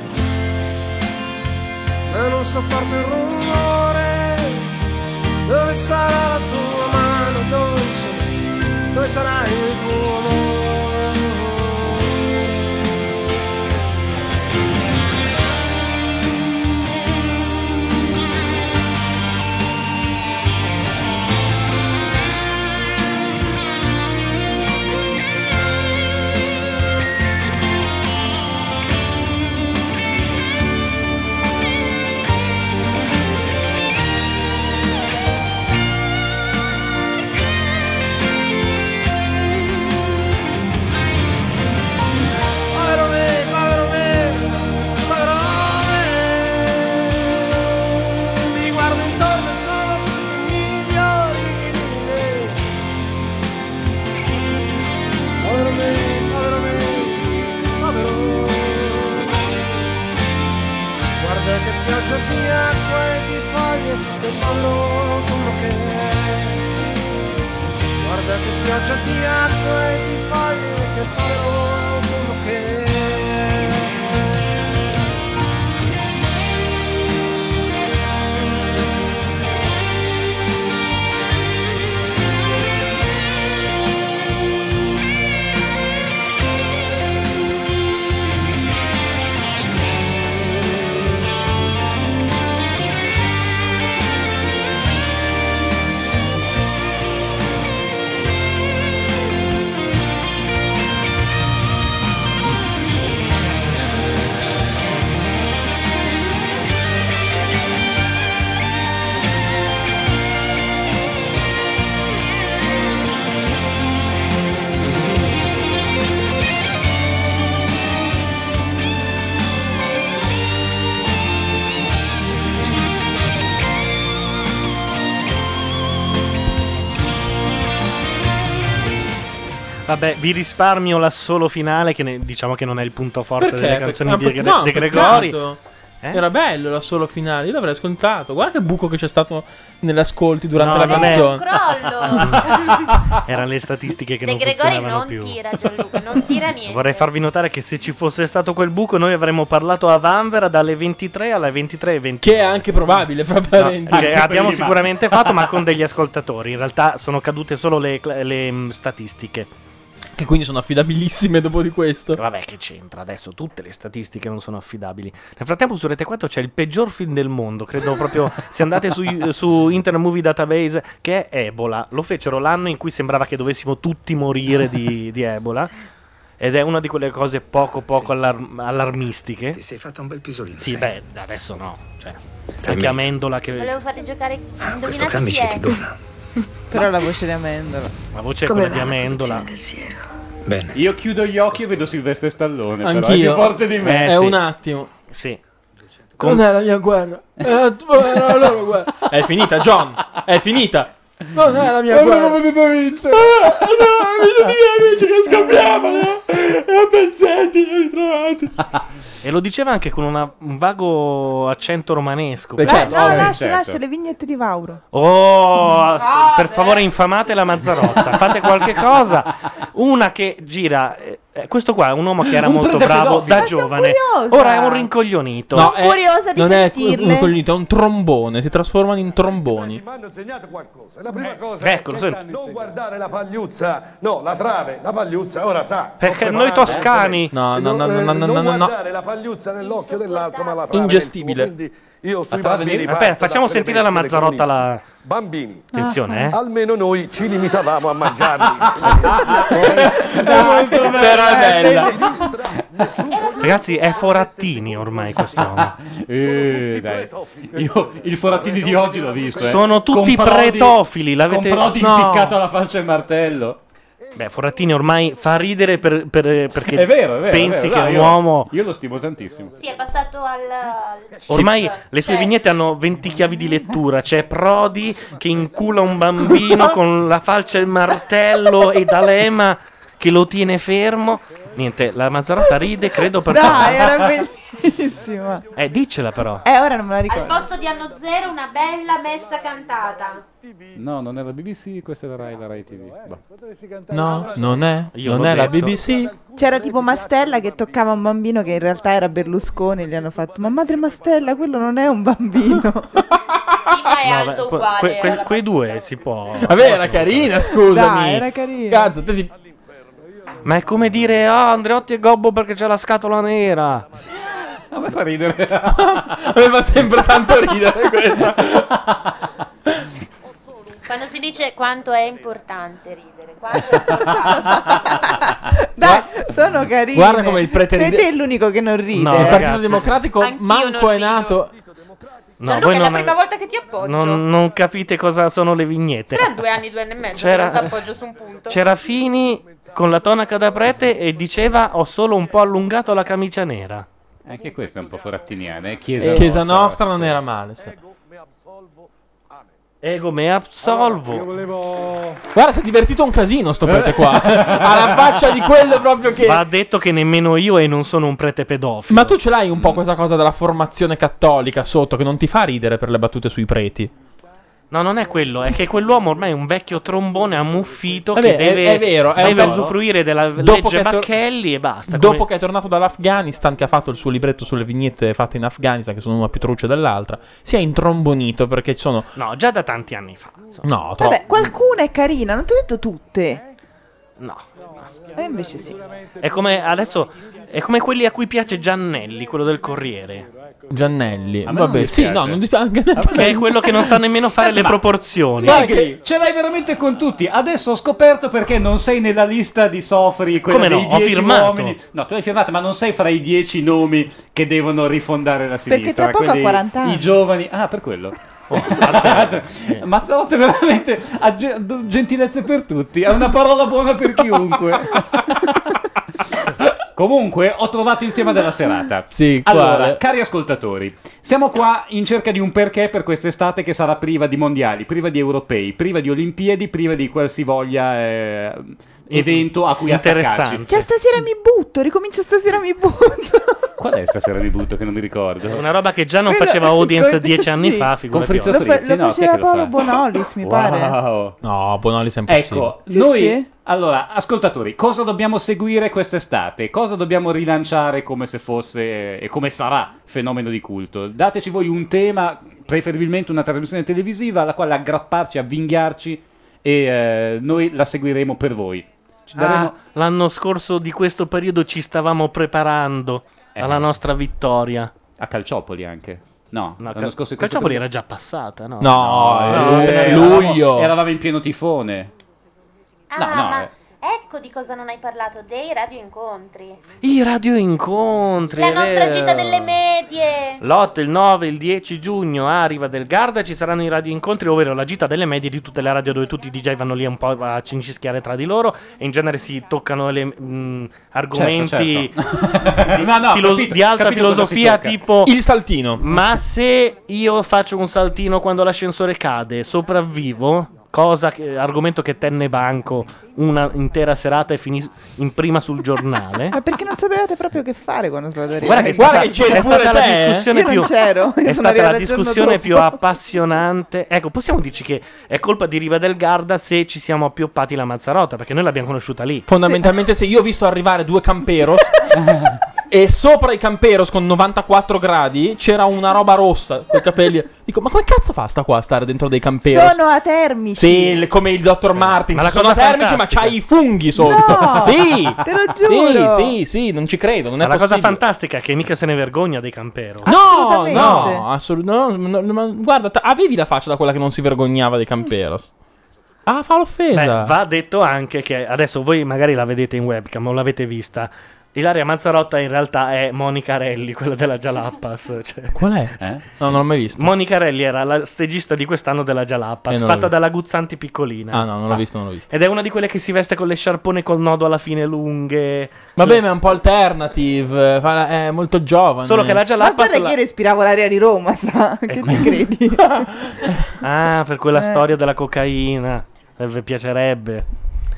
ma non sopporto il rumore. Dove sarà la tua mano dolce? Dove sarà il tuo amore. Povero me, povero me, povero me. Mi guardo intorno e sono tutti migliori di me. Povero me, povero me, povero Guarda che pioggia di acqua e di foglie, che povero quello che è. Guarda che pioggia di acqua e di foglie, che povero quello che è.
Vabbè, vi risparmio l'assolo finale, che ne- diciamo che non è il punto forte
Perché?
delle canzoni
Perché-
di,
ah,
Gre-
no,
De
peccato.
Gregori. Eh?
Era bello la solo finale, io l'avrei ascoltato. Guarda che buco che c'è stato nell'ascolti durante
No,
la
non è-
canzone.
Crollo!
Erano le statistiche che
De
non
Gregori
funzionavano
non
più.
tira, Gianluca, non tira niente.
Vorrei farvi notare che se ci fosse stato quel buco, noi avremmo parlato a Vanvera dalle 23 alle 23.20. Che
è anche probabile, fra parentesi. Anche
abbiamo
prima.
sicuramente fatto, ma con degli ascoltatori. In realtà sono cadute solo le, cl- le, mm, statistiche.
Che quindi sono affidabilissime dopo di questo.
Vabbè, che c'entra adesso? Tutte le statistiche non sono affidabili. Nel frattempo, su Rete 4 c'è il peggior film del mondo. Credo proprio. se andate su, su Internet Movie Database, che è Ebola. Lo fecero l'anno in cui sembrava che dovessimo tutti morire di, di Ebola. Ed è una di quelle cose poco poco allar- allarmistiche. Ti
sei fatta un bel pisolino.
Sì, beh, adesso no. Cioè, anche Amendola che.
Volevo farli giocare.
Ah,
indovinate
questo
chi
camice
è.
ti dona.
Però la voce di Amendola.
La voce
è Come quella va di la Amendola.
Cioè,
Bene.
Io chiudo gli occhi e vedo Silvestre
Eh,
Stallone. però è
Anch'io.
più forte di me.
Eh, È sì. un attimo.
Sì.
Con... Non è la mia guerra. È
Eh,
la tua- è la loro guerra. È finita, John. È finita. Non è la mia
Allora
guerra. Ah,
non
potete vincere.
Allora, amici miei amici che scoppiamo, no? E pezzenti li ritrovati.
E lo diceva anche con una- un vago accento romanesco.
Beh,
certo,
certo, oh,
Perché-
no, lascia, lascia le vignette di Vauro.
Oh, as- per favore infamate la Mazzarotta, fate qualche cosa. Una che gira, eh, eh, questo qua è un uomo che era
Un
molto
prete
bravo
pedofilo.
da
Ma sono
giovane,
curiosa.
ora è un rincoglionito.
No,
eh,
è- non è un coglionito, è un trombone. Si trasformano in tromboni.
Mi hanno insegnato qualcosa. La prima
Eh,
cosa
ecco,
eccolo,
è che
senti.
non guardare la pagliuzza, no, la trave, la pagliuzza, ora sa. sto
Perché noi
preparando,
toscani-
eh,
No, no, no,
non, eh,
no, no,
non
no, no, no.
guardare la pagliuzza nell'occhio dell'altro, ma la trave.
Ingestibile.
nel tuo. Quindi io sui
La trave
bambini.
nel-
parto
Aspetta, facciamo
da
sentire la
pretesto
Mazzarotta la-
comunisti. Bambini,
Attenzione, eh.
Almeno noi ci limitavamo a mangiarli.
Però è bella. Ragazzi, è Forattini ormai quest'uomo.
Eh, dai. Io il Forattini di oggi l'ho visto. eh.
Sono tutti
Con Prodi-
pretofili, l'avete-
Con Prodi
No.
impiccato alla faccia e il martello.
Beh, Forattini ormai fa ridere per- per- perché
È vero, è vero.
pensi
è vero,
che
dai,
è un
io-
uomo...
Io lo stimo tantissimo.
Sì, è passato al. al-
Ormai
Cioè,
le sue vignette hanno 20 chiavi di lettura. C'è Prodi che incula un bambino con la falce e il martello e D'Alema che lo tiene fermo. Niente, la Mazzarotta ride, credo per
Dai, era bellissima.
Eh, diccela però.
Eh, ora non me la
Al
ricordo.
posto di anno zero una bella messa cantata.
No, non è la BBC, questa è la Rai, la Rai TV. Boh.
No, non è.
Io
non
l'ho
è la
detto.
BBC.
C'era tipo Mastella che toccava un bambino che in realtà era Berlusconi. Gli hanno fatto: Ma madre Mastella, quello non è un bambino.
cattiva e
No,
alto
beh, que-
Eh, uguale.
que- que-
era la-
quei due si può.
Vabbè, era carina, Eh, scusami. Dai, era
carina.
Cazzo, te ti-
Ma è come dire, ah, Andreotti è gobbo perché c'è la scatola nera.
A me fa ridere.
Aveva sempre tanto ridere quella.
Quando si dice quanto è importante ridere. Quanto è importante.
Dai, sono carine.
Guarda come il pretendente-
Sei te l'unico che non ride.
il Partito Democratico
Anch'io
manco
non
è nato.
No,
Gianluca,
voi
è la
non,
prima volta che ti appoggio.
non- non capite cosa sono le vignette.
Saranno due anni, due anni e mezzo
C'era-
che non ti appoggio su un punto.
C'era Fini con la tonaca da prete e diceva ho solo un po' allungato la camicia nera.
Anche questa è un po' forattiniana. Eh?
Chiesa,
Chiesa,
nostra, non era male. sì.
Ego me absolvo.
Guarda, si è divertito un casino sto prete qua. Alla faccia di quello proprio che.
Va detto che nemmeno io e non sono un prete pedofilo.
Ma tu ce l'hai un po' questa cosa della formazione cattolica sotto che non ti fa ridere per le battute sui preti.
No, non è quello, è che quell'uomo ormai è un vecchio trombone ammuffito
Vabbè,
che deve,
è- è vero, è
deve
vero.
usufruire della
Dopo che
legge
è tor-
Bacchelli e basta.
Dopo
come-
che è tornato dall'Afghanistan, che ha fatto il suo libretto sulle vignette fatte in Afghanistan, che sono una più truce dell'altra, si è intrombonito perché ci sono.
No, già da tanti anni fa.
No, troppo.
Vabbè, qualcuna è carina, non ti ho detto tutte.
No.
E invece sì.
È come adesso è come quelli a cui piace Giannelli, quello del Corriere.
Giannelli.
A me non
Vabbè, sì,
dispiace.
no, non dispiace. anche-
Che è quello che non sa nemmeno fare le
Eh,
Aspetta, ma-
proporzioni.
Negri, ce l'hai veramente con tutti. Adesso ho scoperto perché non sei nella lista di Sofri, quella
Come no?
dei
Ho
10
firmato.
uomini. No, tu hai firmato, ma non sei fra i 10 nomi che devono rifondare la sinistra.
Perché tra poco ha
quelli-
40 anni.
I giovani. Ah, per quello.
Oh,
Mazzarotti veramente ha ge- gentilezze per tutti, è una parola buona per chiunque. Comunque, ho trovato il tema della serata.
Sì,
Allora,
quale?
cari ascoltatori, siamo qua in cerca di un perché per quest'estate che sarà priva di mondiali, priva di europei, priva di olimpiadi, priva di qualsivoglia eh, evento a cui attaccarci.
Cioè, stasera mi butto, ricomincio stasera mi butto.
Qual è stasera di butto che non mi ricordo?
Una roba che già non
Quello-
faceva audience
quello-
dieci anni
sì.
fa,
Con
figurati.
Frizzo
oggi.
Lo, fa-
Frizzi,
lo
no, chi è
faceva
che lo fa?
Paolo Bonolis, mi pare.
No, Bonoli sempre
Ecco,
Sì,
noi
sì.
allora, ascoltatori, cosa dobbiamo seguire quest'estate? Cosa dobbiamo rilanciare come se fosse e come sarà fenomeno di culto? Dateci voi un tema, preferibilmente una trasmissione televisiva alla quale aggrapparci, avvinghiarci e eh, noi la seguiremo per voi. Ci daremo-
Ah, l'anno scorso di questo periodo ci stavamo preparando alla nostra vittoria.
Eh. A Calciopoli anche. No, l'anno
Cal-
scorso-
Calciopoli era già passata, no?
No, eh,
No,
eh,
eravamo-
luglio.
Eravamo in pieno tifone.
Ah,
No, no,
ma
eh.
ecco di cosa non hai parlato, dei radioincontri.
I radioincontri.
La
è
nostra
vero.
gita delle medie.
L'8, il 9, il 10 giugno a Riva del Garda ci saranno i radioincontri, ovvero la gita delle medie di tutte le radio dove tutti i DJ vanno lì un po' a cincischiare tra di loro e in genere si toccano le, mh, argomenti
Certo,
Di,
No, no,
filo-
capito,
di alta
capito cosa si
filosofia
tocca.
tipo...
Il saltino.
Ma se io faccio un saltino quando l'ascensore cade, sopravvivo? Cosa che- argomento che tenne banco una intera serata e finì in prima sul giornale.
Ma perché non sapevate proprio che fare quando stavate arrivando?
Guarda che, è stata- è stata la discussione
Io
più
non c'ero, io
è
sono
stata
arrivata
la
il giorno
discussione
dopo.
più appassionante. Ecco, possiamo dirci che è colpa di Riva del Garda se ci siamo appioppati la Mazzarotta, perché noi l'abbiamo conosciuta lì.
Fondamentalmente, se io ho visto arrivare due camperos e sopra i camperos con 94 gradi c'era una roba rossa con i capelli. Dico, ma come cazzo fa sta qua a stare dentro dei camperos?
Sono a termici.
Sì, il- come il dottor Martin.
Ma la
sono
cosa
termici,
fantastica-
ma c'hai i funghi sotto.
No,
sì,
te lo giuro.
Sì, sì, sì, non ci credo. Non è
Ma la cosa
possibile.
fantastica è che mica se ne vergogna dei Campero.
No, no, assolutamente. guarda, ta- avevi la faccia da quella che non si vergognava dei camperos. Ah, fa l'offesa.
Beh, va detto anche che adesso voi magari la vedete in webcam o l'avete vista. Ilaria Mazzarotta in realtà è Monica Relli, quella della Jalappas. Cioè,
Qual è? No, non l'ho mai visto.
Monica Relli era la stagista di quest'anno della
Eh,
Jalappas,
non l'ho
fatta
vista.
dalla Guzzanti piccolina.
Ah, no, non l'ho
Ah.
visto, non l'ho visto.
Ed è una di quelle che si veste con le sciarpone col nodo alla fine lunghe.
Vabbè, ma è un po' alternative. eh, fa- È molto giovane.
Solo che la Eh,
Ma
Jalappas...
guarda,
la-
ieri ispiravo l'area di Roma, sa? Che ti credi?
Ah, per quella
Eh.
storia della cocaina. Eh, Vi piacerebbe.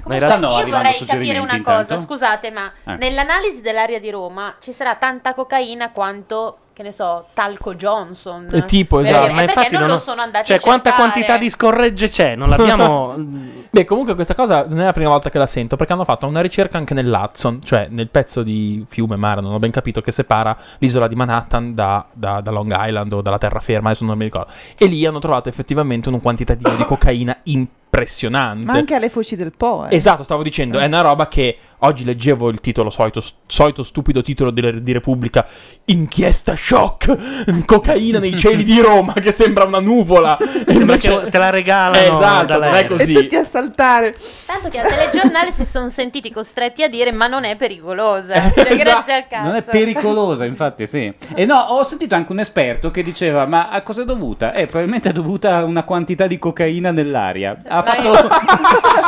Ma in realtà-
Stanno
Io
arrivando
vorrei
suggerimenti
capire
suggerimenti
Veramente,
una
intanto.
cosa, scusate, ma
Eh.
nell'analisi dell'area di Roma ci sarà tanta cocaina quanto, che ne so, Talco Johnson.
Eh, tipo,
Per
esatto.
dire,
Ma
perché
infatti
non
non
lo
ho-
sono andati
cioè,
a
quanta
cercare?
quantità di scorregge c'è? Non l'abbiamo.
Beh, comunque questa cosa non è la prima volta che la sento, perché hanno fatto una ricerca anche nell'Hudson, cioè nel pezzo di fiume mare, non ho ben capito, che separa l'isola di Manhattan da, da- da Long Island o dalla terraferma, adesso non mi ricordo. E lì hanno trovato effettivamente un quantitativo di cocaina impressionante.
Ma anche alle foci del Po. eh.
Esatto, stavo dicendo, è una roba che oggi leggevo il titolo, solito, solito stupido titolo di, di Repubblica, inchiesta shock, cocaina nei cieli di Roma, che sembra una nuvola. Sembra
che te la regalano
Esatto, non è
dall'aereo.
così.
E tutti a saltare.
Tanto che al telegiornale si sono sentiti costretti a dire ma non è pericolosa. Cioè,
Esatto.
Grazie al cazzo.
Non è pericolosa, infatti, sì. E no, ho sentito anche un esperto che diceva: Ma a cosa è dovuta? Eh, probabilmente è dovuta a una quantità di cocaina nell'aria. Ha fatto.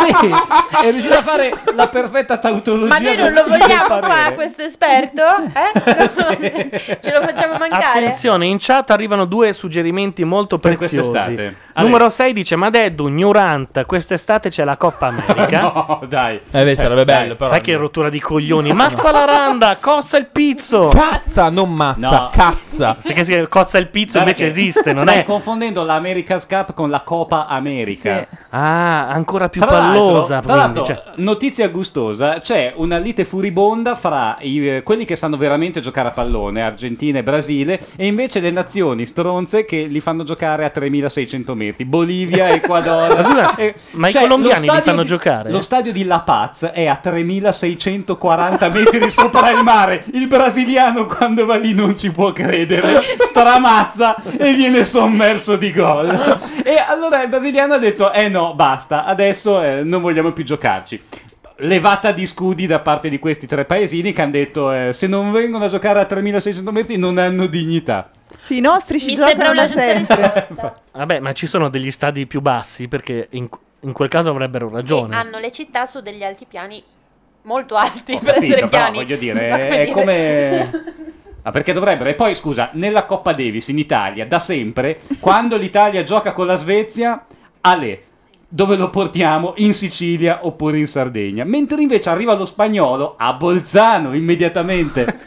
sì, è riuscito a fare la perfetta tautologia.
Ma noi non
del-
lo
del
vogliamo
parere.
qua, questo esperto? Eh? Non so- Ce lo facciamo mancare?
Attenzione, in chat arrivano due suggerimenti molto
Per
preziosi.
quest'estate. Ale-
Numero 6 dice: Ma Deddu, ignorante, quest'estate c'è la Coppa America.
no, Oh, dai.
Eh beh, sarebbe bello, però.
Sai che rottura di coglioni. Mazza la randa, cossa il pizzo.
Cazza, non mazza,
No.
cazza.
Perché si cozza il pizzo
Guarda
invece
che
esiste, non
stai
è?
confondendo la America's Cup con la Coppa America.
Ah, ancora più
Tra
pallosa.
l'altro- tra
quindi,
l'altro,
cioè.
notizia gustosa, c'è una lite furibonda fra i- eh, quelli che sanno veramente giocare a pallone, Argentina e Brasile, e invece le nazioni stronze che li fanno giocare a 3600 metri, Bolivia,
Ma
Ecuador.
scusa,
E-
ma i
cioè,
colombiani
lo
li
stadio
fanno
di-
giocare?
Lo stadio di La Paz è a 3640 metri sopra il mare. Il brasiliano quando va lì non ci può credere, stramazza e viene sommerso di gol. E allora il brasiliano ha detto: Eh no, basta, adesso eh, non vogliamo più giocarci. Levata di scudi da parte di questi tre paesini che hanno detto: eh, Se non vengono a giocare a 3600 metri, non hanno dignità.
Sì, i nostri ci giocano da sempre.
Vabbè, ma ci sono degli stadi più bassi perché in, in quel caso avrebbero ragione.
Hanno le città su degli altipiani molto alti per
Capito,
essere
però,
piani.
voglio
Non so
dire, è come. Ah, perché dovrebbero? E poi, scusa, nella Coppa Davis in Italia, da sempre, quando l'Italia gioca con la Svezia, Ale, dove lo portiamo? In Sicilia oppure in Sardegna. Mentre invece arriva lo spagnolo a Bolzano immediatamente.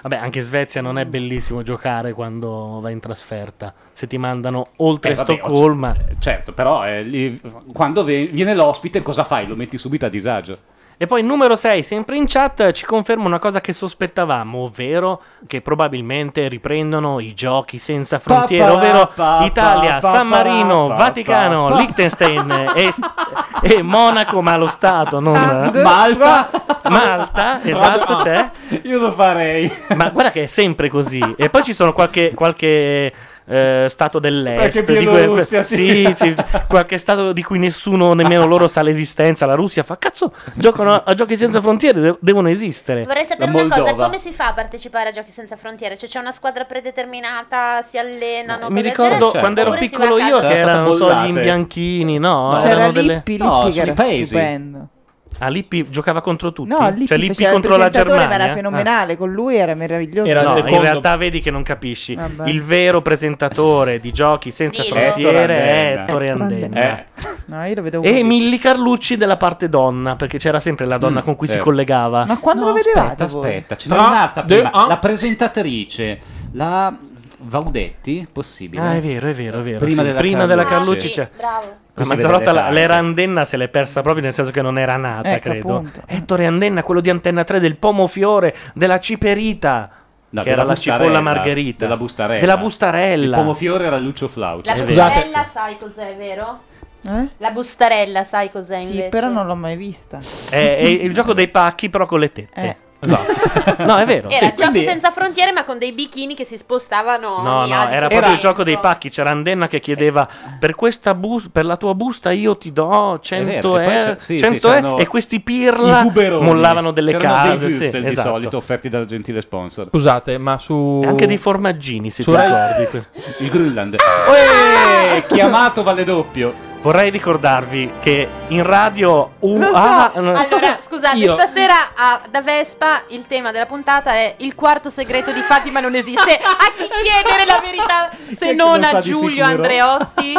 Vabbè, anche in Svezia non è bellissimo giocare quando vai in trasferta. Se ti mandano oltre
Eh, vabbè,
Stoccolma.
eh, Certo, però eh, lì- quando ve- viene l'ospite cosa fai? Lo metti subito a disagio.
E poi numero 6, sempre in chat, ci conferma una cosa che sospettavamo, ovvero che probabilmente riprendono i giochi senza frontiere,
Pa, pa,
ovvero
pa, pa,
Italia,
pa,
San
pa,
Marino,
pa,
Vaticano,
pa, pa.
Liechtenstein e, e Monaco, ma lo Stato, non eh?
Malta.
Malta, esatto, c'è.
Io lo farei.
Ma guarda che è sempre così. E poi ci sono qualche... qualche, eh, stato dell'est
Qualche
di que-
Bielorussia, sì.
sì, esatto, sì, qualche stato di cui nessuno nemmeno loro sa l'esistenza la Russia fa cazzo giocano a, a giochi senza frontiere de- devono esistere
Vorrei sapere una cosa, come si fa a partecipare a Giochi Senza Frontiere? Cioè c'è una squadra predeterminata, si allenano?
mi
cose del
ricordo
genere?
quando ero
Oppure si
piccolo
va a
io
casa?
che
C'era
erano non
stato
so, gli
Bollate.
imbianchini no
No,
erano
c'era
delle-
Lippi, Lippi No, che sono era i paesi. stupendo.
ah Lippi giocava contro tutti
No, lì
cioè
chi
Lippi
faceva il
contro la
presentatore,
Germania
ma era
Ah.
fenomenale, con lui era meraviglioso.
No, in realtà vedi che non capisci.
Vabbè.
Il vero presentatore di giochi senza
Dillo.
frontiere è
Ettore
Ettore
Andenna.
Andenna.
Eh. No, io lo vedevo
E Milli Carlucci della parte donna, perché c'era sempre la donna
Mm,
con cui si
vero.
collegava.
Ma quando lo vedevate
Aspetta,
voi?
aspetta, ce n'è
Tra-
un'altra
de-
prima.
ah.
La presentatrice, la Vaudetti, possibile.
Ah, è vero, è vero, è vero.
Prima
sì.
della
Prima della
Carlucci.
Carlucci c'è.
bravo.
La
Così
Mazzarotta
vede le
la-
tante.
l'era Andenna se l'è persa proprio nel senso che non era nata,
Ecco,
credo.
appunto.
Ettore Andenna, quello di Antenna 3 del Pomofiore, della Ciperita,
No,
che
della
era la
bustarella,
cipolla margherita.
Della bustarella.
Della bustarella.
Il pomofiore era Lucio
Cioè,
Flauto.
La bustarella sai cos'è, vero?
Eh?
La bustarella sai cos'è
Sì,
invece?
però non l'ho mai vista.
È, è Eh, il gioco dei pacchi, però con le tette.
Eh.
No. No, è vero.
Era Giochi Senza Frontiere ma con dei bikini che si spostavano
No,
ogni
no,
altro
era proprio il
momento.
gioco dei pacchi. C'era Andenna che chiedeva per, questa bus- per la tua busta io ti do 100
vero, e poi
euro.
c'è- sì,
100
sì,
euro",
c'erano
e questi pirla
I buberoni.
mollavano delle
C'erano
case.
dei
sì,
würstel di
esatto.
solito offerti dal gentile sponsor.
Scusate, ma su...
E anche dei formaggini, se
Su
ti
Rai-
ricordi.
Il Greenland. Eh, chiamato Valle Doppio.
Vorrei ricordarvi che in radio U-
Lo so.
ah, no.
Allora, scusate,
Io-
stasera a- da Vespa il tema della puntata è il quarto segreto di Fatima non esiste. A chi chiedere la verità
è
se
che
non
lo sa
a
di
Giulio
sicuro?
Andreotti?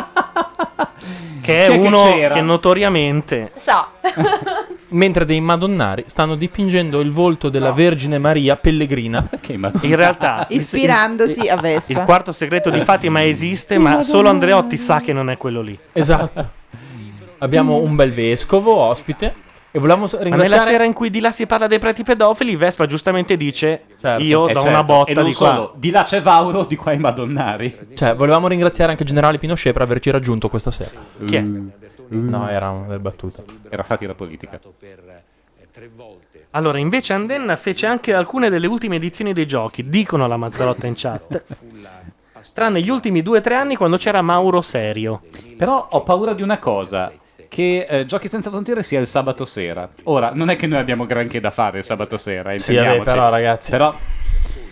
che è
Chi è che
uno che,
c'era?
notoriamente
So.
Mentre dei madonnari stanno dipingendo il volto della Vergine Maria pellegrina.
in realtà il-
Ispirandosi
il-
a Vespa.
Ah, Il quarto segreto di Fatima esiste, ma
Madonna.
solo Andreotti sa che non è quello lì.
Esatto. Abbiamo un bel vescovo ospite e volevamo s-
Ma nella
ringraziare
sera in cui di là si parla dei preti pedofili, Vespa giustamente dice: Io do
Eh, certo.
una botta
E non
di qua.
solo,
di là c'è Vauro, di qua i Madonnari.
Cioè, volevamo ringraziare anche il generale Pinochet per averci raggiunto questa sera.
Chi è?
No, eh, era una battuta.
Era satira politica.
Allora, invece Andenna fece anche alcune delle ultime edizioni dei giochi, dicono la Mazzarotta in chat. Tranne gli ultimi due o tre anni quando c'era Mauro Serio.
Però ho paura di una cosa. Che eh, Giochi Senza Frontiere sia il sabato sera. Ora, non è che noi abbiamo granché da fare il sabato sera.
Sì, vabbè,
intendiamoci.
però, ragazzi.
Però,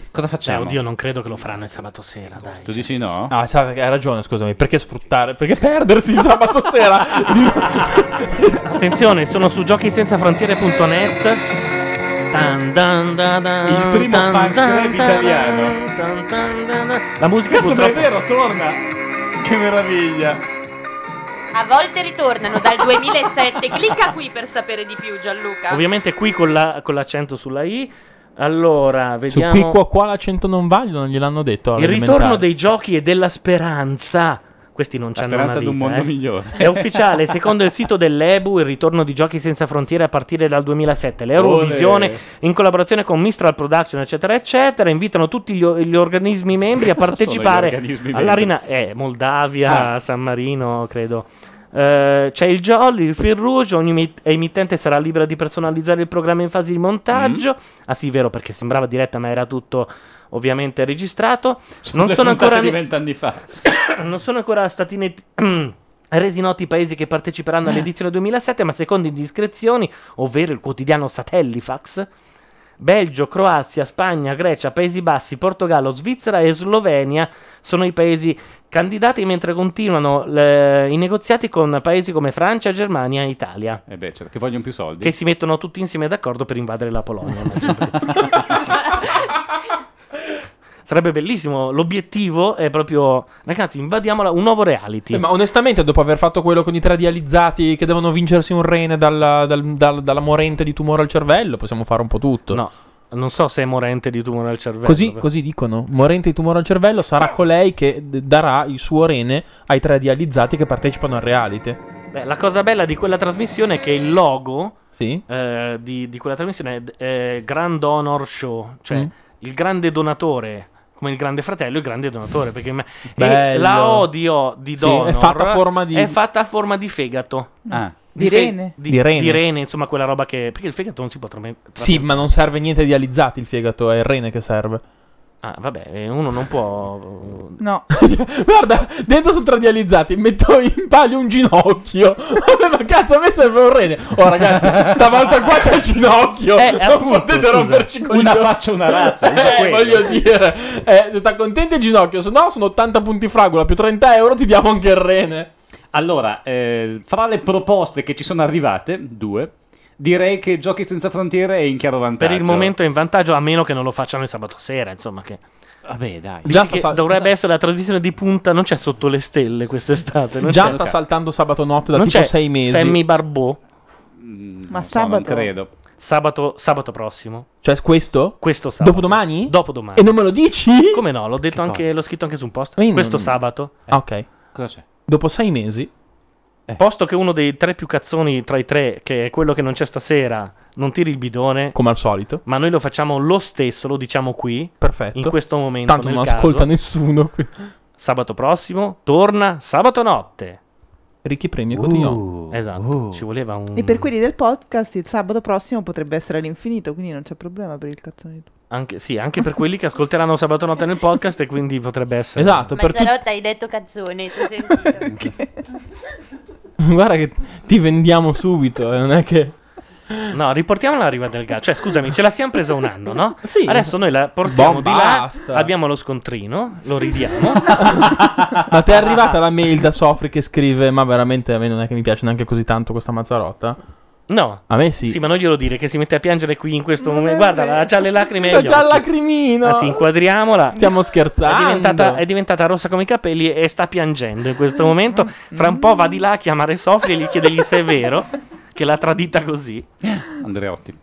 cosa facciamo?
Eh, oddio, non credo che lo faranno il sabato sera, dai.
Tu dici no?
Ah, sa- hai ragione, scusami. Perché sfruttare? Perché perdersi il sabato sera?
Attenzione, sono su giochisensafrontiere.net. Tan, dan, da, dan,
Il primo
tan,
fan
dan,
club
da,
italiano.
dan, tan, dan, dan. La musica
Cazzo, ma è
purtroppo...
vero, torna! Che meraviglia!
A volte ritornano dal 2007. Clicca qui per sapere di più, Gianluca.
Ovviamente qui con, la- con l'accento sulla I. Allora,
Su
vediamo...
Picqua qua l'accento non vaglio, non gliel'hanno detto.
Il
all'elementare.
ritorno dei giochi e della speranza. Questi non c'hanno una
speranza
vita,
di un mondo
eh.
migliore.
È ufficiale, secondo il sito dell'EBU, il ritorno di Giochi Senza Frontiere a partire dal 2007. L'Eurovisione,
Ole.
in collaborazione con Mistral Production, eccetera, eccetera, invitano tutti gli, gli organismi membri a
Cosa sono gli
partecipare
organismi
alla
membri?
rina- eh, Moldavia, San Marino, credo. Eh, c'è il Jolly, il Fil Rouge, ogni mit- emittente sarà libera di personalizzare il programma in fase di montaggio. Ah sì, vero, perché sembrava diretta ma era tutto ovviamente registrato.
Sono
non,
le
sono
puntate
ancora
di
ne-
vent'anni fa.
non sono ancora stati net- resi noti i paesi che parteciperanno all'edizione 2007, ma secondo indiscrezioni, ovvero il quotidiano Satellifax, Belgio, Croazia, Spagna, Grecia, Paesi Bassi, Portogallo, Svizzera e Slovenia sono i paesi candidati, mentre continuano le- i negoziati con paesi come Francia, Germania e Italia.
Eh beh, certo, che vogliono più soldi.
Che si mettono tutti insieme d'accordo per invadere la Polonia. immagino. Sarebbe bellissimo. L'obiettivo è proprio, ragazzi, invadiamola. Un nuovo reality.
Eh, ma onestamente, dopo aver fatto quello con i tre dializzati che devono vincersi un rene dalla, dal- dal- dalla morente di tumore al cervello, possiamo fare un po' tutto.
No, non so se è morente di tumore al cervello. Ah.
Così,
però.
così dicono, morente di tumore al cervello sarà colei che d- darà il suo rene ai tre dializzati che partecipano al reality.
Beh, la cosa bella di quella trasmissione è che il logo
Sì.
eh, di, di quella trasmissione è eh, Grand Honor Show, cioè
Mm.
il grande donatore. Come il grande fratello, il grande donatore. Perché me- e
Bello.
la odio di
Sì,
Donor
è fatta a forma di-
è fatta a forma di fegato.
Ah.
Di
fe-
rene?
Di,
Di rene.
di rene, insomma, quella roba che. Perché il fegato non si può trame-
Sì, ma non serve niente ai dializzati il fegato, è il rene che serve.
Ah, vabbè, eh, uno non può.
No.
Guarda, dentro sono tre dializzati, metto in palio un ginocchio. Vabbè, ma cazzo, a me serve un rene. Oh, ragazzi, stavolta qua c'è il ginocchio.
Eh,
non
appunto,
potete
scusa.
romperci con
Una faccia, una razza, usa
Eh,
quello.
voglio dire, eh, se sta contento il ginocchio, se no sono 80 punti fragola più 30 euro, ti diamo anche il rene.
Allora, eh, fra le proposte che ci sono arrivate, due, direi che Giochi Senza Frontiere è in chiaro vantaggio.
Per il momento è in vantaggio, a meno che non lo facciano il sabato sera, insomma. Che...
Vabbè, dai.
Già
Già sta sal-
dovrebbe essere la trasmissione di punta, non c'è sotto le stelle quest'estate. non
Già
c'è.
sta saltando sabato notte da
Non
tipo
c'è
6 mesi.
Sammy Barbò.
Ma sabato...
Sabato, sabato prossimo.
Cioè, questo?
Questo sabato.
Dopodomani?
Dopodomani.
E non me lo dici?
Come no? L'ho, detto anche, l'ho scritto anche su un post.
Ma io non-
Questo sabato.
Ah, ok.
Cosa c'è?
Dopo 6 mesi. Eh.
Posto che uno dei tre più cazzoni tra i tre, che è quello che non c'è stasera, non tiri il bidone.
Come al solito.
Ma noi lo facciamo lo stesso, lo diciamo qui.
Perfetto.
In questo momento.
Tanto
nel
non
caso.
ascolta nessuno. qui.
Sabato prossimo torna sabato notte.
Ricchi premi e
Cotillon. Esatto, ci voleva un...
E per quelli del podcast il sabato prossimo potrebbe essere all'infinito, quindi non c'è problema per il cazzone di tutti.
Anche, sì, anche per quelli che ascolteranno sabato notte nel podcast e quindi potrebbe essere...
Esatto,
Mazzarotta hai detto cazzone. ti ho sentito.
Guarda che ti vendiamo subito, eh, non è che...
No, riportiamola alla riva del Garda. Cioè, scusami, ce la siamo presa un anno, no?
Sì.
Adesso noi la portiamo
Boh,
di là,
basta.
abbiamo lo scontrino, lo ridiamo.
Ma ti è arrivata la mail da Sofri che scrive: Ma veramente a me non è che mi piace neanche così tanto questa mazzarotta?
No.
A me Ah, sì.
Sì, ma non glielo dire che si mette a piangere qui in questo momento. Guarda, ha già le lacrime.
C'ha
agli
già il
occhi.
lacrimino.
Anzi, inquadriamola.
Stiamo scherzando.
È diventata, è diventata rossa come i capelli e sta piangendo in questo momento. Fra un po' va di là a chiamare Sofia e gli chiedegli se è vero che l'ha tradita così.
Andreotti.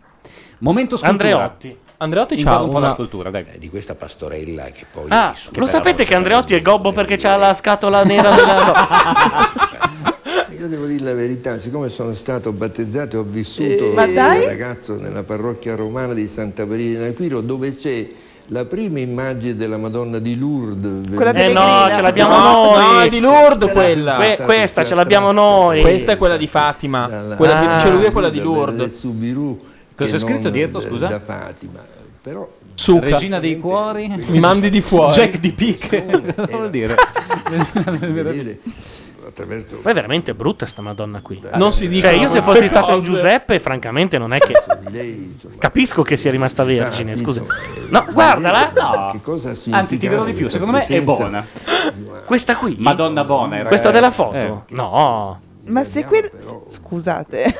Momento scultura.
Andreotti.
Andreotti
Intanto un po' la scultura, dai.
Eh, Di questa pastorella che poi...
Ah, lo sapete che Andreotti è gobbo perché c'ha la scatola nera della
Io devo dire la verità, siccome sono stato battezzato e ho vissuto
Eh, ma dai?
da ragazzo nella parrocchia romana di Santa Perina Aquiro dove c'è la prima immagine della Madonna di Lourdes.
Quella Eh no, pellegrina. ce l'abbiamo noi.
No, è di Lourdes quella.
Que- questa ce l'abbiamo noi.
Questa è quella di Fatima. Quella che
Ah.
dice lui è quella di Lourdes.
Subiru.
Cosa
che
c'è scritto
non,
dietro,
eh,
scusa?
Da Fatima. Però
Succa.
Regina dei cuori.
Mi mandi di fuori.
Jack di picche. Cosa
esatto.
vuol dire?
attraverso
Poi è veramente brutta sta Madonna qui.
Non si dicono
Cioè, io se
queste
fossi stato un
cose.
Giuseppe, francamente, non è che. Capisco che sia rimasta
Eh,
vergine, scusa. No, guardala. No.
Che cosa
Anzi, ti dirò di più, secondo me è buona.
Questa qui?
Madonna buona. era-
Questa della foto?
Eh.
No.
Ma se qui... Scusate.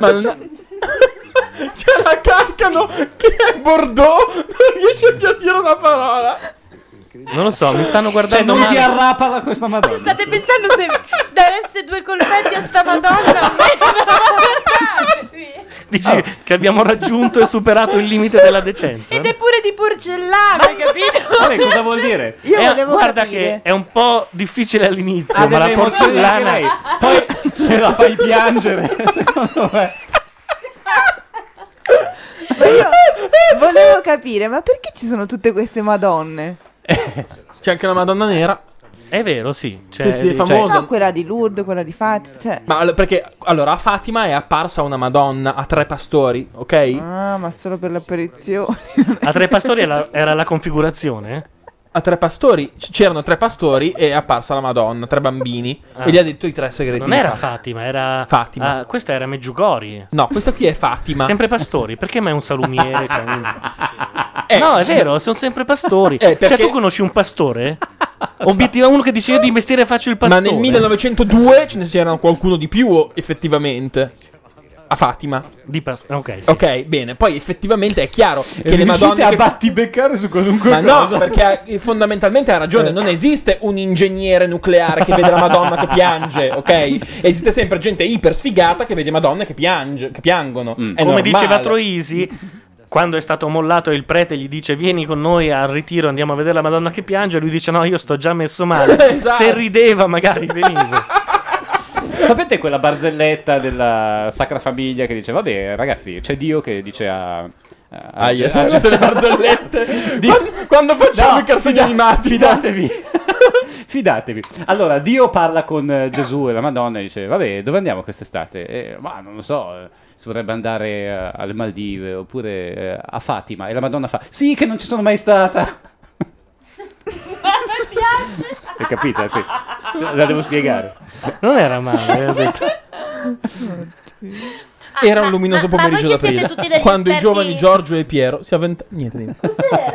Ma non... C'è la caccano che è Bordeaux. Non riesce più a dire una parola.
Non lo so, mi stanno
Cioè,
guardando.
non ti
male.
arrapa da questa Madonna.
State pensando se dareste due colpetti a sta madonna?
Dici
Ah.
che abbiamo raggiunto e superato il limite della decenza.
Ed è pure di porcellana, capito?
Vabbè, cosa vuol dire?
Io
Eh,
volevo
guarda
capire.
che è un po' difficile all'inizio,
Ha
ma la
Ah, delle emozioni anche
porcellana
lei. Poi se la fai piangere, secondo me.
Ma io volevo capire, ma perché ci sono tutte queste madonne?
C'è anche la Madonna nera.
È vero, sì. Cioè,
sì, sì, è famosa.
No, quella di Lourdes, quella di Fat, cioè...
Ma all- perché allora a Fatima è apparsa una Madonna a tre pastori, ok?
Ah, ma solo per l'apparizione.
a tre pastori era, era la configurazione.
A tre pastori c- c'erano tre pastori e è apparsa la Madonna, tre bambini
Ah.
e gli ha detto i tre segreti.
Non
di
era
Fatima.
Fatima, era
Fatima.
Ah, questa era Meggiugori.
No, questa qui è Fatima.
Sempre pastori, perché mai un salumiere? cioè, un-
Eh.
no, è vero, sono sempre
Eh,
pastori. Cioè, tu conosci un pastore? Obiettiva uno che dice io di mestiere faccio il
Ma
pastore.
nel 1902 ce ne c'era qualcuno di più o- effettivamente. A Fatima.
Di ok.
Ok, bene. Poi effettivamente è chiaro che le
riuscite
Madonne
a
che-
battibeccare su qualunque
Ma
cosa.
no, perché eh, fondamentalmente ha ragione. Non esiste un ingegnere nucleare che vede la Madonna che piange, ok? Esiste sempre gente iper sfigata che vede Madonne che, piange, che piangono. È
Come
normale.
diceva Troisi, quando è stato mollato il prete gli dice vieni con noi al ritiro, andiamo a vedere la Madonna che piange, lui dice no, io sto già messo male.
Esatto.
Se rideva magari venivo.
Sapete quella barzelletta della Sacra Famiglia che dice, vabbè ragazzi, c'è Dio che dice a... a- a-
Aia,
a-
sono delle barzellette. Quando, quando facciamo
No,
i cartoni
fida-
animati,
Fidatevi. Fidatevi. Allora, Dio parla con eh, Gesù e la Madonna e dice, vabbè, dove andiamo quest'estate? "Eh, ma non lo so, eh, si vorrebbe andare eh, alle Maldive oppure eh, a Fatima. E la Madonna fa, sì che non ci sono mai stata.
Mi piace.
Hai capito? Eh, Sì. La devo spiegare.
Non era male,
Era un luminoso pomeriggio
voi che siete
d'aprile.
tutti degli
Quando i
esperti-
giovani Giorgio e Piero si avventano. Niente, niente.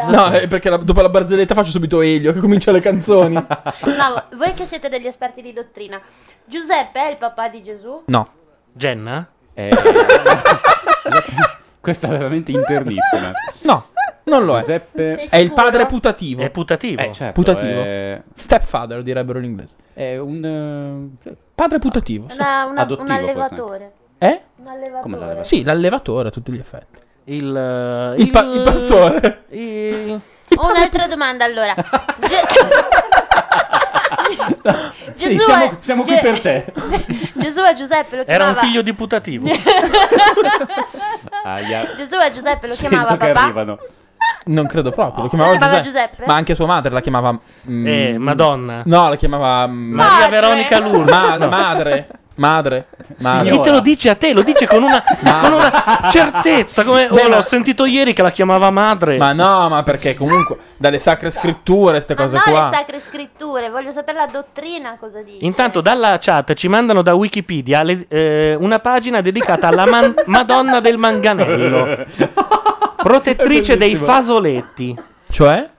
No, è perché la- dopo la barzelletta faccio subito Elio che comincia le canzoni.
No, voi che siete degli esperti di dottrina, Giuseppe è il papà di Gesù?
No. Eh.
Jenna?
Questa è veramente internissima.
No, non lo è.
Giuseppe...
È il padre putativo.
È putativo.
Eh, certo,
putativo.
è-
Stepfather direbbero in inglese.
È un... eh,
Padre putativo. sì.
Una- una- un allevatore.
Eh?
Un allevatore.
Come l'allevatore? Sì, l'allevatore a tutti gli effetti.
Il,
eh,
il pa- il pastore.
Il- Ho un'altra domanda allora. Ge-
Sì,
Gesù
siamo,
è-
siamo qui
Ge-
per te.
Gesù a Giuseppe lo
Era
chiamava
un figlio di putativo.
Gesù a Giuseppe lo
Sento
chiamava
che
papà.
arrivano.
Non credo proprio. Lo chiamava,
Lo chiamava Giuseppe?
Ma anche sua madre la chiamava. mm,
Eh, Madonna.
No, la chiamava. mm,
Maria Veronica Lourdes.
Ma-
No.
Madre. Madre. madre.
E te lo dice a te, lo dice con una, con una certezza. Come
Beh,
oh,
ma-
l'ho sentito ieri che la chiamava madre.
Ma no, ma perché comunque dalle sacre scritture queste cose
no,
qua.
le sacre scritture, voglio sapere la dottrina cosa dice.
Intanto dalla chat ci mandano da Wikipedia le- eh, una pagina dedicata alla man- Madonna del Manganello, protettrice dei
Bellissimo.
fasoletti.
Cioè?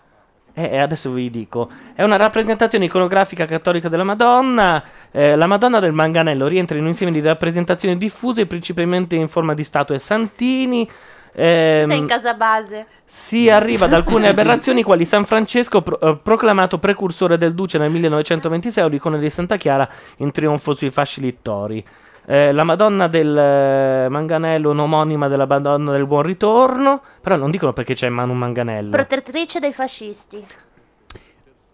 Eh, eh, adesso vi dico, è una rappresentazione iconografica cattolica della Madonna. Eh, la Madonna del Manganello rientra in un insieme di rappresentazioni diffuse, principalmente in forma di statue e santini. Ehm,
Sei in casa base.
si arriva ad alcune aberrazioni quali San Francesco, pro- eh, proclamato precursore del duce nel 1926, o l'icona di Santa Chiara in trionfo sui fasci littori. Eh, la Madonna del eh, Manganello, un'omonima della Madonna del Buon Ritorno, però non dicono perché c'è in mano un manganello.
Protettrice dei fascisti.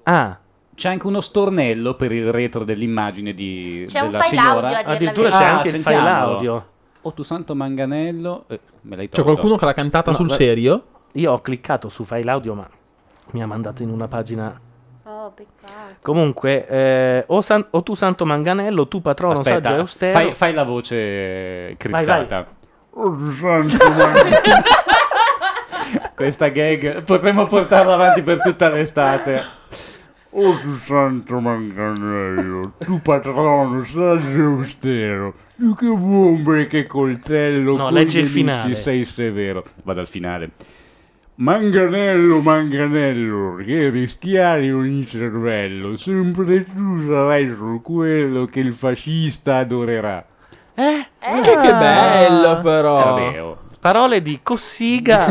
ah.
C'è anche uno stornello per il retro dell'immagine di,
C'è un
della
file
signora.
audio, a Ah, dir la
Addirittura c'è anche il file
sentiamolo.
audio.
Oh tu santo manganello, eh, me l'hai
C'è
tolto.
Cioè, qualcuno che l'ha cantata sul
guarda-
serio?
Io ho cliccato su file audio, ma mi ha mandato in una pagina.
Oh, peccato.
Comunque, eh, o, san- o tu santo manganello, tu patrono saggio e
Aspetta,
austero.
fai, fai la voce eh,
Vai,
criptata. Questa gag potremmo portarla avanti per tutta l'estate.
Oh tu santo manganello, tu patrono saggio e austero, tu che bomba e che coltello,
No,
coi
leggi il
nemici
finale.
sei severo. Vado al finale. Manganello, manganello, che rischiare ogni cervello, sempre tu sarai su quello che il fascista adorerà.
Eh?
Eh, che bello
Eh,
però.
oh.
Parole di Cossiga.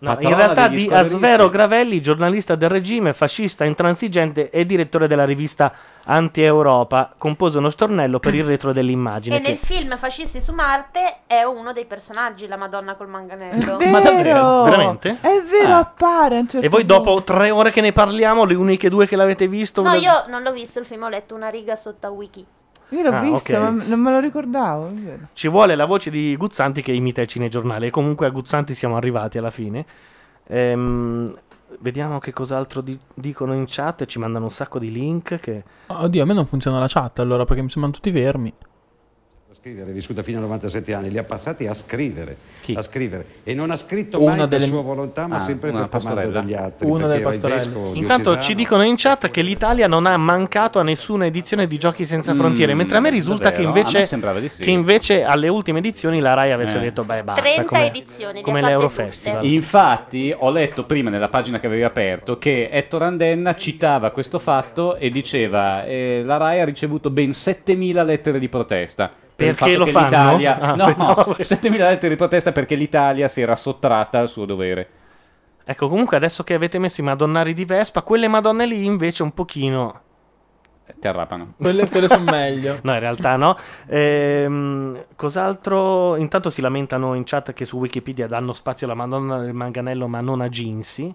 No, in
Patrona
realtà
degli
di
squadristi.
Asvero Gravelli, giornalista del regime, fascista intransigente e direttore della rivista Anti-Europa, compose uno stornello per il retro dell'immagine.
E nel
Che...
film Fascisti su Marte è uno dei personaggi, la Madonna col manganello.
Ma davvero? Veramente?
È vero,
Ah.
appare a un
Cioè,
certo
E voi
punto.
dopo tre ore che ne parliamo, le uniche due che l'avete visto...
No,
ve-
io non l'ho visto il film, ho letto una riga sotto a wiki.
Io l'ho
Ah,
visto,
ok.
ma non me lo ricordavo. è vero.
Ci vuole la voce di Guzzanti che imita il cinegiornale. E comunque a Guzzanti siamo arrivati alla fine. Ehm, vediamo che cos'altro di- dicono in chat. Ci mandano un sacco di link. Che...
Oddio, a me non funziona la chat allora perché mi sembrano tutti vermi.
scrivere, è vissuta fino a 97 anni, li ha passati a scrivere, a scrivere. e non ha scritto
Una
mai per
delle-
sua volontà, ma
Ah,
sempre
una
per comando
pastorella.
degli altri,
Una
perché
delle
era il
pastorelle.
vescovo
Intanto
diocesano.
ci dicono in chat che l'Italia non ha mancato a nessuna edizione di Giochi Senza Frontiere.
Mm,
mentre a me risulta
davvero?
che, invece,
A me sembrava di sì.
che invece alle ultime edizioni la Rai avesse
Eh.
detto: Beh, basta.
30
come-
edizioni, le ha
come
fatte
l'Eurofestival.
Infatti, ho letto prima nella pagina che avevi aperto che Ettore Andenna citava questo fatto e diceva eh, la RAI ha ricevuto ben 7000 lettere di protesta. per il
Perché
fatto
lo
che
fanno?
l'Italia-
Ah,
no,
pensavo-
7000 lettere di protesta perché l'Italia si era sottratta al suo dovere.
Ecco, comunque, adesso che avete messo i Madonnari di Vespa, quelle Madonne lì invece un pochino.
Eh, Ti arrapano.
Quelle, quelle sono meglio.
No, in realtà no. Ehm, cos'altro? Intanto si lamentano in chat che su Wikipedia danno spazio alla Madonna del Manganello, ma non a Ginsi,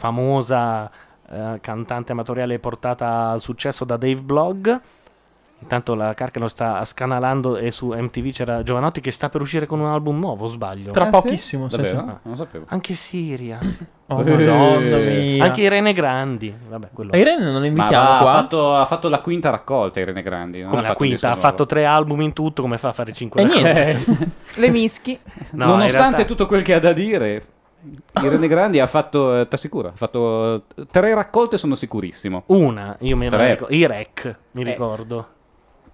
famosa eh, cantante amatoriale portata al successo da Dave Blog. Intanto la Carcano sta scanalando e su MTV c'era Giovanotti che sta per uscire con un album nuovo, sbaglio.
Eh,
Tra Ah, sì? pochissimo, sì,
Davvero?
sì.
Ah.
Non lo sapevo.
Anche Siria.
Oh, madonna mia.
Anche Irene Grandi. Vabbè, quello-
E Irene non la invitiamo
Ma va,
qua?
Ha fatto, ha fatto la quinta raccolta Irene Grandi. non
Come
ha
la
fatto Eh, un disco
quinta, ha
nuovo.
fatto tre album in tutto, come fa a fare cinque Eh,
E
raccolte?
Le mischi.
No, in
Nonostante
realtà-
tutto quel che ha da dire, Irene Grandi ha fatto, eh, t'assicuro, ha fatto eh, tre raccolte, sono sicurissimo.
Una, io me la
Tre. Eh,
ricordo. I rec,
Eh,
mi ricordo.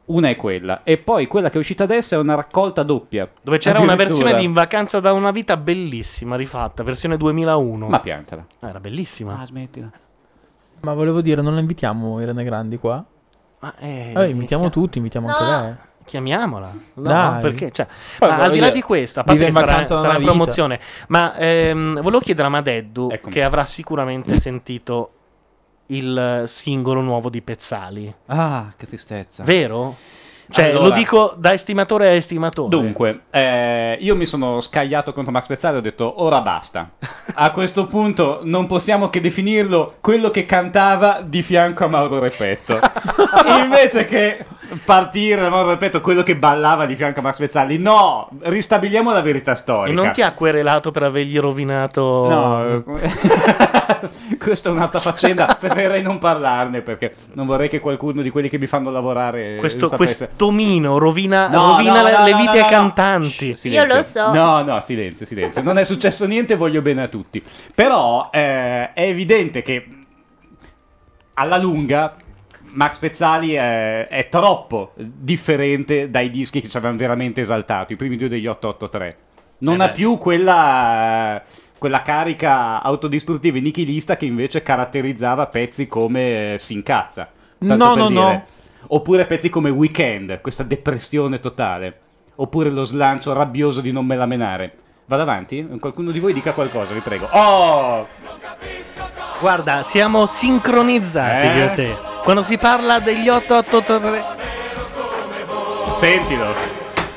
Una è quella. E poi quella che è uscita adesso è una raccolta doppia.
Dove c'era una versione di In
Addirittura.
vacanza da una vita bellissima, rifatta, versione 2001.
Ma piantala.
Ah, Era bellissima.
Ah, smettila.
Ma volevo dire, non la invitiamo Irene Grandi qua?
Ma eh,
Vabbè, invitiamo tutti, invitiamo
No.
anche lei.
Chiamiamola. No,
Dai.
perché? Cioè,
Poi,
ma
voglio
al di là
dire,
di questo, a parte
vive
che
in
sarà,
vacanza da
sarà
una
in
vita.
promozione, ma ehm, volevo chiedere a Madeddu, che avrà sicuramente sentito il eh, singolo nuovo di Pezzali.
Ah, che tristezza.
Vero? Cioè, lo
Allora.
dico da estimatore a estimatore.
Dunque, eh, io mi sono scagliato contro Max Pezzali e ho detto ora basta. A questo punto non possiamo che definirlo quello che cantava di fianco a Mauro Repetto. Invece che partire, ma ripeto, quello che ballava di fianco a Max Pezzali. No, ristabiliamo la verità
E
storica.
non ti ha querelato per avergli rovinato.
No, questa è un'altra faccenda, preferirei non parlarne perché non vorrei che qualcuno di quelli che mi fanno lavorare eh,
questo,
sapesse.
questo mino rovina,
No,
rovina
no,
le,
no,
le
no,
vite
no,
ai
no.
cantanti.
Silenzio. No, no, silenzio, silenzio. Non è successo niente, voglio bene a tutti. Però eh, è evidente che alla lunga Max Pezzali eh, è troppo differente dai dischi che ci avevano veramente esaltato, i primi due degli 883. Non
Eh
ha
beh.
più quella, quella carica autodistruttiva e nichilista che invece caratterizzava pezzi come eh, Si incazza. tanto
No,
per
no,
dire.
no.
Oppure pezzi come Weekend, questa depressione totale. Oppure lo slancio rabbioso di non me la menare. Vado avanti? Qualcuno di voi dica qualcosa, vi prego. Oh!
Guarda, siamo sincronizzati
Eh?
io e te. Quando si parla degli 883.
Sentilo.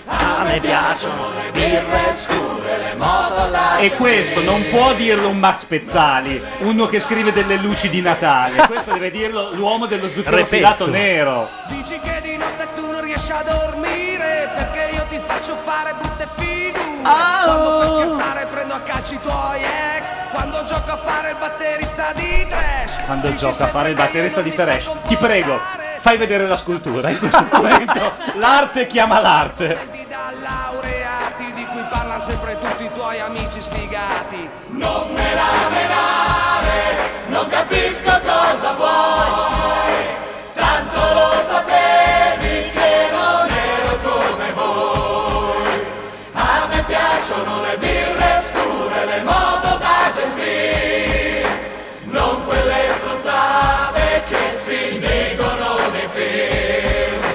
A me piacciono le birre
scure, le moto alla
E questo non può dirlo un Max Pezzali, uno che scrive delle luci di Natale. Questo deve dirlo l'uomo dello zucchero
Repetto.
filato nero.
Dici che di notte tu non riesci a dormire perché io ti faccio fare brutte figure. Quando
Oh.
per scherzare prendo a calci i tuoi ex. Quando gioco a fare il batterista di trash.
Quando gioca a fare il batterista di Teresh. Ti prego, fai vedere la scultura in questo momento. L'arte chiama l'arte.
laureati di cui parlano sempre tutti i tuoi amici sfigati. Non me la menare, non capisco cosa vuoi. Tanto lo sapevi che non ero come voi. A me piacciono le birre scure, le moto da James Dean. Non quelle strozzate che si dicono nei film.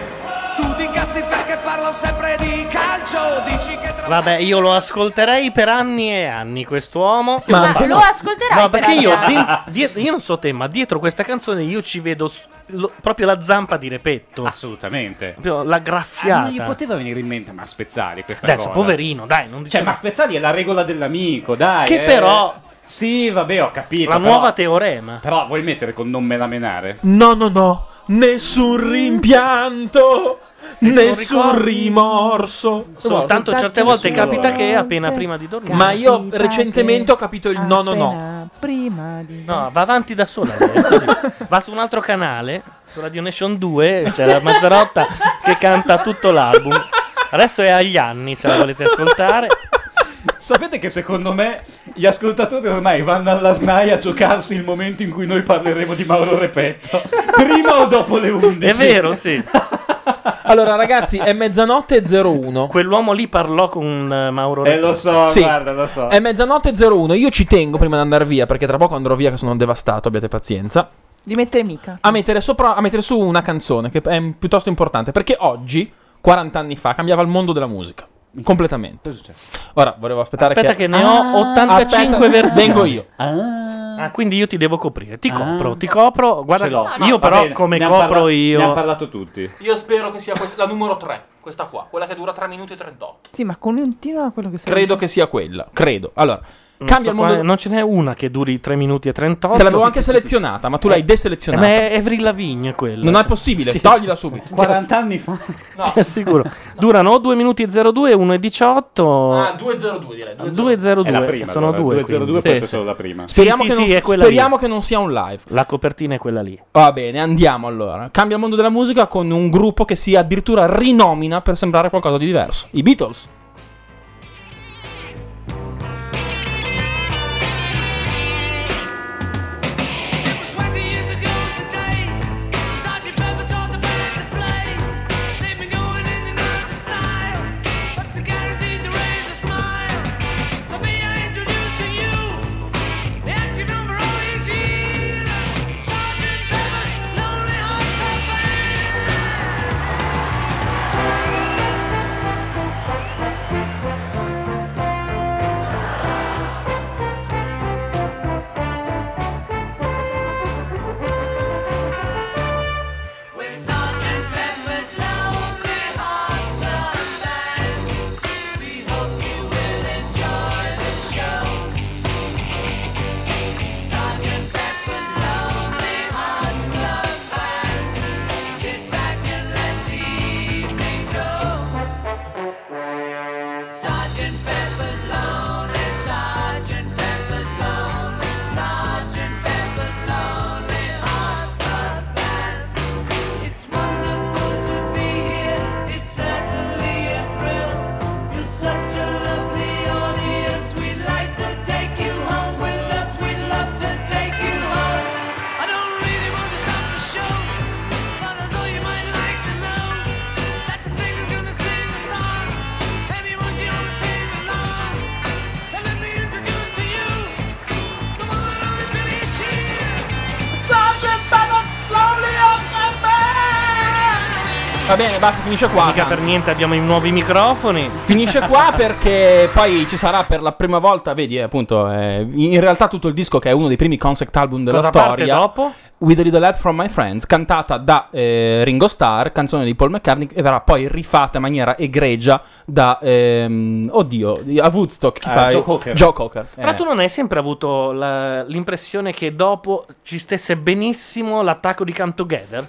Tu ti incazzi perché parlo sempre di calcio, dici che tra
Vabbè, io lo ascolterei per anni e anni quest'uomo.
Ma lo ascolterai
No,
per
perché io,
anni.
di- dietro- io non so te, ma dietro questa canzone io ci vedo s- lo- proprio la zampa di Repetto.
Assolutamente.
Proprio la
Ah,
graffiata.
non gli poteva venire in mente Max Pezzali questa
Adesso,
cosa.
poverino, dai, non
Cioè, Max Pezzali è la regola dell'amico, dai.
Che
eh.
però-
Sì, vabbè, ho capito.
La
però-
nuova teorema.
Però vuoi mettere con non me la menare?
No, no, no. Nessun rimpianto. Nessun
ricordo.
rimorso.
Soltanto certe volte capita che appena prima di dormire. Ah,
Ma io recentemente ho capito il no, no, no.
Prima di. No, va avanti da sola. lei, così. va su un altro canale, su Radio Nation 2, c'è la Mazzarotta che canta tutto l'album. Adesso è agli anni, se la volete ascoltare.
Sapete che secondo me gli ascoltatori ormai vanno alla SNAI a giocarsi il momento in cui noi parleremo di Mauro Repetto. Prima o dopo le 11?
È vero, sì.
Allora, ragazzi, è mezzanotte e 01.
Quell'uomo lì parlò con eh, Mauro
Eh, lo so,
Sì.
guarda, lo so.
È mezzanotte e 01. Io ci tengo prima di andare via, perché tra poco andrò via che sono devastato, abbiate pazienza.
Di mettere mica.
a mettere, sopra, a mettere su una canzone che è piuttosto importante perché oggi, 40 anni fa, cambiava il mondo della musica. Completamente. Ora volevo aspettare
Aspetta
che... Ah.
che ne ho 85
aspetta,
versioni.
Vengo io.
Ah, quindi io ti devo coprire.
Ah.
Ti copro, ti copro. Guarda,
Ce l'ho. No, no,
io
va
però
bene,
come
ne
copro
han parla-
io.
Ne hanno parlato tutti.
Io spero che sia la numero 3, questa qua, quella che dura 3 minuti e 38.
Sì, ma continua quello che stai
Credo che sia quella, credo. Allora,
Non
cambia
so
il mondo...
quale- Non ce n'è una che duri 3 minuti e 38.
Te l'avevo anche selezionata, ma tu l'hai
Eh,
deselezionata.
Ma è Avril Lavigne quella.
Non è possibile,
Sì.
toglila subito.
40 anni fa.
Ti assicuro. Durano o 2 minuti e 02, 1 e 18.
Ah, 202 direi.
202.
È la prima,
sono
allora.
due.
202 può
quindi. Sì,
essere
sì.
solo la prima.
Speriamo,
Sì,
che,
sì,
non,
sì, è quella
speriamo
lì.
che non sia un live.
La copertina è quella lì.
Va bene, andiamo allora. Cambia il mondo della musica con un gruppo che si addirittura rinomina per sembrare qualcosa di diverso. I Beatles.
It was 20 years ago today. Sergeant Pepper taught the band to play. They've been going in and out of style, but they guaranteed to raise a smile. So me, I introduce to you the acting over all these years, Sergeant Pepper's Lonely Hearts Club Band.
eh, eh,
Va bene, basta, finisce qua.
Mica per niente abbiamo i nuovi microfoni.
Finisce qua perché poi ci sarà per la prima volta, vedi, eh, appunto, eh, in realtà tutto il disco che è uno dei primi concept album della
Cosa parte
storia.
dopo?
With a Little Help from My Friends, cantata da eh, Ringo Starr, canzone di Paul McCartney, e verrà poi rifatta in maniera egregia da, ehm, oddio, a Woodstock. Chi
Ah,
fa?
Joe Cocker.
Joe Cocker.
Però
eh.
tu non hai sempre avuto la- l'impressione che dopo ci stesse benissimo l'attacco di Come Together?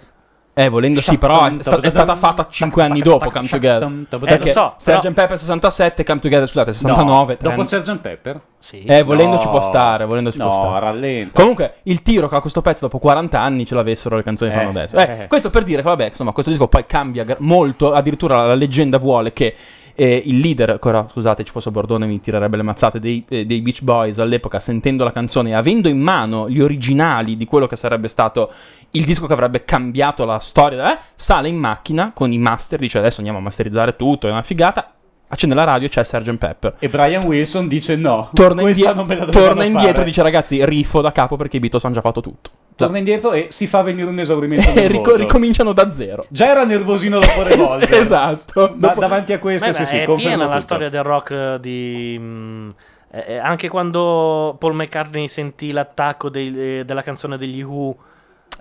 Eh, volendo sì, però è, sta- è stata fatta 5 anni dopo Come Together.
Eh, lo so,
Sgt.
però-
Pepper 67, Come Together, scusate, 69.
No, dopo
trenta.
Sgt. Pepper? Sì.
Eh, volendo ci può stare, volendo ci
No,
può stare.
rallenta.
Comunque, il tiro che ha questo pezzo dopo 40 anni ce l'avessero le canzoni che
Eh,
fanno adesso. Eh,
eh.
Questo per dire che, vabbè, insomma, questo disco poi cambia gra- molto. Addirittura la leggenda vuole che eh, il leader, ancora scusate, ci fosse Bordone, mi tirerebbe le mazzate dei, eh, dei Beach Boys all'epoca, sentendo la canzone e avendo in mano gli originali di quello che sarebbe stato il disco che avrebbe cambiato la storia, eh, sale in macchina con i master, dice adesso andiamo a masterizzare tutto, è una figata. Accende la radio, c'è Sgt. Pepper.
E Brian Wilson dice no.
Torna,
questa
indie-
non me la dovevano
torna indietro
fare.
e dice ragazzi rifo da capo perché i Beatles hanno già fatto tutto.
Torna indietro e si fa venire un esaurimento
E rico-
nervoso.
ricominciano da zero.
Già era nervosino dopo Revolver.
esatto.
Ma davanti a questo,
Beh,
sì,
beh,
sì,
è
confermo
piena la
tutto.
storia del rock eh, di... mm, eh, eh, anche quando Paul McCartney sentì l'attacco dei- eh, della canzone degli Who...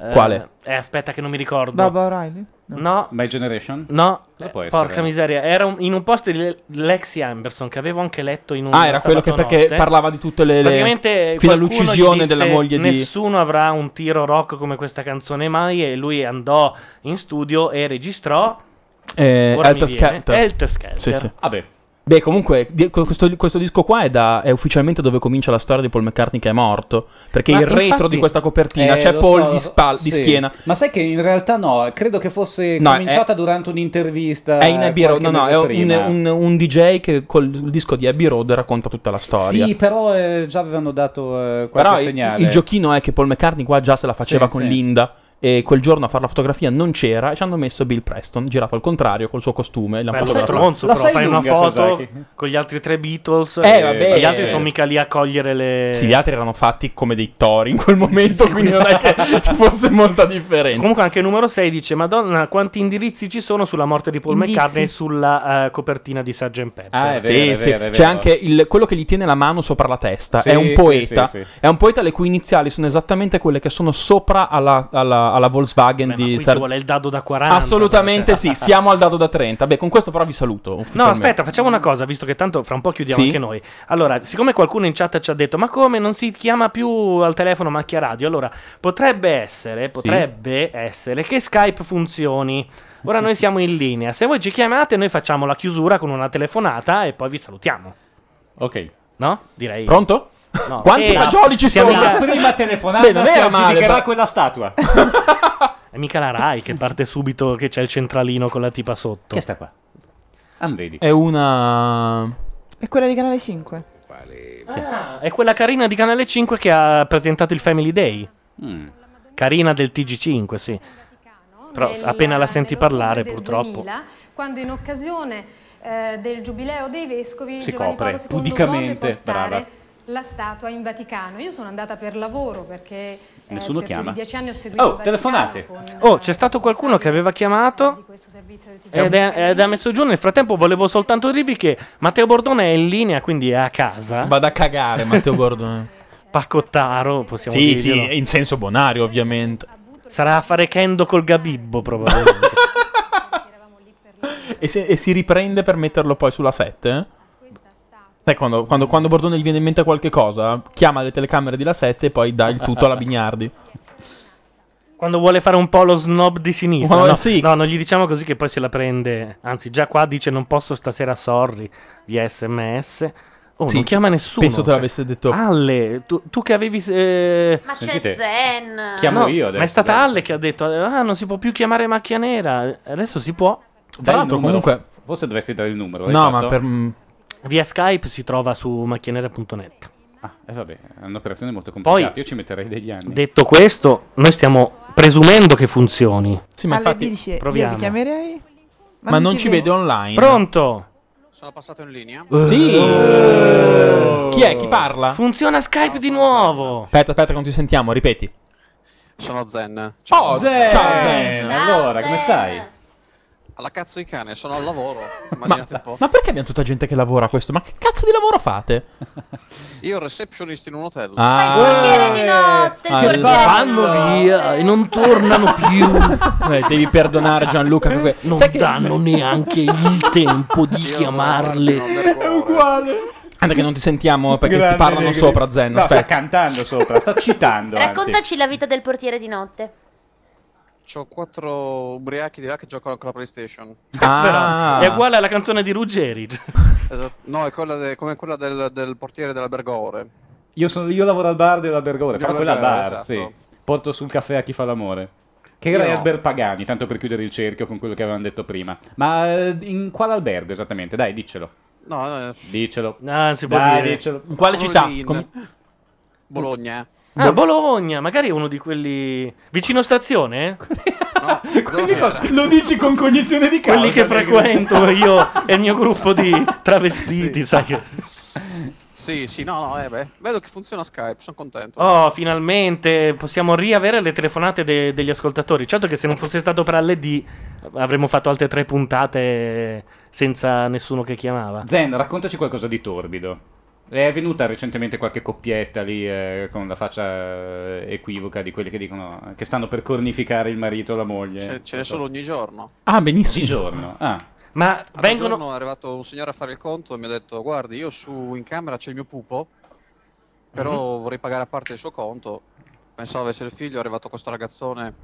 eh,
Quale?
Eh, aspetta che non mi ricordo.
Baba O'Reilly?
No.
My Generation?
No,
Cosa può essere?
Porca miseria, era un- in un post di Lexi Amberson che avevo anche letto in un
Ah, era quello che
sabato
perché
notte.
parlava di tutte le- le-
Praticamente qualcuno
fino all'uccisione
gli disse,
della moglie di-
Nessuno avrà un tiro rock come questa canzone mai e lui andò in studio e registrò
Eh,
Ora mi
Helter
viene.
Skelter.
Helter Skelter.
Sì, sì.
Vabbè.
Beh, comunque, di- que- questo, questo disco qua è, da- è ufficialmente dove comincia la storia di Paul McCartney che è morto. Perché
Ma
il retro
infatti-
di questa copertina
Eh,
c'è
lo
Paul
so,
di, spal- di
sì.
schiena.
Ma sai che in realtà no, credo che fosse
No,
cominciata durante un'intervista.
È in Abbey Road, no, no, è
Eh, qualche
un,
mese prima.
un- un DJ che col disco di Abbey Road racconta tutta la storia.
Sì, però eh, già avevano dato eh, qualche
Però il-
segnale.
il, giochino è che Paul McCartney qua già se la faceva
Sì,
con
sì.
Linda e quel giorno a fare la fotografia non c'era e ci hanno messo Bill Preston girato al contrario col suo costume. e l'hanno
Bello
fotografata.
stronzo, però fai una foto
Sasaki.
con gli altri tre Beatles
Eh,
e
vabbè.
gli altri sono mica lì a cogliere le...
Sì, gli altri erano fatti come dei tori in quel momento, quindi non è che ci fosse molta differenza.
Comunque anche il numero 6 dice Madonna quanti indirizzi ci sono sulla morte di Paul
Indizi?
McCartney sulla eh, copertina di Sgt. Pepper
Sì, sì. C'è anche il- quello che gli tiene la mano sopra la testa.
Sì,
è un
sì,
poeta.
sì, sì.
È un poeta le cui iniziali sono esattamente quelle che sono sopra alla, alla- alla Volkswagen di
Qui ci
Sar-
vuole il dado da 40
Assolutamente
per-
sì, siamo al dado da 30. Beh, con questo però vi saluto.
No,
ufficialmente.
aspetta, facciamo una cosa, visto che tanto fra un po' chiudiamo
Sì.
anche noi. Allora, siccome qualcuno in chat ci ha detto "Ma come non si chiama più al telefono macchia radio?" Allora, potrebbe essere, potrebbe essere che Skype funzioni. Ora noi siamo in linea. Se voi ci chiamate, noi facciamo la chiusura con una telefonata e poi vi salutiamo.
Ok.
No? Direi.
Pronto?
No.
Quanti
Eh,
fagioli ci
siamo
sono?
in-
La prima telefonata
Beh, non
si
era male,
aggiudicherà
però-
quella statua.
È mica la Rai che parte subito che c'è il centralino con la tipa sotto.
Che sta qua? Anvedi.
È una.
È quella di Canale 5.
Ah, è quella carina di Canale 5 che ha presentato il Family Day. Mm. Carina del TG5, sì. Però
nel-
appena la senti parlare,
del
purtroppo.
2000, quando in occasione eh, del giubileo dei vescovi
Si
Giovanni
copre
Paolo II
pudicamente,
volle portare
brava.
la statua in Vaticano. Io sono andata per lavoro perché eh,
Nessuno
per più
chiama.
di dieci anni ho seguito
Oh,
il
telefonate. Oh, c'è stato qualcuno che aveva chiamato ed è, ed ha messo giù. Nel frattempo volevo soltanto dirvi che Matteo Bordone è in linea, quindi è a casa.
Vado a cagare, Matteo Bordone.
Pacottaro, possiamo
Sì,
dirglielo.
sì, in senso bonario, ovviamente.
Sarà a fare kendo col Gabibbo, probabilmente.
E, se- e si riprende per metterlo poi sulla 7? Sai, quando, quando, quando Bordone gli viene in mente qualche cosa, chiama le telecamere di La 7 e poi dà il tutto alla Bignardi.
Quando vuole fare un po' lo snob di sinistra.
Oh,
no,
sì.
no, non gli diciamo così che poi se la prende. Anzi, già qua dice non posso stasera, sorry, via sms. Oh,
Sì,
non chiama nessuno. cioè.
penso te l'avesse detto-
Alle, tu, tu che avevi... eh,
Ma c'è Zen.
No, Ma è stata Alle che ha detto: Ah, non si può più chiamare macchia nera. Adesso si può.
Dai il numero. Forse dovresti dare il numero. l'hai
No,
fatto?
ma per-
mm.
Via Skype si trova su macchianera.net.
Ah, eh, vabbè, è un'operazione molto complicata. Io ci metterei degli anni.
Detto questo, noi stiamo presumendo che funzioni.
Sì,
Alle 10 io
proviamo.
vi chiamerei.
Ma non ci vede online. Eh.
Pronto?
Sono passato in linea.
Sì. Chi è? Chi parla?
Oh. Funziona Skype di nuovo.
Aspetta, aspetta, che non ti sentiamo, ripeti.
Sono Zen.
Oh, Zen! Ciao, Zen. Allora, come stai?
Alla cazzo di cane, sono al lavoro. Immaginate un po'.
Ma perché abbiamo tutta gente che lavora a questo? Ma che cazzo di lavoro fate?
Io receptionist in un hotel.
Ah. Fai il portiere di notte,
Ah,
il portiere di
Vanno via e non tornano più.
Eh, devi perdonare Gianluca. che que-
Non
Sai che-
danno neanche il tempo di chiamarle.
È uguale. Anche che non ti sentiamo perché ti
Grande
parlano
Negri.
sopra, Zen.
No, sta
aspetta.
cantando sopra, sta citando. anzi.
Raccontaci la vita del portiere di notte.
C'ho quattro ubriachi di là che giocano con la PlayStation.
Ah.
Però è uguale alla canzone di Ruggeri.
Esatto. No, è quella de- come quella del, del portiere dell'albergore.
Io, sono- io lavoro al bar della Bergore, però quella
Della
al bar,
Bergore,
sì.
esatto.
Porto sul caffè a chi fa l'amore. Che era
Io no.
Herbert Pagani, tanto per chiudere il cerchio con quello che avevamo detto prima. Ma eh, in quale albergo esattamente? Dai, diccelo.
No, no, eh,
Diccelo.
No, si può
Dai,
dire.
diccelo.
In quale città?
Berlino. Bologna.
Ah, Bologna, magari è uno di quelli vicino stazione?
Lo dici con cognizione di causa.
Quelli che
Negri.
frequento io e il mio gruppo di travestiti, sai che-
Sì, sì, no, no, eh, beh. Vedo che funziona Skype, sono contento.
Oh, finalmente possiamo riavere le telefonate de- degli ascoltatori. Certo che se non fosse stato per All'D avremmo fatto altre tre puntate senza nessuno che chiamava.
Zen, raccontaci qualcosa di torbido. Le È venuta recentemente qualche coppietta lì eh, con la faccia eh, equivoca di quelli che dicono che stanno per cornificare il marito o la moglie.
Ce, ce ne sono ogni giorno.
Ah, benissimo.
Di giorno. Ah.
Ma
Vengono... giorno è arrivato un signore a fare il conto e mi ha detto guardi io su in camera c'è il mio pupo, però vorrei pagare a parte il suo conto. Pensavo avesse il figlio, è arrivato questo ragazzone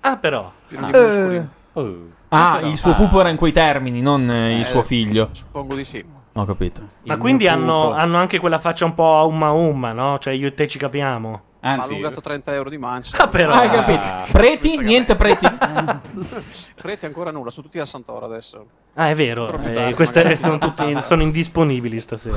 Ah, però.
pieno di muscoli.
Eh. Ah,
Però-
il suo
Ah.
pupo era in quei termini, non eh, il
Eh,
suo figlio.
Suppongo di sì.
Ho capito.
Ma quindi hanno, hanno anche quella faccia un po' a umma umma, no? Cioè io e te ci capiamo.
Mi ha allungato 30 euro di mancia.
Ah, però.
Hai capito? Preti? Niente preti.
Preti ancora nulla, sono tutti a Santoro adesso.
Ah, è vero,
Proprio
eh,
tardi,
queste
magari.
sono, tutti, sono indisponibili stasera.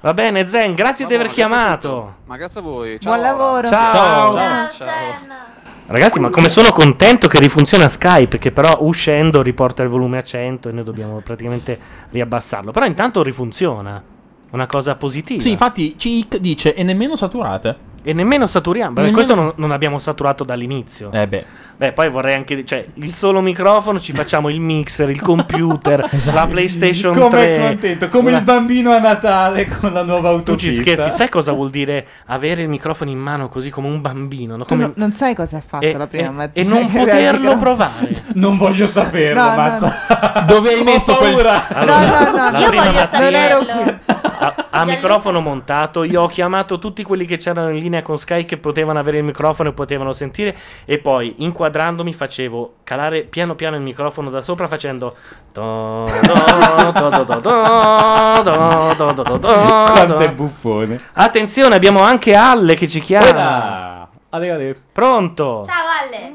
Va bene, Zen, grazie di aver chiamato.
Ma grazie a voi.
Buon lavoro. Ciao.
Ciao.
Ciao,
Ciao.
Ragazzi, ma come sono contento che rifunziona Skype, che però uscendo riporta il volume a 100 e noi dobbiamo praticamente riabbassarlo. Però intanto rifunziona. Una cosa positiva.
Sì, infatti, Cic dice, e nemmeno saturate.
E nemmeno saturiamo. Vabbè,
Nemmeno-
Questo non, non abbiamo saturato dall'inizio.
Eh beh.
Beh, poi vorrei anche. di- Cioè, il solo microfono, ci facciamo il mixer, il computer,
Esatto.
la PlayStation
Come
3.
contento, come
una-
il bambino a Natale con la nuova
Tu
autopista.
ci scherzi, sai cosa vuol dire avere il microfono in mano così come un bambino? no?
Tu
Come-
no- non sai cosa ha fatto
e,
la prima
e-
mattina.
e non
che aveva il
poterlo
microfono.
provare.
Non voglio saperlo,
No, no,
Dove hai messo quel...
Allora, la
Io
prima
voglio
mattina
saperlo.
a, a microfono montato, io ho chiamato tutti quelli che c'erano in linea con Sky che potevano avere il microfono e potevano sentire e poi inquadrandomi facevo calare piano piano il microfono da sopra facendo do, do, do, do, do, do, do, do, do, do, do.
Quanto è buffone.
Attenzione, abbiamo anche Alle che ci chiama.
Ora. Ale, ale.
Pronto?
Ciao Ale.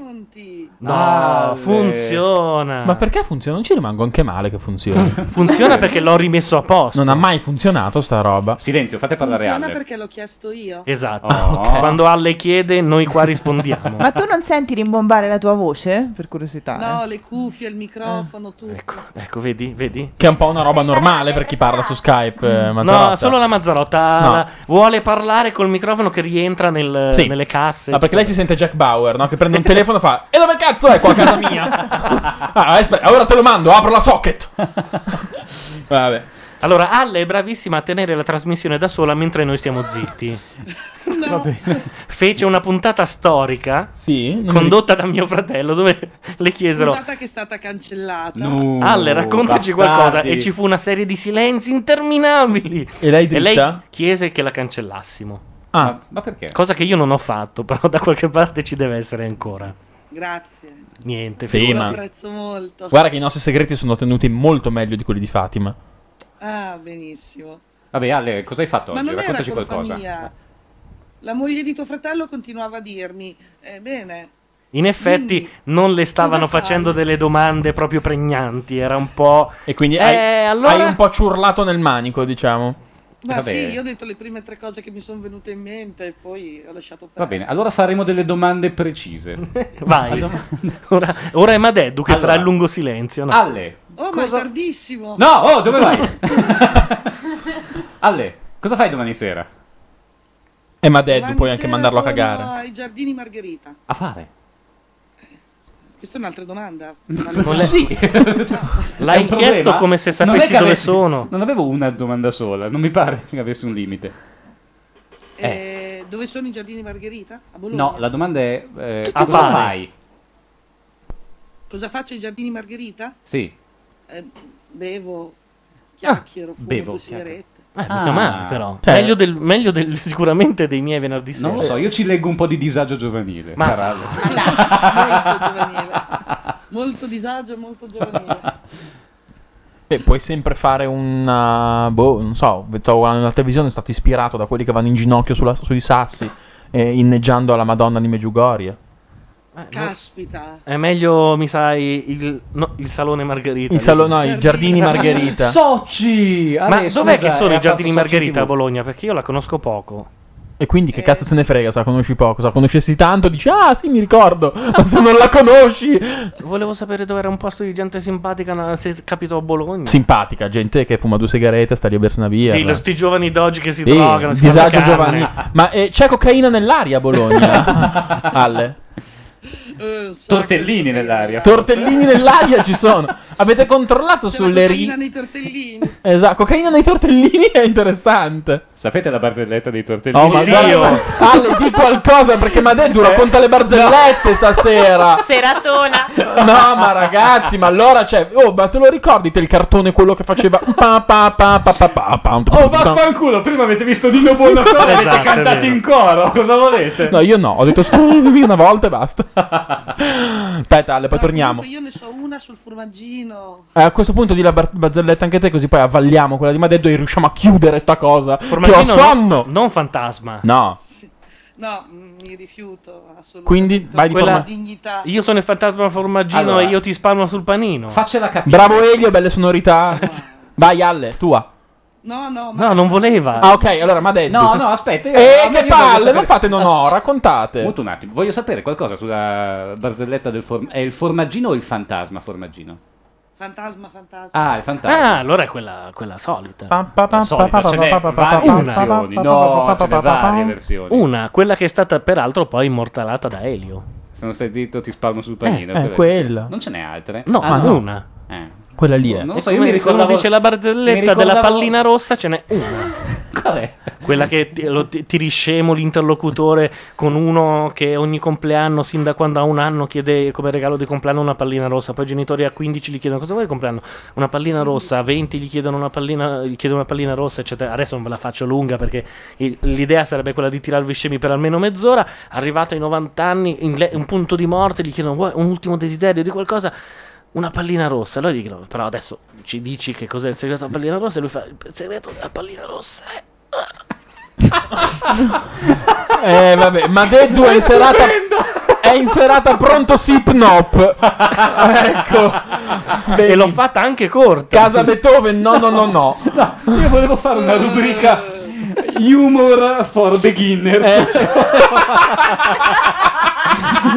No,
Ale.
Ah, funziona.
Ma perché funziona? Non ci rimango anche male che funzioni.
Funziona perché l'ho rimesso a posto.
Non ha mai funzionato sta roba.
Silenzio, fate
Funziona perché l'ho chiesto io.
Esatto.
Ah, ok.
Quando Alle chiede, noi qua rispondiamo.
Ma tu non senti rimbombare la tua voce? Per curiosità. eh?
No, le cuffie, il microfono, tutto.
Ecco, vedi, vedi.
Che è un po' una roba normale per chi parla su Skype, eh, Mazzarotta.
No, solo la Mazzarotta
No.
la- vuole parlare col microfono che rientra nel-
Sì.
nelle casse.
Ah, perché lei si sente Jack Bauer, no? Che prende un telefono e fa... E dove cazzo è qua a casa mia? ah, aspetta, ora te lo mando, apro la socket. Vabbè.
Allora, Alle è bravissima a tenere la trasmissione da sola mentre noi stiamo zitti. Va bene. Fece una puntata storica
mi
condotta da mio fratello dove le chiesero
Puntata che è stata cancellata.
Alle, raccontaci qualcosa. E ci fu una serie di silenzi interminabili.
E lei dritta?
chiese che la cancellassimo.
Ah,
ma perché?
Cosa che io non ho fatto, però da qualche parte ci deve essere ancora.
Grazie.
Niente,
Sì,
figurati.
ma...
apprezzo molto.
Guarda che i nostri segreti sono tenuti molto meglio di quelli di Fatima.
Ah, benissimo.
ah,
Vabbè, Ale, cosa hai fatto
Ma
oggi?
non era
Raccontaci
colpa
qualcosa.
mia. La moglie di tuo fratello continuava a dirmi, eh, bene,
In effetti non le stavano facendo delle domande proprio pregnanti, era un po'...
E quindi
Eh,
hai,
allora-
hai un po' ciurlato nel manico, diciamo.
ma sì, io ho detto le prime tre cose che mi sono venute in mente e poi ho lasciato perdere.
Va bene, allora faremo delle domande precise.
Vai. ora, ora è Madeddu che farà
Allora.
il lungo silenzio. No?
Ale,
Oh, ma è tardissimo!
No, oh, dove vai? Ale, cosa fai domani sera?
Eh, ma Dead, puoi
Domani
anche
sera
mandarlo a
sono
cagare.
Ai giardini Margherita.
A fare.
Questa è un'altra domanda.
Non Cioè, è-
L'hai
È un problema?
chiesto come se
Non è
sapessi
che
dove
avessi-
sono.
Non avevo una domanda sola, non mi pare che avesse un limite.
Eh, dove sono i giardini Margherita? A Bologna.
No, la domanda è eh,
Che
cosa
fai?
fai?
Cosa faccio ai giardini Margherita?
Sì.
Eh, bevo,
Ah,
chiacchiero, fumo
bevo,
due
chiacchiero.
sigarette.
Eh, mica
Ah.
male, però.
Cioè-
Meglio, del- meglio del- sicuramente dei miei venerdì sera.
Non lo so, io ci leggo un po' di disagio giovanile.
Ma-
Carallo.
Ma
Ah, molto giovanile. Molto disagio, molto giovanile.
Eh, Beh, puoi sempre fare un. Boh, non so. Stavo guardando la televisione, sono stato ispirato da quelli che vanno in ginocchio sulla- sui sassi, eh, inneggiando alla Madonna di Meggiugorie.
Caspita.
È meglio, mi sai, il, no, il salone Margherita.
Il
lì.
salo- no, i giardini Margherita.
Soci!
Ma
Ale, scusa,
dov'è che
è
sono
a
i giardini
Palazzo Soci TV.
Margherita a Bologna? Perché io la conosco poco.
E quindi
Eh.
che cazzo te ne frega se la conosci poco? Se la conoscessi tanto dici, ah sì, mi ricordo, ma se non la conosci...
Volevo sapere dove era un posto di gente simpatica, na- se capito a Bologna.
Simpatica, gente che fuma due sigarette, sta lì a bersi una birra.
Dillo, sti giovani d'oggi che si
Sì,
drogano. Si
disagio
fanno carne.
giovanile. Ma eh, c'è cocaina nell'aria a Bologna, Ale?
Tortellini nell'aria.
Tortellini nell'aria ci sono. Avete controllato sulle righe?
nei tortellini.
Esatto, cocaina nei tortellini è interessante.
Sapete la barzelletta dei tortellini? Eh.
Oh, ma guarda, Ale, di qualcosa perché Madeddu racconta le barzellette stasera.
Seratona.
No, ma ragazzi, ma allora c'è. oh, ma te lo ricordi te il cartone quello che faceva. Pa, pa, pa, pa, pa, pa, pa, pa,
Oh,
pa, pa.
vaffanculo! Prima avete visto Nino Buonacore, avete
Esatto,
cantato
è vero.
in coro. Cosa volete?
No, io no, ho detto scrivimi una volta e basta. Aspetta, Ale, poi torniamo.
Comunque Io ne so una sul formaggino.
Eh, a questo punto di la bar- barzelletta anche te, così poi avvalliamo quella di Madeddu e riusciamo a chiudere sta cosa. Che ho
Formaggino no-
sonno.
Non fantasma.
No.
No, mm, mi rifiuto assolutamente.
Quindi vai di
Quella-
forma-
dignità.
Io sono il fantasma formaggino
Allora.
e io ti spalmo sul panino.
Faccela capire.
Bravo Elio, belle sonorità. Vai, Ale, tua.
No, no,
No, non voleva.
Ah, ok, allora Madeddu.
No, no, aspetta. io- a me
Eh, che
io voglio
palle,
sapere-
non fate non ho, raccontate.
Molto un attimo, voglio sapere qualcosa sulla barzelletta del form- È il formaggino o il fantasma formaggino?
Fantasma, fantasma.
Ah, il fantasma.
Ah, allora è quella, quella solita.
La solita, ce n'è varie versioni. No, ce n'è varie versioni.
Una, quella che è stata peraltro poi immortalata da Elio.
Se non stai zitto ti spalmo sul panino. quella
Eh, eh,
quella.
Non ce n'è altre?
No,
Ah,
ma una.
Eh.
Quella lì è.
Non
E
so, io
come
mi
se uno
ricordavo...
dice la barzelletta
mi ricordavo-
della pallina rossa, ce n'è una.
Qual è?
Quella che ti- lo ti- tiri scemo l'interlocutore con uno che ogni compleanno, sin da quando ha un anno, chiede come regalo di compleanno una pallina rossa. Poi i genitori a 15 gli chiedono cosa vuoi di compleanno? Una pallina rossa, a 20 gli chiedono una pallina, gli chiedono una pallina rossa, eccetera. Adesso non ve la faccio lunga perché il- l'idea sarebbe quella di tirarvi scemi per almeno mezz'ora. Arrivato ai 90 anni, in le- un punto di morte, gli chiedono "Vuoi un ultimo desiderio di qualcosa. Una pallina rossa, allora gli chiedono, però adesso ci dici che cos'è il segreto della pallina rossa? E lui fa: Il segreto della pallina rossa è
Eh, vabbè, Madeddu è in serata. È in serata pronto sip nop. ecco.
E l'ho fatta anche corta.
Casa Beethoven, no, no, no, no.
Io volevo fare una rubrica Humor for beginners.
Eh.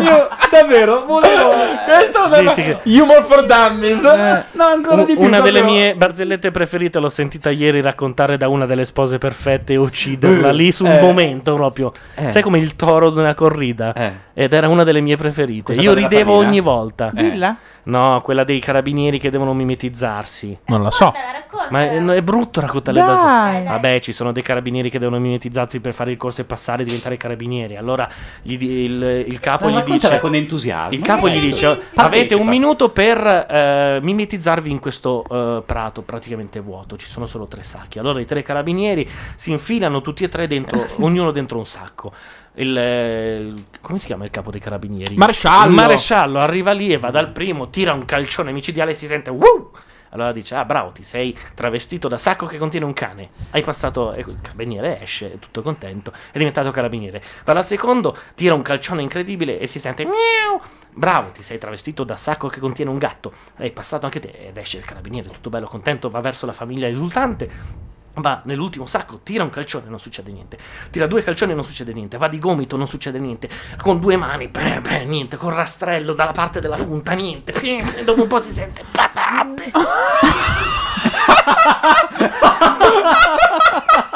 Io davvero volevo...
Questa è una...
Zitti che-
Humor for dummies.
Eh,
No, ancora
Un-
di più.
una delle
proprio.
mie barzellette preferite l'ho sentita ieri raccontare da una delle spose perfette e ucciderla
Eh,
lì sul
eh.
momento proprio.
Eh.
Sai come il toro di una corrida? Ed era una delle mie preferite.
Questa
Io
qua della
ridevo
pallina?
ogni volta.
Eh. Dilla?
No, quella dei carabinieri che devono mimetizzarsi.
Non la so.
Ma è, no, è brutto raccontare le
Dai.
barzellette. Vabbè, ci sono dei carabinieri che devono mimetizzarsi per fare il corso e passare e diventare carabinieri. Allora gli di- il, il capo
Ma
gli
raccontala
dice:
con entusiasmo.
Il capo gli
Dai,
dice:
partecipa.
Avete un minuto per eh, mimetizzarvi in questo eh, prato praticamente vuoto. Ci sono solo tre sacchi. Allora i tre carabinieri si infilano tutti e tre dentro, ognuno dentro un sacco. Il, eh, il- come si chiama il capo dei carabinieri?
Maresciallo.
Il maresciallo arriva lì e va dal primo, tira un calcione micidiale e si sente "Wow!" Allora dice: Ah, bravo, ti sei travestito da sacco che contiene un cane. Hai passato. E il carabiniere esce, è tutto contento. È diventato carabiniere. Va dal secondo, tira un calcione incredibile e si sente "Mm, miau. Bravo, ti sei travestito da sacco che contiene un gatto. Hai passato anche te. Ed esce il carabiniere, tutto bello contento, va verso la famiglia esultante. Va nell'ultimo sacco, tira un calcione, non succede niente. Tira due calcioni, non succede niente. Va di gomito, non succede niente. Con due mani, beh, beh, niente. Con rastrello dalla parte della punta, niente. E dopo un po' si sente patate.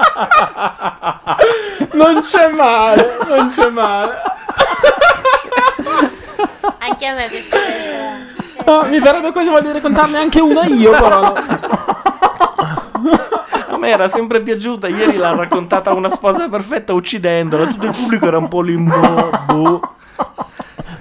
Non c'è male, non c'è male.
Anche a me piace.
Ah, mi verrebbe quasi voglia di raccontarne anche una io, però.
A me era sempre piaciuta. Ieri l'ha raccontata una sposa perfetta uccidendola. Tutto il pubblico era un po' limbo. boh.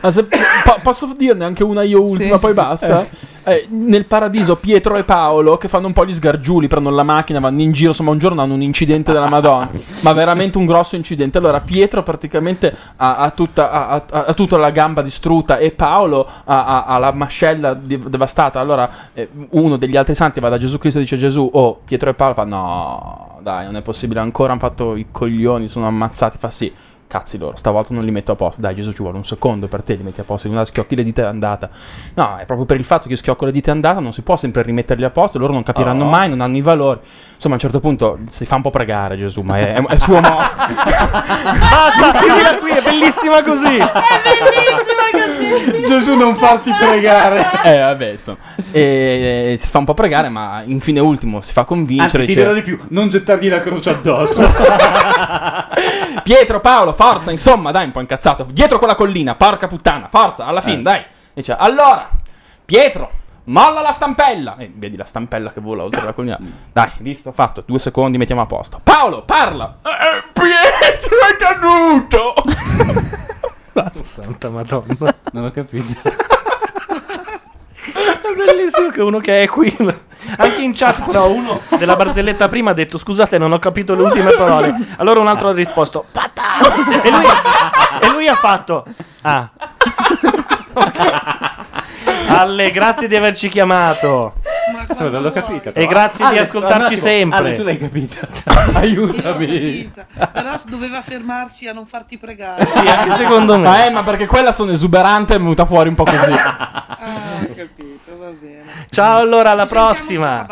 Ma se- po- posso dirne anche una io ultima, poi basta? Eh, nel paradiso Pietro e Paolo che fanno un po' gli sgargiuli, prendono la macchina, vanno in giro, insomma un giorno hanno un incidente della Madonna, ma veramente un grosso incidente. Allora Pietro praticamente ha, ha tutta, ha- ha- ha tutta la gamba distrutta e Paolo ha, ha- ha la mascella di- devastata. Allora eh, uno degli altri santi va da Gesù Cristo e dice Gesù, oh Pietro e Paolo fa no, dai non è possibile, ancora hanno fatto i coglioni, sono ammazzati, fa sì. Cazzi loro, stavolta non li metto a posto. Dai, Gesù, ci vuole un secondo per te, li metti a posto. Una schiocchi le dita è andata. No, è proprio per il fatto che io schiocco le dita è andata, non si può sempre rimetterli a posto. Loro non capiranno
Oh.
mai, non hanno i valori. Insomma, a un certo punto si fa un po' pregare Gesù, ma è, è, è suo modo.
Basta, chiudila qui, è bellissima così.
Gesù, non farti pregare.
Eh, vabbè, insomma. E, e si fa un po' pregare, ma infine ultimo si fa convincere. cioè
Anzi, ti
dice,
dirò di più, non gettargli la croce addosso.
Pietro, Paolo, forza, insomma, dai, un po' incazzato. Dietro quella collina, porca puttana, forza, alla fine,
Eh.
dai. Dice, allora, Pietro, molla la stampella. E vedi la stampella che vola oltre la collina. Dai, visto, fatto, due secondi, mettiamo a posto. Paolo, parla. Pietro è caduto.
Santa madonna.
Non ho capito.
È bellissimo che uno che è qui. Anche in chat, però, uno della barzelletta prima ha detto: Scusate, non ho capito le ultime parole. Allora un altro ha risposto: Patà! E lui, e lui ha fatto: Ah. Ale, grazie di averci chiamato.
Adesso non l'ho capita.
E
però.
grazie di
Ale,
ascoltarci
un attimo.
sempre.
Ale, Ah, tu l'hai capita. Aiutami.
Però s- doveva fermarsi a non farti
Eh
pregare.
secondo me. Ma eh, ma perché quella sono esuberante è venuta fuori un po' così.
Ciao, allora, alla prossima.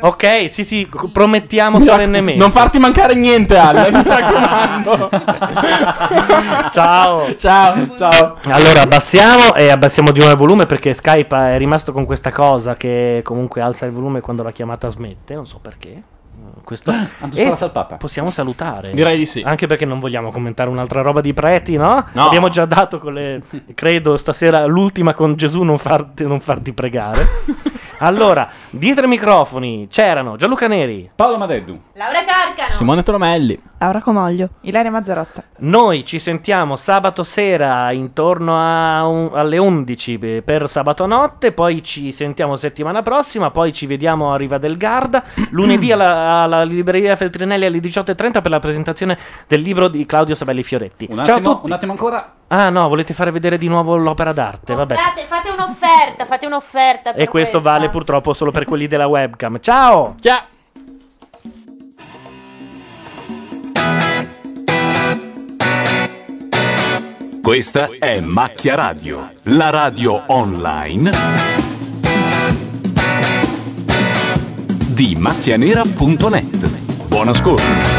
ok, sì, sì, c- promettiamo solennemente.
Non farti mancare niente, Ale, mi raccomando.
Ciao.
Ciao, ciao.
Allora abbassiamo e abbassiamo di nuovo il volume perché Skype è rimasto con questa cosa che comunque alza il volume quando la chiamata smette, non so perché. Mm, Questo...
sparato
sa- Possiamo salutare.
Direi
di sì.
Anche perché non vogliamo commentare un'altra roba di preti, no?
No.
Abbiamo già dato con le... credo stasera l'ultima con Gesù non farti, non farti pregare. allora, dietro i microfoni c'erano Gianluca Neri,
Paolo Madeddu,
Laura Carcano.
Simone Tromelli,
Laura Comoglio,
Ilaria Mazzarotta.
Noi ci sentiamo sabato sera intorno a un- alle 11 pe- per sabato notte, poi ci sentiamo settimana prossima, poi ci vediamo a Riva del Garda, lunedì alla, alla libreria Feltrinelli alle 18.30 per la presentazione del libro di Claudio Sabelli Fioretti.
un
Ciao a
attimo,
tutti!
un attimo ancora.
Ah no, volete fare vedere di nuovo l'opera d'arte, vabbè.
Date- fate un'offerta, fate un'offerta. per
E questo vale purtroppo solo per quelli della webcam. Ciao!
Ciao!
Questa è Macchia Radio, la radio online di macchianera.net. Buon ascolto.